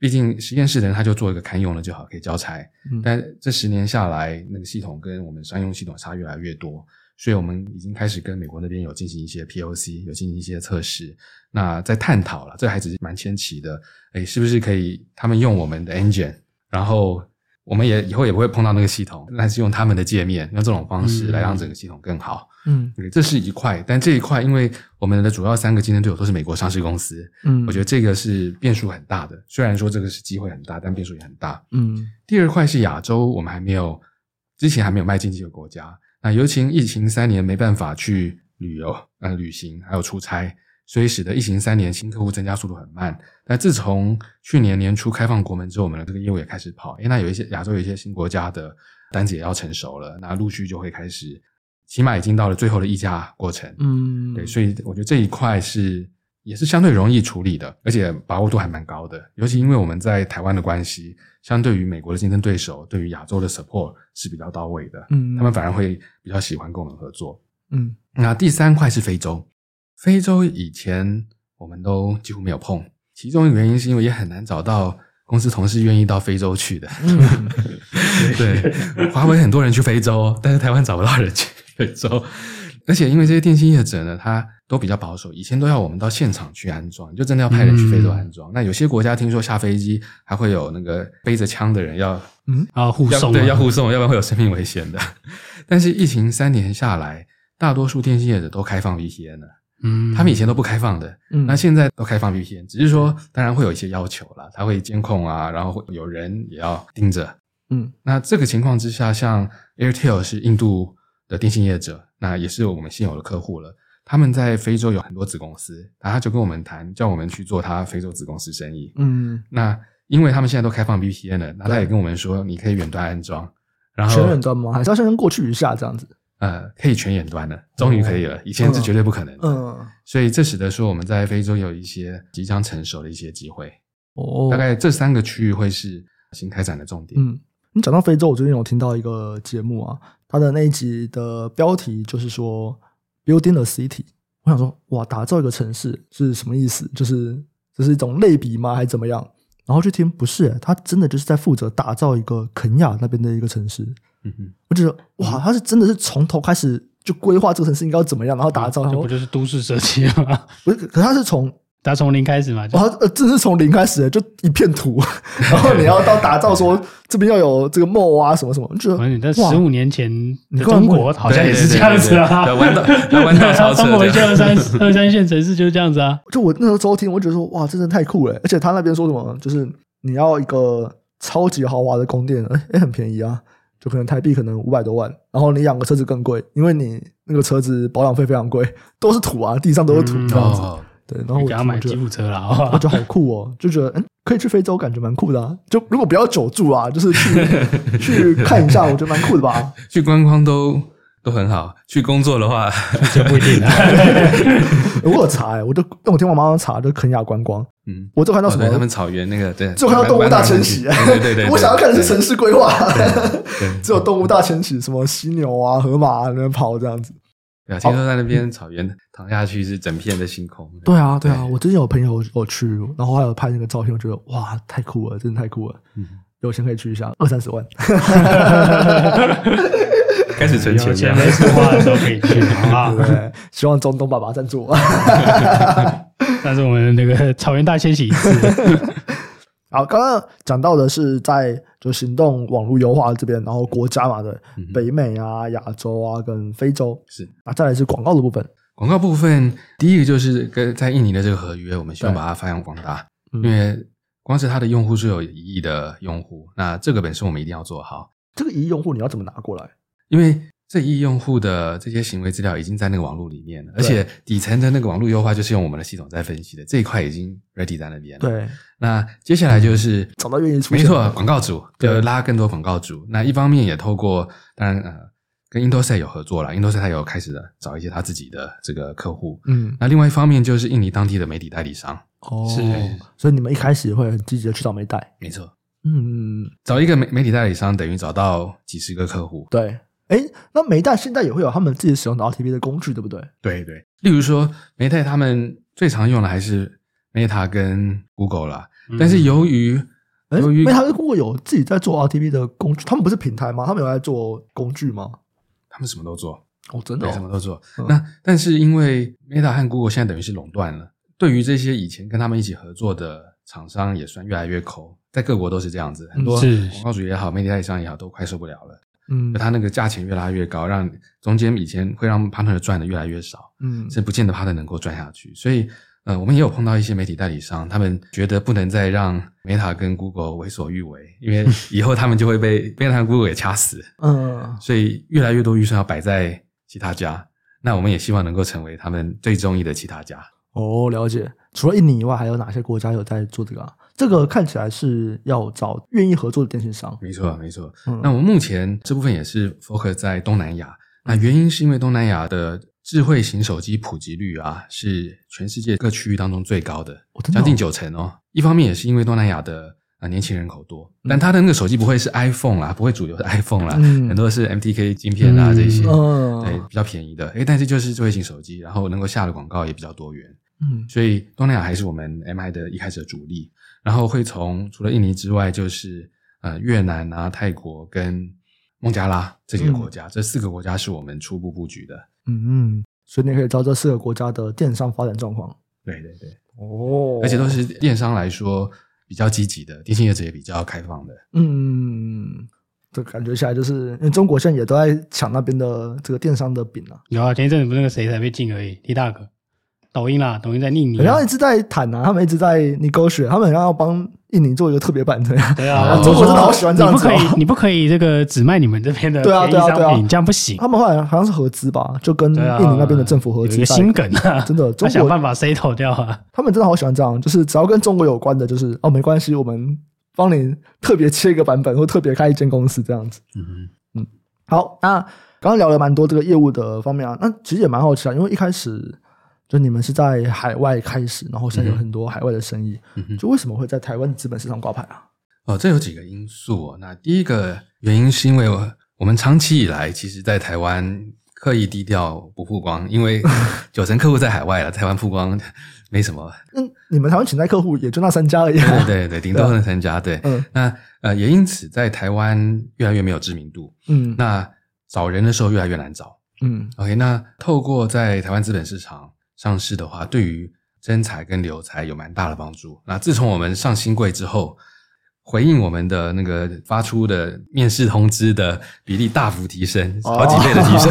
[SPEAKER 3] 毕竟实验室的人他就做一个堪用的就好，可以交差。
[SPEAKER 1] 嗯
[SPEAKER 3] 但这十年下来，那个系统跟我们商用系统差越来越多，所以我们已经开始跟美国那边有进行一些 POC，有进行一些测试。那在探讨了，这还只是蛮前期的，哎，是不是可以他们用我们的 engine，然后我们也以后也不会碰到那个系统，但是用他们的界面，用这种方式来让整个系统更好。
[SPEAKER 1] 嗯
[SPEAKER 3] 嗯这是一块，但这一块因为我们的主要三个竞争对手都是美国上市公司，
[SPEAKER 1] 嗯，
[SPEAKER 3] 我觉
[SPEAKER 1] 得
[SPEAKER 3] 得这个是变数很大的。虽然说这个是机会很大，但变数也很大。
[SPEAKER 1] 嗯
[SPEAKER 3] 第二块是亚洲，我们还没有之前还没有迈进这个国家。那尤其疫情三年没办法去旅游、呃旅行，还有出差，所以使得疫情三年新客户增加速度很慢。那自从去年年初开放国门之后，我们的这个业务也开始跑。诶，那有一些亚洲有一些新国家的单子也要成熟了，那陆续就会开始，起码已经到了最后的议价过程。
[SPEAKER 1] 嗯，
[SPEAKER 3] 对，所以我觉得这一块是也是相对容易处理的，而且把握度还蛮高的。尤其因为我们在台湾的关系，相对于美国的竞争对手，对于亚洲的 support 是比较到位的，
[SPEAKER 1] 嗯
[SPEAKER 3] 他们反而会比较喜欢跟我们合作。
[SPEAKER 1] 嗯
[SPEAKER 3] 那第三块是非洲，非洲以前我们都几乎没有碰，其中一个原因是因为也很难找到公司同事愿意到非洲去的。
[SPEAKER 1] 嗯
[SPEAKER 3] 对，华为很多人去非洲，哦 但是台湾找不到人去 非洲。而且因为这些电信业者呢，他都比较保守，以前都要我们到现场去安装，就真的要派人去非洲安
[SPEAKER 2] 嗯
[SPEAKER 3] 装。那有些国家听说下飞机还会有那个背着枪的人要
[SPEAKER 2] 啊，护
[SPEAKER 3] 要
[SPEAKER 2] 送
[SPEAKER 3] 对要
[SPEAKER 2] 啊，
[SPEAKER 3] 护送，要不然会有生命危险的。 但是疫情三年下来，大多数电信业者都开放 VPN 了，
[SPEAKER 2] 嗯，
[SPEAKER 3] 他们以前都不开放的，
[SPEAKER 1] 嗯，
[SPEAKER 3] 那现在都开放 VPN，只是说当然会有一些要求啦，它会监控啊，然后会有人也要盯着。
[SPEAKER 1] 嗯，
[SPEAKER 3] 那这个情况之下，像 Airtel 是印度的电信业者，那也是我们现有的客户了。他们在非洲有很多子公司，然后他就跟我们谈，叫我们去做他非洲子公司生意。
[SPEAKER 1] 嗯，
[SPEAKER 3] 那因为他们现在都开放 VPN 了，那他也跟我们说，你可以远端安装，然后
[SPEAKER 1] 全远端吗？还是要先人过去一下这样子？
[SPEAKER 3] 呃可以全远端了，终于可以了，以前是绝对不可能的。
[SPEAKER 1] 哦嗯，
[SPEAKER 3] 所以这使得说我们在非洲有一些即将成熟的一些机会。
[SPEAKER 1] 哦，
[SPEAKER 3] 大概这三个区域会是新开展的重点。
[SPEAKER 1] 嗯，你讲到非洲，我最近有听到一个节目啊，它的那一集的标题就是说 “building a city”。我想说，哇，打造一个城市是什么意思？就是这是一种类比吗，还是怎么样？然后去听，不是、他真的就是在负责打造一个肯亚那边的一个城市。
[SPEAKER 3] 嗯哼，
[SPEAKER 1] 我觉得，哇，他是真的是从头开始就规划这个城市应该要怎么样，然后打造。然
[SPEAKER 2] 这
[SPEAKER 1] 后
[SPEAKER 2] 啊不就是都市设计吗？
[SPEAKER 1] 不是，可是他是从
[SPEAKER 2] 打从零开始嘛，就
[SPEAKER 1] 然后呃，这是从零开始的，就一片土， 然后你要到打造说这边要有这个木啊什么什么，就觉
[SPEAKER 2] 反正你在
[SPEAKER 1] 得哇
[SPEAKER 2] 十，五年前
[SPEAKER 1] 你
[SPEAKER 2] 的
[SPEAKER 1] 根本
[SPEAKER 2] 中
[SPEAKER 1] 不
[SPEAKER 2] 国好像也是这样子啊，
[SPEAKER 3] 对对对对对对弯道
[SPEAKER 2] 对啊
[SPEAKER 3] 弯道超车
[SPEAKER 2] 中国一
[SPEAKER 3] 这
[SPEAKER 2] 些
[SPEAKER 3] 样
[SPEAKER 2] 二三二三线城市就是这样 子啊，
[SPEAKER 1] 就我那时候周听，我就觉得说哇，真的太酷了。而且他那边说什么，就是你要一个超级豪华的宫殿，哎、也很便宜啊，就可能台币可能五百多万，然后你养个车子更贵，因为你那个车子保养费非常贵，都是土啊，地上都是土
[SPEAKER 2] 嗯
[SPEAKER 1] 这样
[SPEAKER 3] 哦
[SPEAKER 1] 子。，对，然后我
[SPEAKER 2] 给他买
[SPEAKER 1] 哦我觉
[SPEAKER 2] 吉
[SPEAKER 1] 得
[SPEAKER 2] 普车了，好
[SPEAKER 3] 啊
[SPEAKER 1] 我
[SPEAKER 2] 不
[SPEAKER 1] 觉得好酷哦，就觉得嗯，可以去非洲，感觉蛮酷的、啊。就如果不要久住啊，就是 去去看一下，我觉得蛮酷的吧。
[SPEAKER 3] 去观光都都很好，去工作的话，
[SPEAKER 2] 这不一定啊。
[SPEAKER 1] 我有查哎、我就但我听我妈妈查，就肯亚观光，
[SPEAKER 3] 嗯，
[SPEAKER 1] 我就看到什
[SPEAKER 3] 哦
[SPEAKER 1] 么，
[SPEAKER 3] 对他们草原那个，对，
[SPEAKER 1] 就看到动物大迁徙、
[SPEAKER 3] 弯弯弯弯对对对，对
[SPEAKER 1] 我想要看的是城市规划，
[SPEAKER 3] 对对
[SPEAKER 1] 只有动物大迁徙，什么犀牛啊、河马啊在那跑这样子。
[SPEAKER 3] 对啊，听说在那边草原躺下去是整片的星空。
[SPEAKER 1] 对啊，对啊，我之前有朋友有去，然后还有拍那个照片，我觉得哇，太酷了，真的太酷了。
[SPEAKER 3] 嗯
[SPEAKER 1] 有钱可以去一下，二三十万。
[SPEAKER 3] 开始存
[SPEAKER 2] 有
[SPEAKER 3] 钱
[SPEAKER 2] 钱
[SPEAKER 3] 了
[SPEAKER 2] 没。事花的时候可以去，好不好
[SPEAKER 1] 对不对，希望中东爸爸赞 助我。
[SPEAKER 2] 但是我们那个草原大迁徙一次，
[SPEAKER 1] 好，刚刚讲到的是在就行动网络优化这边，然后国家嘛的
[SPEAKER 3] 嗯哼
[SPEAKER 1] 北美啊、亚洲啊跟非洲
[SPEAKER 3] 是
[SPEAKER 1] 啊，再来是广告的部分。
[SPEAKER 3] 广告部分，第一个就是跟在印尼的这个合约，我们希望
[SPEAKER 1] 对
[SPEAKER 3] 把它发扬光大，
[SPEAKER 1] 嗯
[SPEAKER 3] 因为光是它的用户是有一亿的用户，那这个本身我们一定要做好。
[SPEAKER 1] 这个一亿用户你要怎么拿过来？
[SPEAKER 3] 因为这一用户的这些行为资料已经在那个网络里面了，而
[SPEAKER 1] 对
[SPEAKER 3] 且底层的那个网络优化就是用我们的系统在分析的，这一块已经 ready 在那边了。，
[SPEAKER 1] 对，
[SPEAKER 3] 那接下来就是
[SPEAKER 1] 找到愿意出
[SPEAKER 3] 没
[SPEAKER 1] 现的
[SPEAKER 3] 错，广告主
[SPEAKER 1] 对
[SPEAKER 3] 就拉更多广告主。那一方面也透过，当然呃，跟 Indosat 有合作了，Indosat 他有开始找一些他自己的这个客户。
[SPEAKER 1] 嗯，
[SPEAKER 3] 那另外一方面就是印尼当地的媒体代理商，
[SPEAKER 1] 哦
[SPEAKER 2] 是
[SPEAKER 1] 所以你们一开始会很积极的去找媒代，
[SPEAKER 3] 没错，
[SPEAKER 1] 嗯，
[SPEAKER 3] 找一个媒媒体代理商等于找到几十个客户，
[SPEAKER 1] 对。哎，那媒代现在也会有他们自己使用的 RTP 的工具，对不对？
[SPEAKER 3] 对对，例如说 Meta 他们最常用的还是 Meta 跟 Google 啦，
[SPEAKER 2] 嗯
[SPEAKER 3] 但是由于
[SPEAKER 1] 哎，
[SPEAKER 3] 由于
[SPEAKER 1] 因为他们 Google 有自己在做 RTP 的工具，他们不是平台吗？他们有在做工具吗？
[SPEAKER 3] 他们什么都做，
[SPEAKER 1] 哦，真的、
[SPEAKER 3] 对，什么
[SPEAKER 1] 哦，
[SPEAKER 3] 都做
[SPEAKER 1] 嗯。
[SPEAKER 3] 那但是因为 Meta 和 Google 现在等于是垄断了，对于这些以前跟他们一起合作的厂商也算越来越抠，在各国都是这样子，很多
[SPEAKER 2] 是
[SPEAKER 3] 广告主也好，媒体代理商也好，都快受不了了。
[SPEAKER 1] 嗯
[SPEAKER 3] 就他那个价钱越拉越高，让中间以前会让 partner 赚的越来越少，
[SPEAKER 1] 嗯
[SPEAKER 3] 是不见得 partner 能够赚下去。所以，呃，我们也有碰到一些媒体代理商，他们觉得不能再让 Meta 跟 Google 为所欲为，因为以后他们就会被 Meta 跟 Google 给掐死。
[SPEAKER 1] 嗯
[SPEAKER 3] 所以，越来越多预算要摆在其他家。那我们也希望能够成为他们最中意的其他家。
[SPEAKER 1] 哦，了解。除了印尼以外，还有哪些国家有在做这个、啊？这个看起来是要找愿意合作的电信商。
[SPEAKER 3] 没错，没错。
[SPEAKER 1] 嗯
[SPEAKER 3] 那我们目前这部分也是 focus 在东南亚。那原因是因为东南亚的智慧型手机普及率啊，是全世界各区域当中最高的，
[SPEAKER 1] 哦真的哦
[SPEAKER 3] 将近九成哦。一方面也是因为东南亚的呃年轻人口多，但他的那个手机不会是 iPhone 啦，不会主流的 iPhone 啦，
[SPEAKER 1] 嗯
[SPEAKER 3] 很多是 MTK 晶片啊、
[SPEAKER 2] 嗯
[SPEAKER 3] 这些，
[SPEAKER 1] 嗯
[SPEAKER 3] 对，比较便宜的。诶，但是就是智慧型手机，然后能够下的广告也比较多元。
[SPEAKER 1] 嗯
[SPEAKER 3] 所以东南亚还是我们 MI 的一开始的主力，然后会从除了印尼之外，就是呃越南啊、泰国跟孟加拉这几个国家，这四个国家是我们初步布局的。
[SPEAKER 1] 嗯嗯，所以你可以知道这四个国家的电商发展状况。
[SPEAKER 3] 对对对，
[SPEAKER 1] 哦
[SPEAKER 3] 而且都是电商来说比较积极的，电信业者也比较开放的。
[SPEAKER 1] 嗯，这感觉起来就是，因为中国现在也都在抢那边的这个电商的饼啊，
[SPEAKER 2] 有啊，前一阵子不是那个谁才被禁而已，李大哥，抖音啦，抖音在匿名
[SPEAKER 1] 人
[SPEAKER 2] 啊，
[SPEAKER 1] 家一直在谈啊，他们一直在 negotiate，他们好像要帮印尼做一个特别版这样。
[SPEAKER 2] 对
[SPEAKER 3] 啊
[SPEAKER 2] 啊，
[SPEAKER 3] 中国
[SPEAKER 1] 真的好喜欢这样子哦
[SPEAKER 2] 你不可以，你不可以这个只卖你们这边的
[SPEAKER 1] 对啊
[SPEAKER 2] 便宜商品，
[SPEAKER 1] 对啊对啊
[SPEAKER 2] 这样不行。
[SPEAKER 1] 他们后来好像是合资吧，就跟印
[SPEAKER 2] 对啊，
[SPEAKER 1] 尼那边的政府合
[SPEAKER 2] 有
[SPEAKER 1] 资
[SPEAKER 2] 一个
[SPEAKER 1] 在。
[SPEAKER 2] 心梗啊，
[SPEAKER 1] 真的中
[SPEAKER 2] 他想
[SPEAKER 1] 国
[SPEAKER 2] 办法 settle 掉啊。
[SPEAKER 1] 他们真的好喜欢这样，就是只要跟中国有关的，就是哦没关系，我们帮你特别切一个版本或特别开一间公司这样子。
[SPEAKER 3] 嗯，
[SPEAKER 1] 好，那刚刚聊了蛮多这个业务的方面啊，那其实也蛮好奇啊，因为一开始就你们是在海外开始，然后现在
[SPEAKER 2] 嗯
[SPEAKER 1] 有很多海外的生意，
[SPEAKER 3] 嗯哼
[SPEAKER 1] 就为什么会在台湾资本市场挂牌啊？
[SPEAKER 3] 哦，这有几个因素、哦。那第一个原因是因为我我们长期以来，其实在台湾刻意低调不曝光，因 为九成客户在海外了，台湾曝光没什 么。
[SPEAKER 1] 那嗯你们台湾潜在客户也就那三家而已、啊。
[SPEAKER 3] 对对对，顶多能参加。对，
[SPEAKER 1] 嗯
[SPEAKER 3] 那呃，也因此在台湾越来越没有知名度。
[SPEAKER 1] 嗯
[SPEAKER 3] 那找人的时候越来越难找。
[SPEAKER 1] 嗯
[SPEAKER 3] OK，那透过在台湾资本市场上市的话，对于真才跟留才有蛮大的帮助。那自从我们上新贵之后，回应我们的那个发出的面试通知的比例大幅提升，
[SPEAKER 1] 哦
[SPEAKER 3] 好几倍的提升。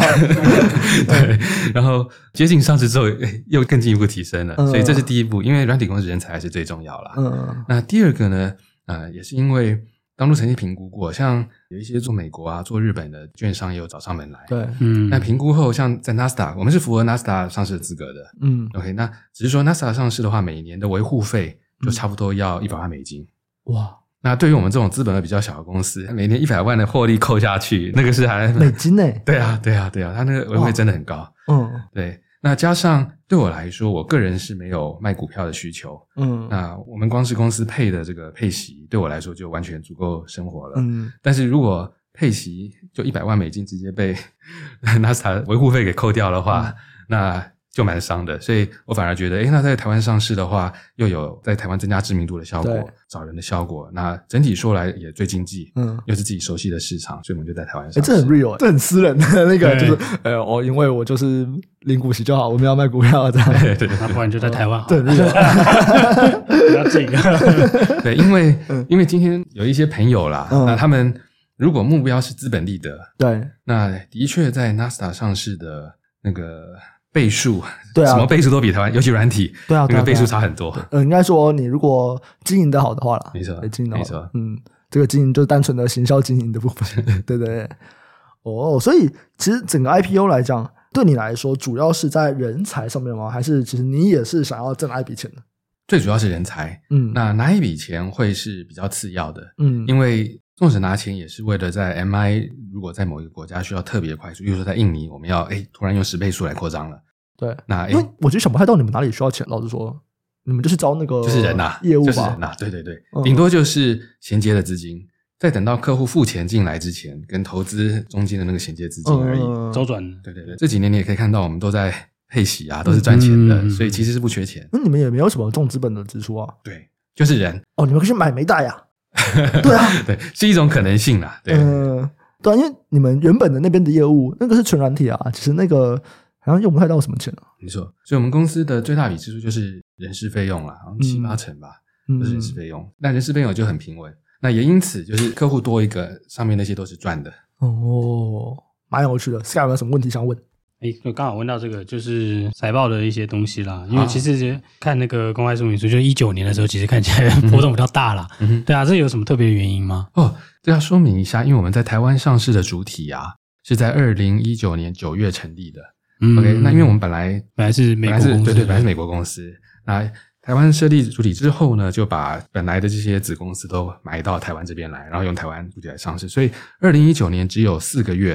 [SPEAKER 3] 对，然后接近上市之后，哎又更进一步提升了。
[SPEAKER 1] 嗯
[SPEAKER 3] 所以这是第一步，因为软体公司人才还是最重要啦。
[SPEAKER 1] 嗯
[SPEAKER 3] 那第二个呢，呃，也是因为当初曾经评估过，像有一些做美国啊、做日本的券商也有找上门来。，
[SPEAKER 1] 对
[SPEAKER 2] 嗯
[SPEAKER 3] 那评估后，像在 NASDAQ，我们是符合 NASDAQ 上市的资格的。
[SPEAKER 1] 嗯
[SPEAKER 3] OK，那只是说 NASDAQ 上市的话，每年的维护费就差不多要一百万美金。
[SPEAKER 1] 哇
[SPEAKER 3] 那对于我们这种资本额比较小的公司，每年一百万的获利扣下去，那个是还
[SPEAKER 1] 美金呢、
[SPEAKER 3] 对啊，对啊，对啊，它那个维护费真的很高。
[SPEAKER 1] 嗯
[SPEAKER 3] 对，那加上对我来说，我个人是没有卖股票的需求，
[SPEAKER 1] 嗯
[SPEAKER 3] 那我们光是公司配的这个配息，对我来说就完全足够生活了。
[SPEAKER 1] 嗯
[SPEAKER 3] 但是如果配息就一百万美金直接被 NASA 维护费给扣掉的话，
[SPEAKER 1] 嗯
[SPEAKER 3] 那就蛮伤的。所以我反而觉得，诶，那在台湾上市的话，又有在台湾增加知名度的效
[SPEAKER 1] 对
[SPEAKER 3] 果，找人的效果，那整体说来也最经济，
[SPEAKER 1] 嗯，
[SPEAKER 3] 又是自己熟悉的市场，所以我们就在台湾
[SPEAKER 1] 哎、
[SPEAKER 3] 上市。
[SPEAKER 1] 这 很 real，、这很私人的那个，就
[SPEAKER 2] 对
[SPEAKER 1] 是呃，我、因为我就是领股息就好，我们要卖股票这样，
[SPEAKER 3] 对对对
[SPEAKER 2] 那不然就在台湾好
[SPEAKER 1] 这
[SPEAKER 2] 了，
[SPEAKER 1] 很 real。
[SPEAKER 2] 不要啊这个，
[SPEAKER 3] 对，因为
[SPEAKER 1] 嗯
[SPEAKER 3] 因为今天有一些朋友啦，
[SPEAKER 1] 嗯
[SPEAKER 3] 那他们如果目标是资本利得，
[SPEAKER 1] 对，
[SPEAKER 3] 那的确在 NASDAQ 上市的那个倍数，
[SPEAKER 1] 对啊
[SPEAKER 3] 什么倍数都比台湾，尤其软体，
[SPEAKER 1] 对啊对啊
[SPEAKER 3] 那个倍
[SPEAKER 1] 对
[SPEAKER 3] 数
[SPEAKER 1] 啊
[SPEAKER 3] 差很多。
[SPEAKER 1] 呃，应该说你如果经营的好的话啦，
[SPEAKER 3] 没错
[SPEAKER 1] 对经营的好
[SPEAKER 3] 没错
[SPEAKER 1] 嗯，这个经营就是单纯的行销经营的部 分，对对对。哦，所以其实整个 IPO 来讲，对你来说主要是在人才上面吗？还是其实你也是想要挣那一笔钱的？
[SPEAKER 3] 最主要是人才，
[SPEAKER 1] 嗯，
[SPEAKER 3] 那拿一笔钱会是比较次要的，
[SPEAKER 1] 嗯，
[SPEAKER 3] 因为纵使拿钱也是为了在 MI 如果在某一个国家需要特别快速，比如说在印尼，我们要哎突然用十倍数来扩张了，
[SPEAKER 1] 对，
[SPEAKER 3] 那哎
[SPEAKER 1] 因为我就想不太到你们哪里需要钱。老实说，你们就是招那个
[SPEAKER 3] 就是人呐、
[SPEAKER 1] 业务
[SPEAKER 3] 就是
[SPEAKER 1] 吧
[SPEAKER 3] 人，呐、对对对
[SPEAKER 1] 嗯，
[SPEAKER 3] 顶多就是衔接的资金。在等到客户付钱进来之前，跟投资中间的那个衔接资金而已。
[SPEAKER 1] 嗯
[SPEAKER 2] 周转
[SPEAKER 3] 对对对，这几年你也可以看到，我们都在配息啊，都是赚钱的，
[SPEAKER 2] 嗯
[SPEAKER 3] 所以其实是不缺钱。
[SPEAKER 1] 那你们也没有什么重资本的支出啊？
[SPEAKER 3] 对，就是人，
[SPEAKER 1] 哦，你们可以去买煤贷 呀、对啊，
[SPEAKER 3] 对，是一种可能性啦。对，
[SPEAKER 1] 嗯、对啊，因为你们原本的那边的业务，那个是纯软体啊，其实那个好像用不太到什么钱啊。
[SPEAKER 3] 没错。所以我们公司的最大笔支出就是人事费用啦，好像七
[SPEAKER 1] 嗯
[SPEAKER 3] 八成吧。
[SPEAKER 1] 嗯
[SPEAKER 3] 就是人事费用。那人事费用就很平稳，那也因此就是客户多一个，上面那些都是赚的。
[SPEAKER 1] 哦，蛮有趣的。Sky 有没有什么问题想问？
[SPEAKER 2] 哎，就刚好问到这个，就是财报的一些东西啦。
[SPEAKER 1] 啊
[SPEAKER 2] 因为其实看那个公开说明书，就一九年的时候，其实看起来波动比较大啦。
[SPEAKER 3] 嗯哼，
[SPEAKER 2] 对啊，这有什么特别原因吗？
[SPEAKER 3] 哦，这要说明一下，因为我们在台湾上市的主体啊，是在二零一九年九月成立的。
[SPEAKER 2] 嗯
[SPEAKER 3] OK，那因为我们本来
[SPEAKER 2] 本来是美
[SPEAKER 3] 本
[SPEAKER 2] 国
[SPEAKER 3] 来是
[SPEAKER 2] 公司，
[SPEAKER 3] 对对，本来是美国公司。那台湾设立主体之后呢，就把本来的这些子公司都买到台湾这边来，然后用台湾主体来上市。所以二零一九年只有四个月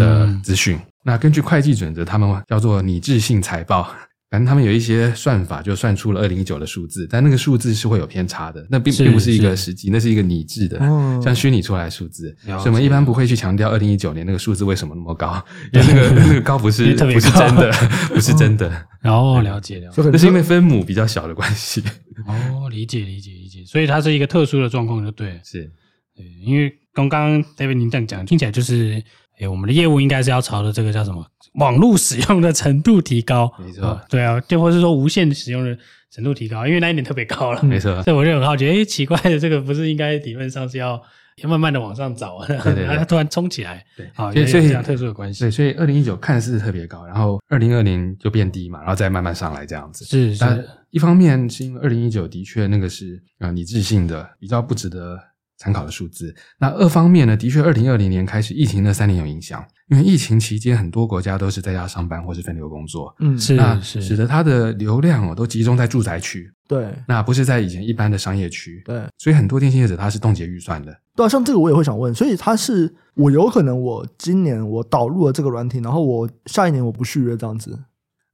[SPEAKER 3] 的
[SPEAKER 2] 嗯
[SPEAKER 3] 资讯。那根据会计准则，他们叫做拟制性财报。反正他们有一些算法，就算出了二零一九的数字，但那个数字是会有偏差的，那并
[SPEAKER 2] 是
[SPEAKER 3] 并不是一个
[SPEAKER 2] 是
[SPEAKER 3] 实际，那是一个拟制的，
[SPEAKER 1] 哦
[SPEAKER 3] 像虚拟出来的数字。
[SPEAKER 2] 了
[SPEAKER 3] 所以我们
[SPEAKER 2] 解
[SPEAKER 3] 一般不会去强调二零一九年那个数字为什么那么高，因为那 个那个高不
[SPEAKER 2] 因
[SPEAKER 3] 是
[SPEAKER 2] 为特别
[SPEAKER 3] 不是
[SPEAKER 2] 高哦
[SPEAKER 3] 真的，不是真的。
[SPEAKER 2] 然后了解了解，
[SPEAKER 1] 就可
[SPEAKER 3] 那
[SPEAKER 1] 能
[SPEAKER 3] 是因为分母比较小的关系。
[SPEAKER 2] 哦，理解理解理解，所以它是一个特殊的状况，就对了。
[SPEAKER 3] 是，
[SPEAKER 2] 对，因为刚刚 David 您这样讲，听起来就是，哎，我们的业务应该是要朝着这个叫什么网络使用的程度提高，
[SPEAKER 3] 没错
[SPEAKER 2] 哦对啊，就或是说无限使用的程度提高，因为那一年特别高了，
[SPEAKER 3] 没错。
[SPEAKER 2] 所以我就很好奇，哎，奇怪的，这个不是应该理论上是要要慢慢的往上找，然后
[SPEAKER 3] 对对
[SPEAKER 2] 它突然冲起来，
[SPEAKER 3] 对
[SPEAKER 2] 啊，
[SPEAKER 3] 所以
[SPEAKER 2] 原来
[SPEAKER 3] 所
[SPEAKER 2] 有
[SPEAKER 3] 以
[SPEAKER 2] 这样特殊的关系
[SPEAKER 3] 对，，所以二零一九看似特别高，然后二零二零就变低嘛，然后再慢慢上来这样子。
[SPEAKER 2] 是
[SPEAKER 3] 那
[SPEAKER 2] 是，
[SPEAKER 3] 一方面是因为二零一九的确那个是呃理智性的比较不值得参考的数字。那二方面呢，的确二零二零年开始疫情那三年有影响，因为疫情期间很多国家都是在家上班或是分流工作，
[SPEAKER 1] 嗯，
[SPEAKER 3] 那
[SPEAKER 2] 是
[SPEAKER 3] 使
[SPEAKER 2] 是，
[SPEAKER 3] 得它的流量哦都集中在住宅区，
[SPEAKER 1] 对
[SPEAKER 3] 那不是在以前一般的商业区。
[SPEAKER 1] 对
[SPEAKER 3] 所以很多电信业者他是冻结预算的，
[SPEAKER 1] 对啊，像这个我也会想问，所以它是我有可能我今年我导入了这个软体，然后我下一年我不续约这样子，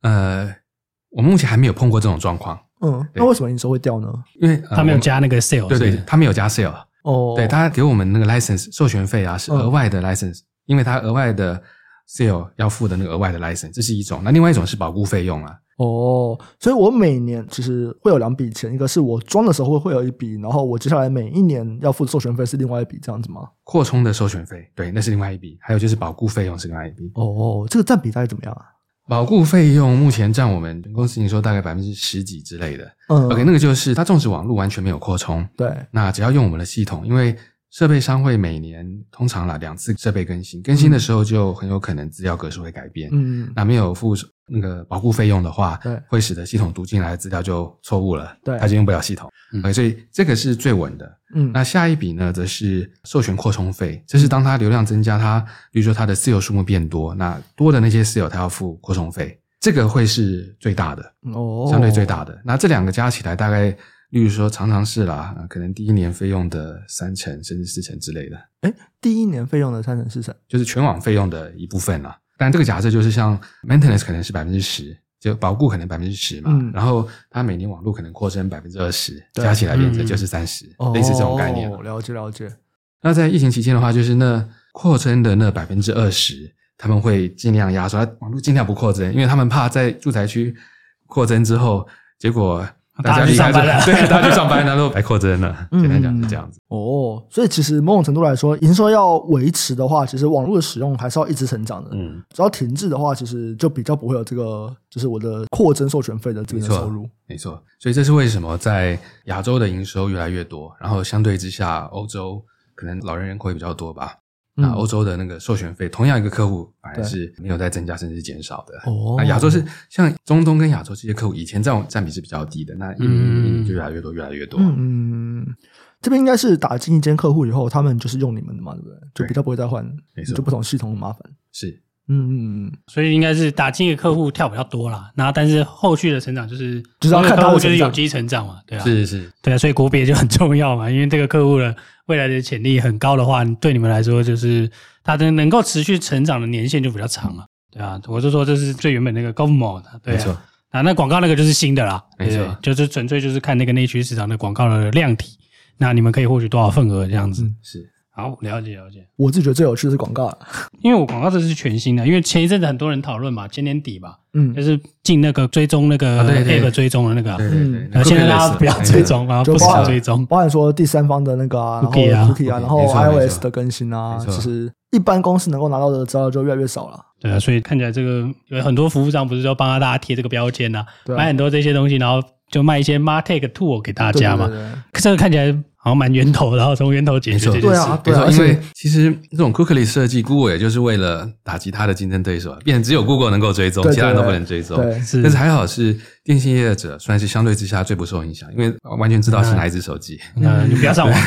[SPEAKER 3] 呃，我目前还没有碰过这种状况，
[SPEAKER 1] 嗯，
[SPEAKER 3] 对
[SPEAKER 1] 那为什么营收会掉呢？
[SPEAKER 3] 因为、呃
[SPEAKER 2] 他没有，
[SPEAKER 3] 我
[SPEAKER 2] 加那个
[SPEAKER 3] 们
[SPEAKER 2] sale，
[SPEAKER 3] 对
[SPEAKER 2] 是
[SPEAKER 3] 对
[SPEAKER 2] 不，是
[SPEAKER 3] 他没有加 sale，、
[SPEAKER 1] 哦，
[SPEAKER 3] 对他给我们那个 license 授权费啊是
[SPEAKER 1] 嗯
[SPEAKER 3] 额外的 license，、因为他额外的 sale 要付的那个额外的 license，这是一种，那另外一种是保固费用啊，
[SPEAKER 1] 哦，所以我每年其实会有两笔钱，一个是我装的时候会会有一笔，然后我接下来每一年要付的授权费是另外一笔，这样子吗？
[SPEAKER 3] 扩充的授权费，对，那是另外一笔，还有就是保固费用是另外一笔，
[SPEAKER 1] 哦，这个占比大概怎么样啊？事
[SPEAKER 3] 保固费用目前占我们公司营收大概百分之十几之类的、
[SPEAKER 1] 嗯
[SPEAKER 3] o k 那个就是它纵使网络完全没有扩充，
[SPEAKER 1] 对，
[SPEAKER 3] 那只要用我们的系统，因为设备商会每年通常啦两次设备更新，更新的时候就很有可能资料格式会改变。
[SPEAKER 1] 嗯，
[SPEAKER 3] 那没有付那个保护费用的话
[SPEAKER 1] 对，
[SPEAKER 3] 会使得系统读进来的资料就错误了，
[SPEAKER 1] 对
[SPEAKER 3] 它就用不了系统。呃
[SPEAKER 2] 嗯
[SPEAKER 3] OK，所以这个是最稳的。
[SPEAKER 1] 嗯，
[SPEAKER 3] 那下一笔呢，则是授权扩充费，这是当它流量增加，它比如说它的私有数目变多，那多的那些私有它要付扩充费，这个会是最大的。
[SPEAKER 1] 哦，
[SPEAKER 3] 相对最大的。那这两个加起来大概，例如说常常是啦、呃可能第一年费用的三成甚至四成之类的，
[SPEAKER 1] 第一年费用的三成是谁？
[SPEAKER 3] 就是全网费用的一部分啦。但这个假设就是像 maintenance 可能是百分之十，就保固可能百分之十嘛，
[SPEAKER 1] 嗯
[SPEAKER 3] 然后它每年网络可能扩增百分之二十，
[SPEAKER 1] 对
[SPEAKER 3] 加起来变成
[SPEAKER 2] 嗯
[SPEAKER 3] 就是三十、
[SPEAKER 1] 哦，
[SPEAKER 3] 类似这种概念。啊
[SPEAKER 1] 了解了解。
[SPEAKER 3] 那在疫情期间的话，就是那扩增的那百分之二十，他们会尽量压缩，网络尽量不扩增，因为他们怕在住宅区扩增之后，结果大家离开这
[SPEAKER 2] 大家去上班了
[SPEAKER 3] 对，大家去上班，然后白扩增了。
[SPEAKER 1] 嗯
[SPEAKER 3] 简单讲是这样子，
[SPEAKER 1] 哦，所以其实某种程度来说，营收要维持的话，其实网络的使用还是要一直成长的。
[SPEAKER 3] 嗯，
[SPEAKER 1] 只要停滞的话，其实就比较不会有这个，就是我的扩增授权费的这个
[SPEAKER 3] 没错
[SPEAKER 1] 收入。
[SPEAKER 3] 没错。所以这是为什么在亚洲的营收越来越多，然后相对之下，欧洲可能老人人口也比较多吧。那
[SPEAKER 1] 嗯
[SPEAKER 3] 欧洲的那个授权费，同样一个客户反而
[SPEAKER 1] 对
[SPEAKER 3] 是没有在增加，甚至是减少的。
[SPEAKER 1] 哦
[SPEAKER 3] 那亚洲是像中东跟亚洲这些客户，以前占占比是比较低的，那一年
[SPEAKER 2] 嗯
[SPEAKER 3] 一年就越来越多，越来越多。
[SPEAKER 1] 嗯，嗯，这边应该是打进一间客户以后，他们就是用你们的嘛，对不对？就
[SPEAKER 3] 对
[SPEAKER 1] 比较不会再换
[SPEAKER 3] 没，错
[SPEAKER 1] 就不同系统很麻烦。
[SPEAKER 3] 是
[SPEAKER 1] 嗯嗯嗯，
[SPEAKER 2] 所以应该是打进一个客户跳比较多啦，然后但是后续的成长就是，
[SPEAKER 1] 就是要看他的
[SPEAKER 2] 客户就是
[SPEAKER 1] 成长
[SPEAKER 2] 有机成长嘛，对啊，
[SPEAKER 3] 是是，
[SPEAKER 2] 对啊，所以国别就很重要嘛，因为这个客户的未来的潜力很高的话，对你们来说就是它的能够持续成长的年限就比较长了，对啊，我就说这是最原本那个 GovMo 的，对
[SPEAKER 3] 没
[SPEAKER 2] 啊、
[SPEAKER 3] 错，
[SPEAKER 2] 啊，那广告那个就是新的啦，
[SPEAKER 3] 没错
[SPEAKER 2] 对不对就是纯粹就是看那个内需市场的广告的量体，那你们可以获取多少份额这样子。
[SPEAKER 1] 嗯
[SPEAKER 3] 是
[SPEAKER 2] 好，了解了解。
[SPEAKER 1] 我自己觉得最有趣的是广告了。啊
[SPEAKER 2] 因为我广告这是全新的，因为前一阵子很多人讨论嘛，前年底吧，
[SPEAKER 1] 嗯
[SPEAKER 2] 就，是进那个追踪那个
[SPEAKER 3] 啊对对
[SPEAKER 2] app 追踪的那个啊，
[SPEAKER 3] 对
[SPEAKER 1] 嗯
[SPEAKER 3] 对哎
[SPEAKER 2] 然
[SPEAKER 3] 对。
[SPEAKER 2] 后现在大家不要追踪啊，
[SPEAKER 1] 就
[SPEAKER 2] 不
[SPEAKER 1] 包
[SPEAKER 2] 少
[SPEAKER 1] 含
[SPEAKER 2] 追踪，
[SPEAKER 1] 包含说第三方的那个啊，然后
[SPEAKER 2] Cookie 啊
[SPEAKER 1] cookie 啊，然后
[SPEAKER 3] 没错没错
[SPEAKER 1] iOS 的更新啊，
[SPEAKER 3] 没错
[SPEAKER 1] 其实一般公司能够拿到的资料就越来越少了。
[SPEAKER 2] 对啊，所以看起来这个有很多服务商不是说帮大家贴这个标签呐、
[SPEAKER 1] 对啊
[SPEAKER 2] 买很多这些东西，然后就卖一些 Martech tool 给大家嘛。
[SPEAKER 1] 对对对对
[SPEAKER 2] 这个看起来好像蛮源头的，然后从源头解决这件事。
[SPEAKER 1] 对啊，
[SPEAKER 3] 没
[SPEAKER 1] 对啊，
[SPEAKER 3] 错，
[SPEAKER 1] 而
[SPEAKER 3] 因为
[SPEAKER 1] 且
[SPEAKER 3] 其实这种 Cookie 设计，Google 也就是为了打击它的竞争对手，啊变成只有 Google 能够追踪，
[SPEAKER 1] 对对
[SPEAKER 3] 其他人都不能追踪。
[SPEAKER 1] 对啊
[SPEAKER 2] 是
[SPEAKER 3] 但是还好是电信业者，算是相对之下最不受影响，因为完全知道
[SPEAKER 1] 嗯
[SPEAKER 3] 是哪一只手机。
[SPEAKER 2] 那你不要上网，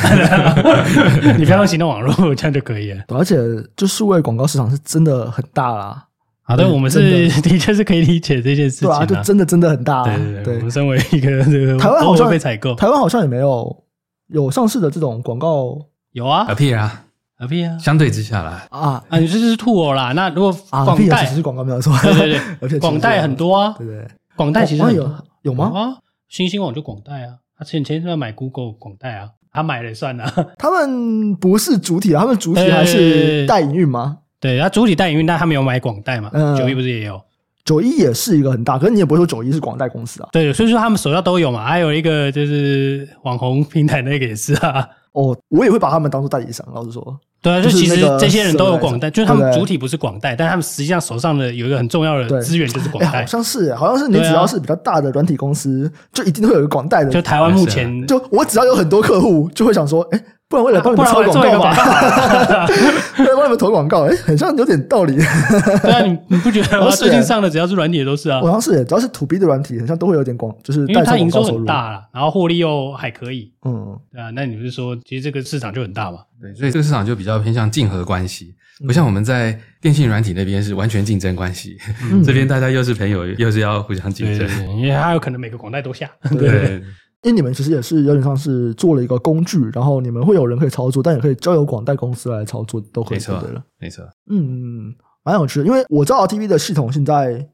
[SPEAKER 2] 你不要用行动网络，这样就可以了。
[SPEAKER 1] 对而且就数位广告市场是真的很大啦，
[SPEAKER 2] 好的，
[SPEAKER 1] 嗯
[SPEAKER 2] 我们是 的确是可以理解这件事情
[SPEAKER 1] 对啊，
[SPEAKER 2] 啊
[SPEAKER 1] 就真的真的很大啊，
[SPEAKER 2] 对对对，我们身为一个这个
[SPEAKER 1] 台 湾好
[SPEAKER 2] 偶尔
[SPEAKER 1] 像
[SPEAKER 2] 被采购，
[SPEAKER 1] 台湾好像也没有有上市的这种广告
[SPEAKER 2] 有啊
[SPEAKER 3] 啊，屁啊，
[SPEAKER 2] 啊屁啊
[SPEAKER 3] 相对之下啦，
[SPEAKER 1] 啊
[SPEAKER 2] 啊，你这就是兔偶啦。那如果
[SPEAKER 1] 啊，
[SPEAKER 2] 广
[SPEAKER 1] 屁啊
[SPEAKER 2] 代
[SPEAKER 1] 其，实广告没有错，
[SPEAKER 2] 对对
[SPEAKER 1] 而
[SPEAKER 2] 对，
[SPEAKER 1] 且
[SPEAKER 2] 广代很，多啊
[SPEAKER 1] 对，对，
[SPEAKER 2] 广代其实
[SPEAKER 1] 广
[SPEAKER 2] 很
[SPEAKER 1] 有
[SPEAKER 2] 多
[SPEAKER 1] 有吗？
[SPEAKER 2] 啊，新兴网就广代啊，他前前一段买 Google 广代啊，他买了也算了。
[SPEAKER 1] 他们不是主体啊，他们主体
[SPEAKER 2] 对
[SPEAKER 1] 还
[SPEAKER 2] 对对对
[SPEAKER 1] 是代营运吗？
[SPEAKER 2] 对，他主体代营运，但他没有买广代嘛，
[SPEAKER 1] 嗯
[SPEAKER 2] 九一不是也有？
[SPEAKER 1] 九一也是一个很大，可是你也不会说九一是广代公司啊。
[SPEAKER 2] 对，所以说他们手上都有嘛，还有一个就是网红平台那个也是啊。
[SPEAKER 1] 哦，我也会把他们当做代理商，老实说。
[SPEAKER 2] 对啊，
[SPEAKER 1] 就
[SPEAKER 2] 就
[SPEAKER 1] 是
[SPEAKER 2] 其实
[SPEAKER 1] 那个
[SPEAKER 2] 这些人都有广代，就是他们
[SPEAKER 1] 对对
[SPEAKER 2] 主体不是广代，但他们实际上手上的有一个很重要的
[SPEAKER 1] 对
[SPEAKER 2] 资源就是广
[SPEAKER 1] 哎、
[SPEAKER 2] 代
[SPEAKER 1] 好。像是耶，好像是你
[SPEAKER 2] 对啊
[SPEAKER 1] 只要是比较大的软体公司，就一定会有一个广代的。
[SPEAKER 2] 就
[SPEAKER 1] 就
[SPEAKER 2] 台湾目前
[SPEAKER 1] 我只要有很多客户，就会想说，哎、不然为了帮你们
[SPEAKER 2] 啊
[SPEAKER 1] 抄
[SPEAKER 2] 不然我
[SPEAKER 1] 广
[SPEAKER 2] 来做一个
[SPEAKER 1] 告
[SPEAKER 2] 广
[SPEAKER 1] 吧，
[SPEAKER 2] 告。
[SPEAKER 1] 不然帮你们投广告，哎、很像有点道理。
[SPEAKER 2] 对啊，你你不觉
[SPEAKER 1] 好
[SPEAKER 2] 得吗？
[SPEAKER 1] 像是
[SPEAKER 2] 最近上的只要是软体的都是啊
[SPEAKER 1] 好，像是耶，只要是 to B 的软体，很像都会有点广，就是
[SPEAKER 2] 因为
[SPEAKER 1] 代
[SPEAKER 2] 它
[SPEAKER 1] 收
[SPEAKER 2] 营
[SPEAKER 1] 广
[SPEAKER 2] 收
[SPEAKER 1] 告收
[SPEAKER 2] 很
[SPEAKER 1] 入。
[SPEAKER 2] 大了，然后获利又还可以，
[SPEAKER 1] 嗯，
[SPEAKER 2] 对啊，那你不是说其实这个市场就很大嘛？
[SPEAKER 3] 对，所以这个市场就比较偏向竞合关系，
[SPEAKER 1] 嗯
[SPEAKER 3] 不像我们在电信软体那边是完全竞争关系，
[SPEAKER 1] 嗯
[SPEAKER 3] 这边大家又是朋友，又是要互相竞
[SPEAKER 2] 对
[SPEAKER 3] 争
[SPEAKER 2] 对。对，因为它有可能每个广代都下。
[SPEAKER 1] 对
[SPEAKER 3] 对，
[SPEAKER 1] 因为你们其实也是有点像是做了一个工具，然后你们会有人可以操作，但也可以交由广代公司来操作，都可以
[SPEAKER 3] 没错
[SPEAKER 1] 对了。
[SPEAKER 3] 没错。
[SPEAKER 1] 嗯，蛮有趣的，因为我知道 TV 的系统现在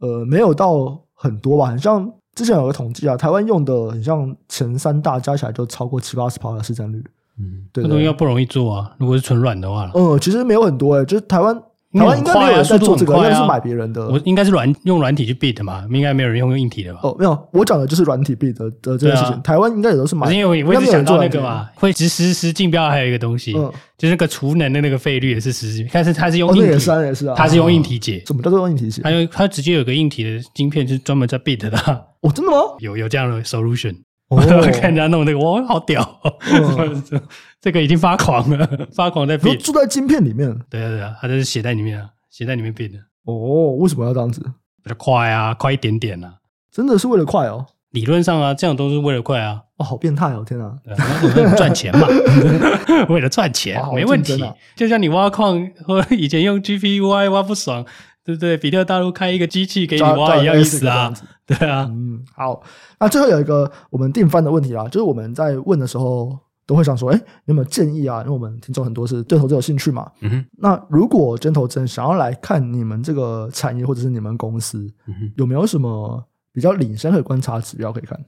[SPEAKER 1] 呃没有到很多吧，很像之前有个统计啊，台湾用的很像前三大加起来就超过七八十趴的市占率，
[SPEAKER 3] 嗯，
[SPEAKER 1] 对
[SPEAKER 2] 这
[SPEAKER 1] 的
[SPEAKER 2] 东西。又不容易做啊，如果是纯软的话啦，
[SPEAKER 1] 嗯，其实没有很多哎、就是台湾
[SPEAKER 2] 因
[SPEAKER 1] 台
[SPEAKER 2] 为
[SPEAKER 1] 湾
[SPEAKER 2] 很
[SPEAKER 1] 应该没有
[SPEAKER 2] 快啊
[SPEAKER 1] 人在做这
[SPEAKER 2] 速
[SPEAKER 1] 个，
[SPEAKER 2] 度
[SPEAKER 1] 应
[SPEAKER 2] 很快啊
[SPEAKER 1] 该是买别人的。
[SPEAKER 2] 我应该是软用软体去 bid 嘛，应该没有人用用硬体的吧？
[SPEAKER 1] 呃哦，没有，我讲的就是软体币的的这件事情，
[SPEAKER 2] 对啊
[SPEAKER 1] 台湾应该也都是买
[SPEAKER 2] 可是，因为我
[SPEAKER 1] 应
[SPEAKER 2] 一
[SPEAKER 1] 该
[SPEAKER 2] 直
[SPEAKER 1] 没有
[SPEAKER 2] 想
[SPEAKER 1] 人
[SPEAKER 2] 到
[SPEAKER 1] 做
[SPEAKER 2] 那
[SPEAKER 1] 软体
[SPEAKER 2] 个嘛，会实实时竞标，还有一个东西，
[SPEAKER 1] 嗯，
[SPEAKER 2] 就是那个储能的那个费率也是实时，但是它是用
[SPEAKER 1] 哦，那
[SPEAKER 2] 硬
[SPEAKER 1] 也
[SPEAKER 2] 体
[SPEAKER 1] 是，啊，那也是啊，
[SPEAKER 2] 它是用硬体解，
[SPEAKER 1] 什么叫做硬体系
[SPEAKER 2] 它？用它直接有个硬体的晶片是专门在 bid 的啊，
[SPEAKER 1] 哦，真的 吗？
[SPEAKER 2] 有有这样的 solution。
[SPEAKER 1] 哦
[SPEAKER 2] 看人家弄那个，哇，好屌！哦
[SPEAKER 1] 嗯
[SPEAKER 2] 这个已经发狂了，发狂在
[SPEAKER 1] 你说
[SPEAKER 2] bid。
[SPEAKER 1] 住在晶片里面
[SPEAKER 2] 对啊对啊，它就是写在里面啊，写在里面 bid 的
[SPEAKER 1] 哦，为什么要这样子？
[SPEAKER 2] 比较快啊，快一点点啊。
[SPEAKER 1] 真的是为了快哦，
[SPEAKER 2] 理论上啊，这样都是为了快啊。
[SPEAKER 1] 哦，好变态哦，天啊！
[SPEAKER 2] 对啊为了赚 钱嘛，为了赚钱
[SPEAKER 1] 哇好
[SPEAKER 2] 没问
[SPEAKER 1] 竞
[SPEAKER 2] 题
[SPEAKER 1] 争啊。
[SPEAKER 2] 就像你挖矿或以前用 GPUI 挖不爽，对不对？比特大陆开一个机器给你
[SPEAKER 1] 抓
[SPEAKER 2] 挖
[SPEAKER 1] 抓
[SPEAKER 2] 一样
[SPEAKER 1] 类
[SPEAKER 2] 意
[SPEAKER 1] 似
[SPEAKER 2] 思
[SPEAKER 1] 的这
[SPEAKER 2] 啊
[SPEAKER 1] 样子，
[SPEAKER 2] 对啊，
[SPEAKER 1] 嗯，好，那最后有一个我们定番的问题啊，就是我们在问的时候都会想说，哎，你有没有建议啊？因为我们听众很多是对投资有兴趣嘛。
[SPEAKER 3] 嗯哼，
[SPEAKER 1] 那如果真投资人想要来看你们这个产业或者是你们公司，
[SPEAKER 3] 嗯哼。
[SPEAKER 1] 有没有什么比较领先的观察指标可以看？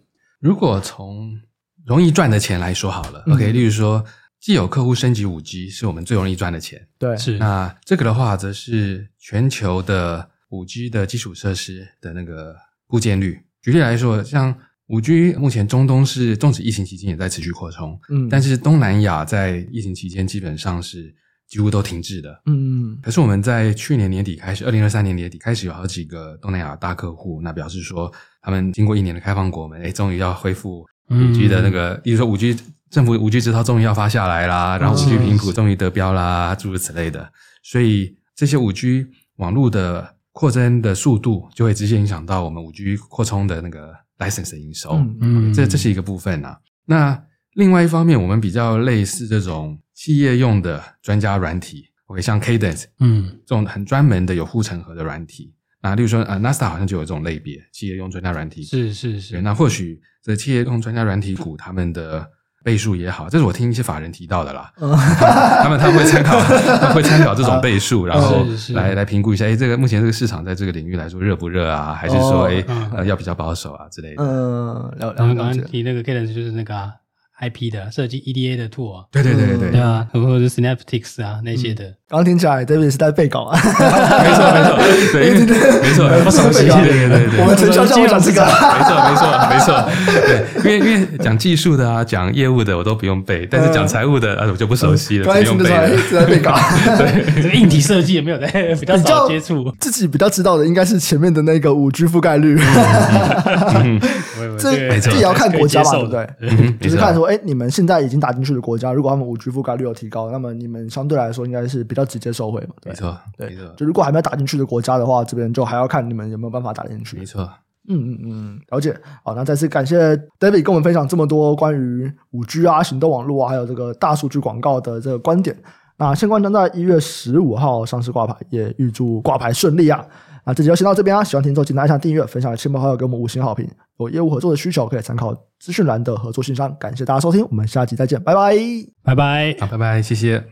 [SPEAKER 3] 如果从容易赚的钱来说好了、
[SPEAKER 1] 嗯
[SPEAKER 3] o k 例如说，既有客户升级五 G 是我们最容易赚的钱，
[SPEAKER 1] 对，
[SPEAKER 2] 是
[SPEAKER 3] 那这个的话，则是全球的五 G 的基础设施的那个固件率。举例来说，像五 G 目前中东是纵使疫情期间也在持续扩充，
[SPEAKER 1] 嗯，
[SPEAKER 3] 但
[SPEAKER 1] 是
[SPEAKER 3] 是东南亚在疫情期间基本上是几乎都停滞的。
[SPEAKER 1] 嗯
[SPEAKER 3] 可是我们在去年年底开始，二零二三年年底开始有好几个东南亚大客户，那表示说他们经过一年的开放国门，哎，终于要恢复
[SPEAKER 2] 嗯
[SPEAKER 3] 五
[SPEAKER 1] 嗯
[SPEAKER 3] G 的那个，比如说五 G 政府五 G 执照终于要发下来啦，然后五 G
[SPEAKER 1] 嗯
[SPEAKER 3] 频谱终于得标啦，诸如此类的。所以这些五 G 网络的扩增的速度，就会直接影响到我们五 G 扩充的那个 license 的营收。
[SPEAKER 1] 嗯
[SPEAKER 2] 嗯
[SPEAKER 3] 这这是一个部分啊。那另外一方面，我们比较类似这种企业用的专家软体，OK，像 Cadence
[SPEAKER 2] 嗯
[SPEAKER 3] 这种很专门的有护城河的软体。那例如说，呃，NASA 好像就有这种类别，企业用专家软体。
[SPEAKER 2] 是是
[SPEAKER 3] 对，
[SPEAKER 2] 是，
[SPEAKER 3] 那或许这企业用专家软体股他们的倍数也好，这是我听一些法人提到的啦。
[SPEAKER 1] 嗯
[SPEAKER 3] 他们他们会 参考，他们会参考这种倍 数，然后
[SPEAKER 2] 啊是是
[SPEAKER 3] 来来评估一下，哎，这个目前这个市场在这个领域来说热不热啊？还是说，
[SPEAKER 1] 哦
[SPEAKER 3] 哎
[SPEAKER 2] 嗯，
[SPEAKER 3] 呃要比较保守啊之类的？
[SPEAKER 1] 嗯，了
[SPEAKER 2] 然后
[SPEAKER 1] 了
[SPEAKER 2] 刚
[SPEAKER 1] 了
[SPEAKER 2] 刚
[SPEAKER 1] 解，
[SPEAKER 2] 提那个 c a d e n 就是那个啊 IP 的设计 EDA 的 tool 啊，
[SPEAKER 3] 对对对对
[SPEAKER 2] 对
[SPEAKER 3] 对，
[SPEAKER 2] 啊，或者是 Synaptics 啊那些的，
[SPEAKER 1] 刚刚听起来 David 是在背稿啊，
[SPEAKER 3] 没错没错，
[SPEAKER 2] 哎
[SPEAKER 3] 对，因为没错，
[SPEAKER 2] 不熟悉
[SPEAKER 3] 对对对对
[SPEAKER 1] 我。们陈潇潇会讲这个，
[SPEAKER 3] 没错，没错，没错。对，因为因为讲技术的啊，讲业务的我都不用背，但是
[SPEAKER 2] 嗯
[SPEAKER 3] 讲财务的啊，我就不熟悉了，
[SPEAKER 1] 刚
[SPEAKER 3] 不
[SPEAKER 1] 才
[SPEAKER 3] 用
[SPEAKER 1] 听得出来
[SPEAKER 3] 背了。
[SPEAKER 1] 是在背 稿。
[SPEAKER 2] 这个硬体设计也没有在 比较
[SPEAKER 1] 比较
[SPEAKER 2] 少接触，
[SPEAKER 1] 自己比较知道的应该是前面的那个五 G 覆盖率， 这
[SPEAKER 2] 对
[SPEAKER 1] 这也要看国家吧，对不？对就
[SPEAKER 3] 嗯没
[SPEAKER 2] 这个可以接受的？
[SPEAKER 1] 是
[SPEAKER 3] 错
[SPEAKER 1] 看说，哎、你们现在已经打进去的国家，如果他们五 G 覆盖率有提高，那么你们相对来说应该是比较直接受惠嘛，对
[SPEAKER 3] 没。错，
[SPEAKER 1] 对
[SPEAKER 3] 没错，
[SPEAKER 1] 就如果还没有打进去的国家的话，这边就还要看你们有没有办法打进去。
[SPEAKER 3] 没错。
[SPEAKER 1] 嗯嗯嗯，了解。好，那再次感谢 David 跟我们分享这么多关于五 G 啊、行动网络啊，还有这个大数据广告的这个观点。那现官将在一月十五号上市挂牌，也预祝挂牌顺利啊！啊，这集就先到这边啊，喜欢听众记得按下订阅、分享给亲朋好友，给我们五星好评。有业务合作的需求，可以参考资讯栏的合作信箱。感谢大家收听，我们下集再见，拜拜。
[SPEAKER 2] 拜拜。
[SPEAKER 3] 好，拜拜，谢谢。